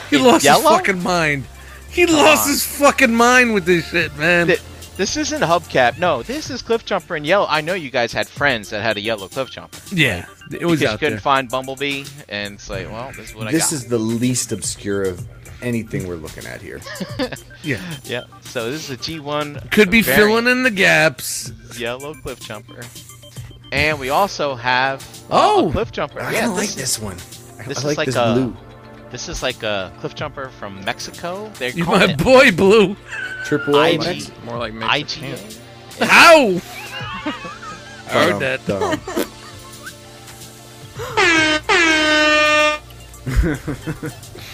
he
in
lost
yellow?
his fucking mind. He
Come
lost
on.
his fucking mind with this shit, man.
This isn't hubcap. No, this is cliff jumper in yellow. I know you guys had friends that had a yellow cliff jumper.
yeah, it was
Because you
out
couldn't
there.
find Bumblebee, and it's like, well, this is what
this
I got.
is the least obscure of anything we're looking at here.
yeah.
Yeah. So this is a G1.
Could be
variant
filling in the gaps.
Yellow cliff jumper. And we also have uh,
Oh!
a cliff jumper.
I
yeah,
kinda
this
like
is-
this one. I-
This
I
is
like
like
this
a
blue.
this is like a cliff jumper from Mexico. They're
You
calling
my
it
boy, Blue.
Triple
IG,
more like
Mexican.
How? Heard that.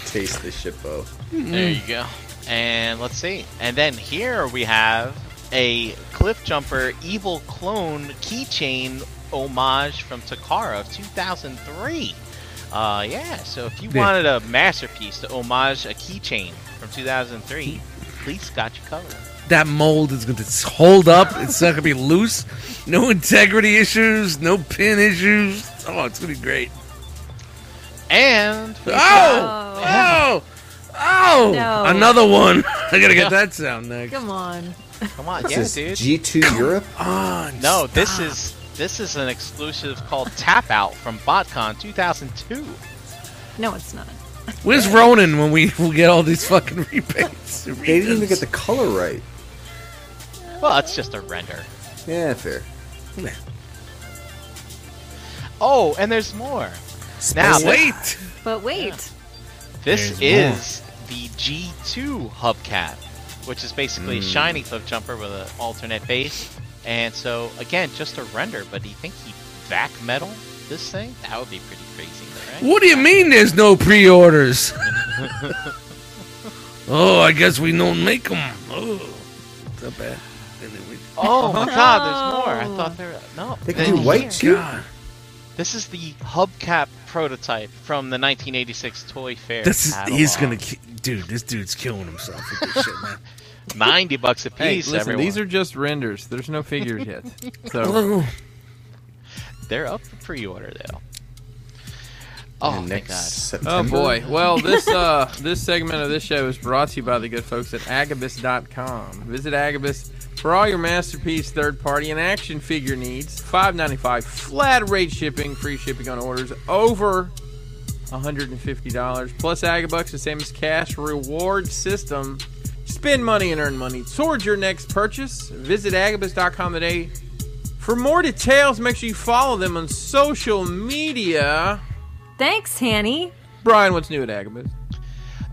Taste the shit, Bo.
There you go. And let's see. And then here we have a Cliff Jumper Evil Clone keychain homage from Takara of 2003. Uh, yeah, so if you
Yeah.
wanted a masterpiece to homage a keychain from 2003, please got your covered.
That mold is going to hold up. It's not going to be loose. No integrity issues. No pin issues. Oh, it's going to be great.
And
Oh! Oh! Oh!
No.
Another one. I got to get that sound next.
Come on.
Come on,
What's
yeah,
this,
dude.
G2 Europe?
No, this is this is an exclusive called Tap Out from BotCon 2002.
No, it's not.
Where's Ronan when we, we get all these fucking repaints?
They didn't even get the color right.
Well, it's just a render.
Yeah, fair.
Oh, and there's more.
Spice it.
wait.
But wait.
This
There's
is the G2 hubcap, which is basically a shiny cliff jumper with an alternate base. And so, again, just a render, but do you think he back metal this thing? That would be pretty crazy, right?
What do you mean there's no pre orders? oh, I guess we don't make them. Oh, so bad.
Oh my god, there's more. I thought there were. No.
They
they're
can do white
here.
too.
This is the hubcap prototype from the 1986 Toy Fair.
This is, he's gonna,
catalog.
ki- dude. This dude's killing himself with this shit, man.
90 bucks a piece,
Hey, listen,
everyone.
these are just renders. There's no figures yet. So
Oh,
They're up for pre order, though. Oh,
And
thank
next
god.
September.
Oh boy. Well, this uh this segment of this show is brought to you by the good folks at agabus.com. Visit Agabus for all your masterpiece third party and action figure needs. 5.95 flat rate shipping, free shipping on orders over $150 plus Agabucks, the same as cash reward system. Spend money and earn money towards your next purchase. Visit agabus.com today. For more details, make sure you follow them on social media.
Thanks, Hanny.
Brian, what's new at Agabus?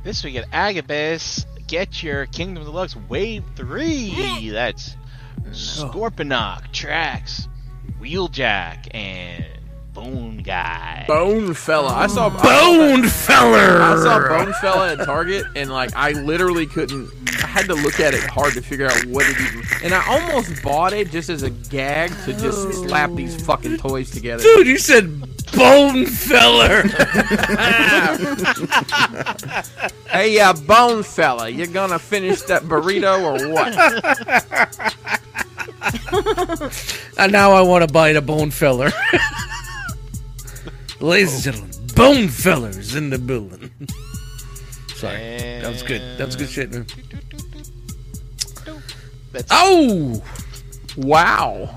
This week at Agabus, get your Kingdom Deluxe Wave 3. That's Scorponok, Trax, Wheeljack, and Bone Guy.
Bone Fella. I saw
Bone
I saw
feller.
Bone Fella at Target, and like I literally couldn't. I had to look at it hard to figure out what it even. And I almost bought it just as a gag to just slap these fucking toys together.
Dude, you said bone feller.
Hey, uh, Bone Fella, you gonna finish that burrito or what?
and Uh, now I want to bite a bone feller. Ladies and gentlemen, bone fellers in the building. Sorry, that was good. That was good shit, man.
That's
Oh,
Wow,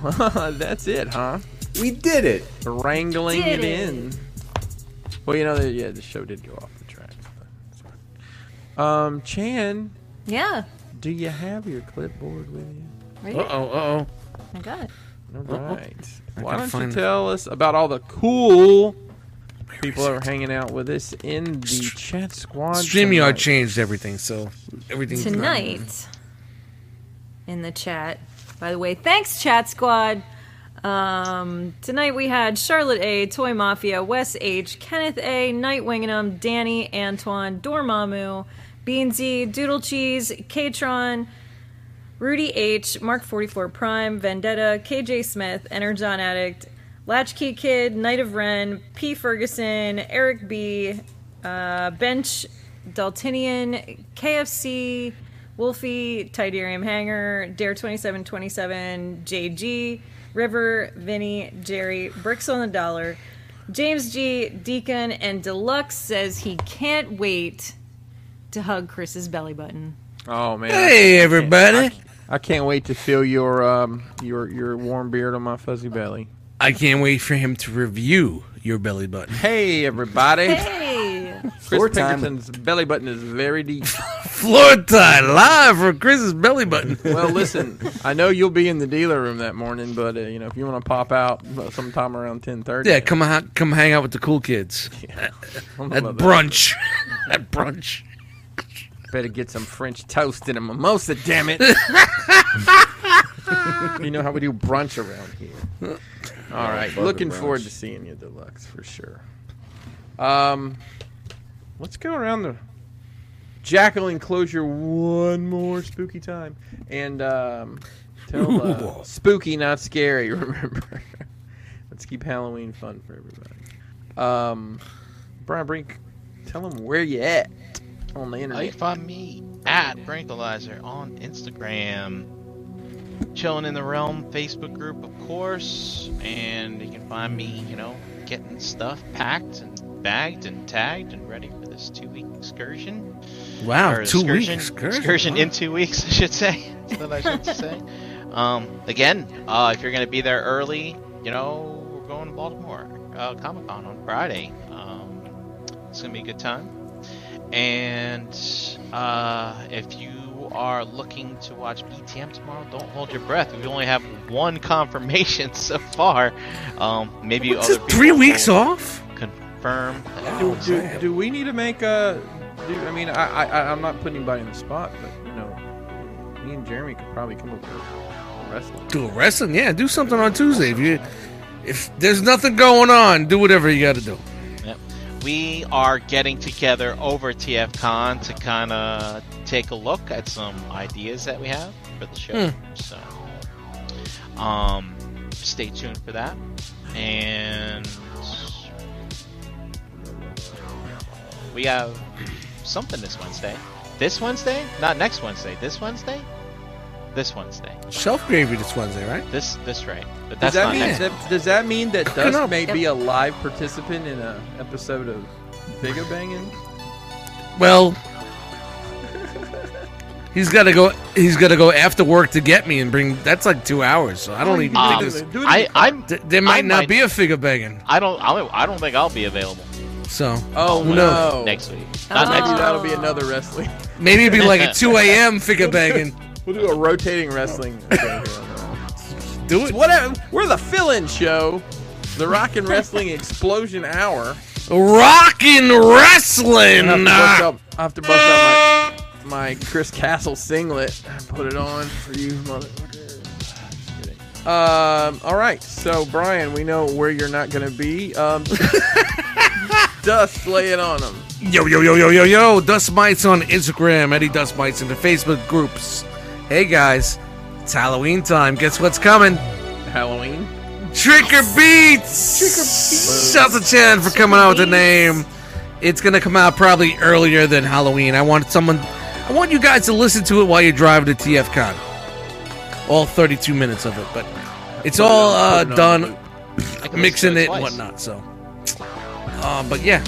that's it, huh?
We did it.
Wrangling
Did
it
it.
in. Well, you know, the, yeah, the show did go off the track. but it's fine. Um, Chan,
Yeah.
do you have your clipboard with you?
Right?
uh oh, uh oh.
I got it.
All
Uh-oh.
right.
I
Why
gotta
don't you
find-
tell us about all the cool people that are hanging out with us in the chat squad?
Streamyard
tonight?
changed everything, so everything's not-
tonight in the chat. By the way, thanks, Chat Squad. Um, tonight we had Charlotte A, Toy Mafia, Wes H, Kenneth A, Night Wingingham, Danny, Antoine, Dormammu, Beansy, Doodle Cheese, Katron, Rudy H, Mark 44 Prime, Vendetta, KJ Smith, Energon Addict, Latchkey Kid, Knight of Ren, P Ferguson, Eric B, uh, Bench, Daltinian, KFC, Wolfie, Tidarium Hanger, Dare 2727, JG, River, Vinny, Jerry, Bricks on the Dollar, James G, Deacon, and Deluxe says he can't wait to hug Chris's belly button.
Oh man!
Hey, everybody.
I, I can't wait to feel your um your your warm beard on my fuzzy belly.
I can't wait for him to review your belly button.
Hey, everybody!
Hey,
Chris Pinkerton's belly button is very deep.
Floor time live for Chris's belly button.
well, listen, I know you'll be in the dealer room that morning, but uh, you know if you want to pop out uh, sometime around ten thirty.
Yeah, come out, come hang out with the cool kids.
I'm
At
about that.
brunch. At brunch.
Better get some French toast and a mimosa, damn it. you know how we do brunch around here. All
Yeah,
right,
bugger
looking forward
brunch.
to seeing you, Deluxe, for sure. Um, let's go around the jackal enclosure one more spooky time, and um, tell uh, spooky, not scary. Remember, let's keep Halloween fun for everybody. Um, Brian Brink, tell them where you at on the
Oh, you
internet.
can find me at Brankalizer on Instagram. Chilling in the Realm Facebook group, of course. And you can find me, you know, getting stuff packed and bagged and tagged and ready for this two week excursion.
Wow,
Or
Oh, two weeks
excursion-
excursion,
excursion
wow.
in two weeks, I should say. That's what I should say. Um, again, uh, if you're going to be there early, you know, we're going to Baltimore uh, Comic Con on Friday. Um, it's going to be a good time. And uh, if you are looking to watch BTM tomorrow, don't hold your breath. We only have one confirmation so far. Um, maybe other people
Three weeks
will
off?
confirm.
do, do, do we need to make a? Do, I mean, I, I I'm not putting anybody in the spot, but you know, me and Jeremy could probably come up with a wrestling.
Do wrestling, yeah. Do something on Tuesday. If you, if there's nothing going on, do whatever you got to do.
Yep. We are getting together over TFCon to kind of take a look at some ideas that we have for the show. So, um, stay tuned for that. And we have something this Wednesday. This Wednesday? Not next Wednesday. This Wednesday? This Wednesday.
Shelf gravy this Wednesday, right?
This this right. But
Does
that's
that
not
mean
next
that, does that mean that
Cooking
Dust
up.
may be a live participant in a episode of Bigger Bangin'?
Well, he's got to go. He's got to go after work to get me and bring. That's like two hours. So
Oh,
I don't even
Um,
think this.
do it in I- the car. I'm-
Th- there might
I
not
might-
be a figure banging.
I don't. I don't, I don't think I'll be available.
So
Oh
who
no!
knows?
Next week.
Ah.
Not next
Oh.
week. That'll be another wrestling.
Maybe it'd be like at two a.m. figure banging.
We'll do a rotating wrestling.
do it.
Whatever. We're the fill-in show, the Rock and Wrestling Explosion Hour.
Rockin' wrestling.
I have to bust out, I have to bust out my, my Chris Castle singlet. and Put it on for you, motherfucker. Just kidding. Um, all right, so Brian, we know where you're not gonna be. Um, dust, lay it on them.
Yo, yo, yo, yo, yo, yo. Dust Mites on Instagram, Eddie Dust Mites in the Facebook groups. Hey, guys, it's Halloween time. Guess what's coming?
Halloween.
Trick or Beats! Trick or Beats! Shout out to Chan for coming out with the name. It's going to come out probably earlier than Halloween. I want someone, I want you guys to listen to it while you're driving to TFCon. All 32 minutes of it, but it's
Put it
all
on-
uh,
put it on
done,
I can listen
mixing
to
it and
twice.
whatnot, so. Uh, but yeah,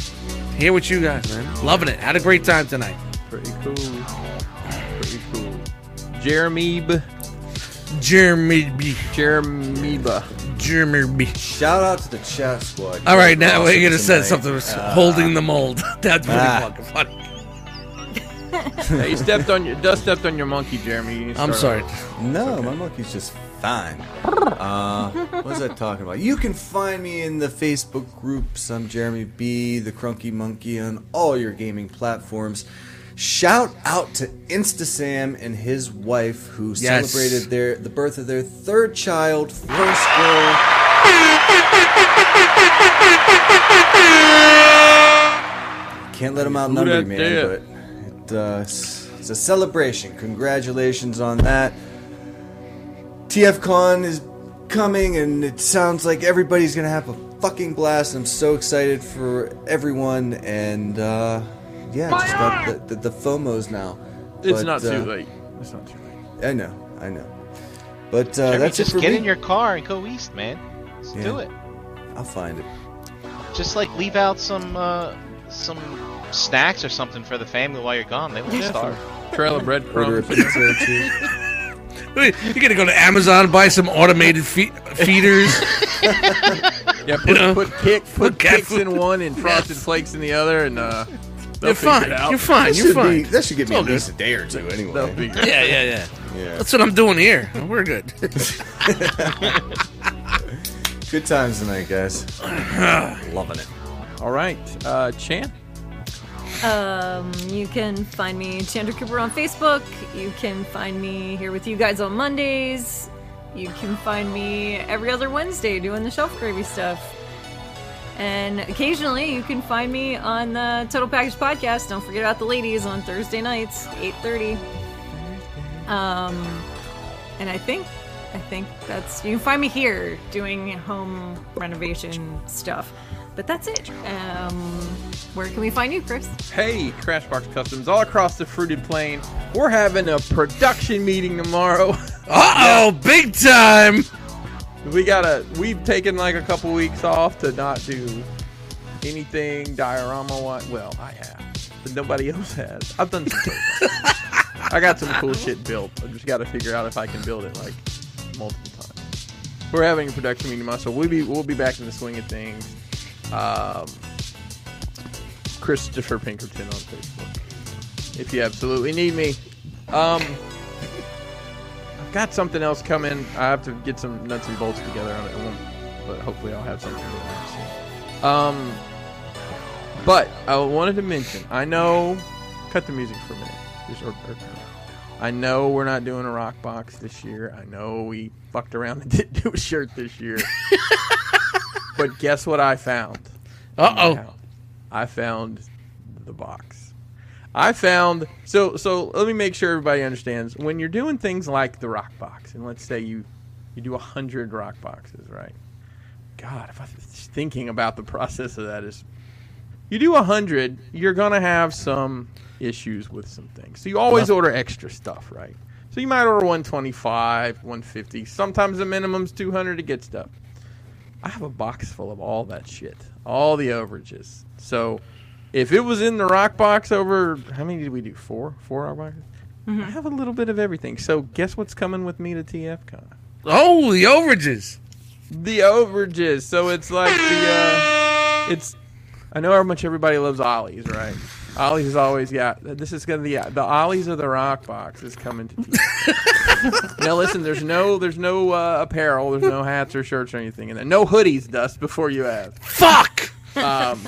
here with you guys, man. Loving it. Had a great time tonight.
Pretty cool. Pretty cool. Jeremy. B.
Jeremy B.
Jeremy B.
Jeremy B.
Shout out to the chat squad.
All right, now
Awesome
we're gonna say
tonight.
something that's
Uh,
holding the mold. That's really
ah.
fucking funny.
Hey, you stepped on your dust stepped on your monkey, Jeremy. You need to
I'm
start
sorry.
over.
No, my monkey's just fine. Uh, what was I talking about? You can find me in the Facebook groups. I'm Jeremy B, the Crunky Monkey, on all your gaming platforms. Shout out to InstaSam and his wife who
Yes.
celebrated their the birth of their third child, first girl. Can't let them outnumber you,
that
man.
did?
But it, uh, it's it's a celebration. Congratulations on that. TFCon is coming, and it sounds like everybody's gonna have a fucking blast. I'm so excited for everyone, and uh, yeah, just got the, the, the FOMOs now.
It's
But,
not too
uh,
late. It's not too late.
I know, I know. But uh,
Jeremy,
that's
just
it for
get
me.
in your car and go east, man. Let's
Yeah.
do it.
I'll find it.
Just like leave out some uh, some snacks or something for the family while you're gone. They will
Yeah.
starve.
Trail of
Order a
breadcrumbs.
pizza or two.
Wait, You're gonna go to Amazon buy some automated fe- feeders.
Yeah, put,
You know?
put kick, put
Put cat
kicks in one and frosted flakes in the other, and uh, they'll
You're
figure
fine.
it out.
You're fine.
That
You're
should
fine.
be- that should give
It's
me
all
at
good.
least a day or two, anyway.
They'll figure it
Yeah, yeah, yeah.
Yeah.
That's what I'm doing here. We're good.
Good times tonight, guys. Loving it.
out. All right, uh, Chan.
Um, you can find me Chandra Cooper on Facebook. You can find me here with you guys on Mondays. You can find me every other Wednesday doing the shelf gravy stuff. And occasionally you can find me on the Total Package podcast. Don't forget about the ladies on Thursday nights, 8:30. Um and I think I think that's you can find me here doing home renovation stuff. But that's it. Um where can we find you, Chris?
Hey, Crashbox Customs, all across the fruited plain. We're having a production meeting tomorrow.
Uh oh, big time.
we gotta. We've taken like a couple weeks off to not do anything diorama. Wise. Well, I have, but nobody else has. I've done some. cool stuff. I got some cool shit built. I just gotta figure out if I can build it like multiple times. We're having a production meeting tomorrow, so we'll be we'll be back in the swing of things. Um, Christopher Pinkerton on Facebook. If you absolutely need me. Um, I've got something else coming. I have to get some nuts and bolts together on it, I won't- but hopefully I'll have something for that soon. Um, but I wanted to mention, I know, cut the music for a minute. Just- or- or- I know we're not doing a rock box this year. I know we fucked around and didn't do a shirt this year. but guess what I found?
Uh oh.
I found the box. I found so so let me make sure everybody understands when you're doing things like the rock box and let's say you you do a hundred rock boxes right god if I just thinking about the process of that is you do a hundred you're gonna have some issues with some things so you always order extra stuff right so you might order 125 150 sometimes the minimum's 200 to get stuff I have a box full of all that shit, all the overages. So, if it was in the rock box over, how many did we do? Four, four rock boxes. I have a little bit of everything. So, guess what's coming with me to TFCon?
Oh, the overages.
The overages. So it's like the, uh, it's. I know how much everybody loves Ollie's, right? Ollie's is always yeah. This is gonna be the Ollie's of the rock box is coming to. TFCon. now listen, there's no there's no uh, apparel, there's no hats or shirts or anything in there. No hoodies, Dust. Before you ask.
Fuck.
um,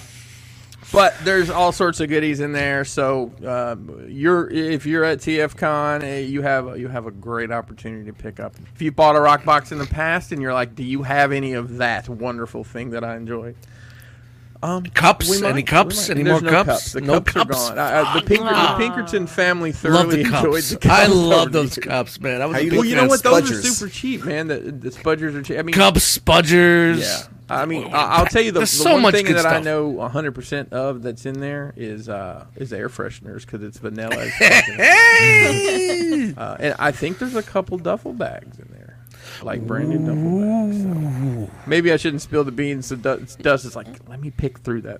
but there's all sorts of goodies in there. So um, you're if you're at TFCon, eh, you have you have a great opportunity to pick up. If you bought a rock box in the past and you're like, do you have any of that wonderful thing that I enjoyed? Um,
Cups?
we might-
Any cups?
we might-
Any
There's
more
no
cups?
The
No
cups,
cups?
are gone. I, I- the, Pinker, the Pinkerton family
Love
thoroughly
the
enjoyed
cups.
the cups.
I
over
love
the
those
years.
cups, man. I was
How
a
you
big
Well, you
fan
know
of
what? Those are
Spudgers.
super cheap, man. The, the Spudgers are cheap. I mean,
Cups, Spudgers.
yeah. I mean, I- I'll tell you the, the
There's so
one
much
thing
good
that I
stuff.
know 100% of that's in there is uh, is air fresheners because it's vanilla. as fucking- uh, and I think there's a couple duffel bags in there, like brand new duffel bags. So. Maybe I shouldn't spill the beans. So Du- Dust is like, let me pick through that.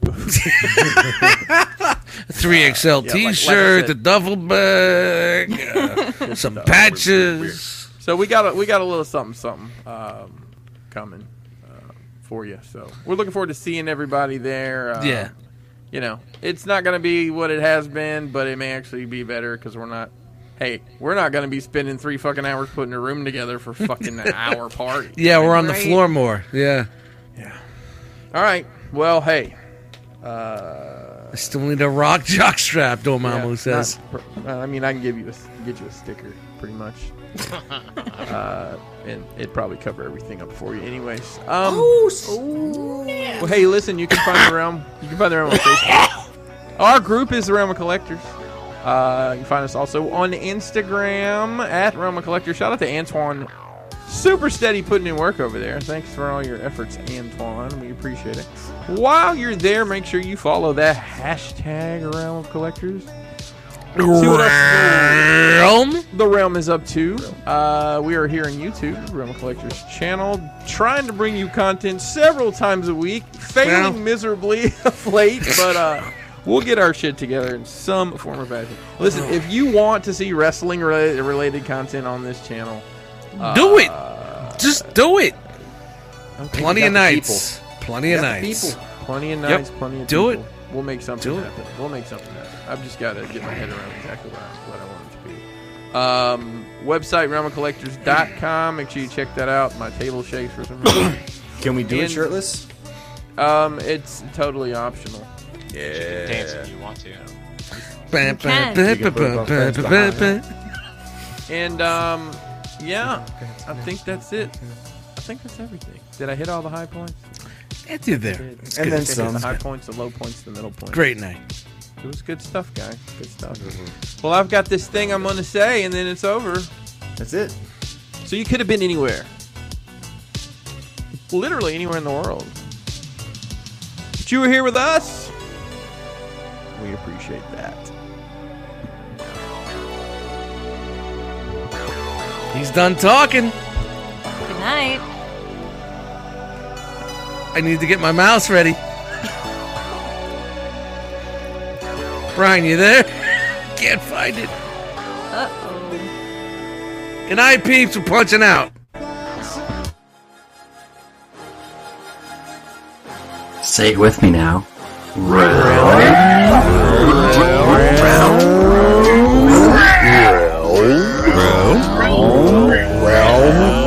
Three XL
like- like I
T-shirt,
said.
the duffel bag, uh, some patches.
so we got a, we got a little something something um, coming uh, for you. So we're looking forward to seeing everybody there. Uh,
Yeah.
you know, it's not going to be what it has been, but it may actually be better because we're not. Hey, we're not going to be spending three fucking hours putting a room together for fucking an hour party.
Yeah, we're on the
Right.
floor more. Yeah.
All right. Well, hey, uh,
I still need a rock jock strap, Dormammu says.
Not per- uh, I mean, I can give you a s- get you a sticker, pretty much, uh, and it'd probably cover everything up for you, anyways. Um, Well, hey, listen, you can find the realm. You can find the realm on Facebook. Our group is the Realm of Collectors. Uh, you can find us also on Instagram at Realm of Collectors. Shout out to Antoine. Super steady putting in work over there. Thanks for all your efforts, Antoine. We appreciate it. While you're there, make sure you follow that hashtag Realm of Collectors. See what else the- The realm is up to. Uh, we are here on YouTube, Realm of Collectors channel, trying to bring you content several times a week, failing miserably of late, but uh, we'll get our shit together in some form or fashion. Listen, if you want to see wrestling rela- related content on this channel, uh,
Do it. Just do it. Plenty
you
of
got the
nights.
people.
Plenty
You
of
got the
nights.
people. Plenty of
Yep.
nights. Plenty of
Do
people.
it.
We'll make something
Do it.
happen. We'll make something happen. I've just got to get my head around exactly what I, what I want it to be. Um, website realmofcollectors.com. Make sure you check that out. My table shakes for some reason.
Can we do it
And-
shirtless?
Um, it's totally optional.
Yeah.
Dance if you want to.
Ba- ba- ba- ba- ba- ba- ba- ba-
And um, yeah, I think that's it. I think that's everything. Did I hit all the high points?
It did there.
Did.
It's
And
good.
then
Hit the
some.
high points, the low points, the middle points.
Great night.
It was good stuff, guy. Good stuff. Well, I've got this thing I'm gonna say, and then it's over.
That's it.
So you could have been anywhere. Literally anywhere in the world. But you were here with us. We appreciate that.
He's done talking.
Good night.
I need to get my mouse ready. Brian, you there? Can't find it.
Uh oh.
Good night, peeps. We're punching out.
Say it with me now. Round. Round.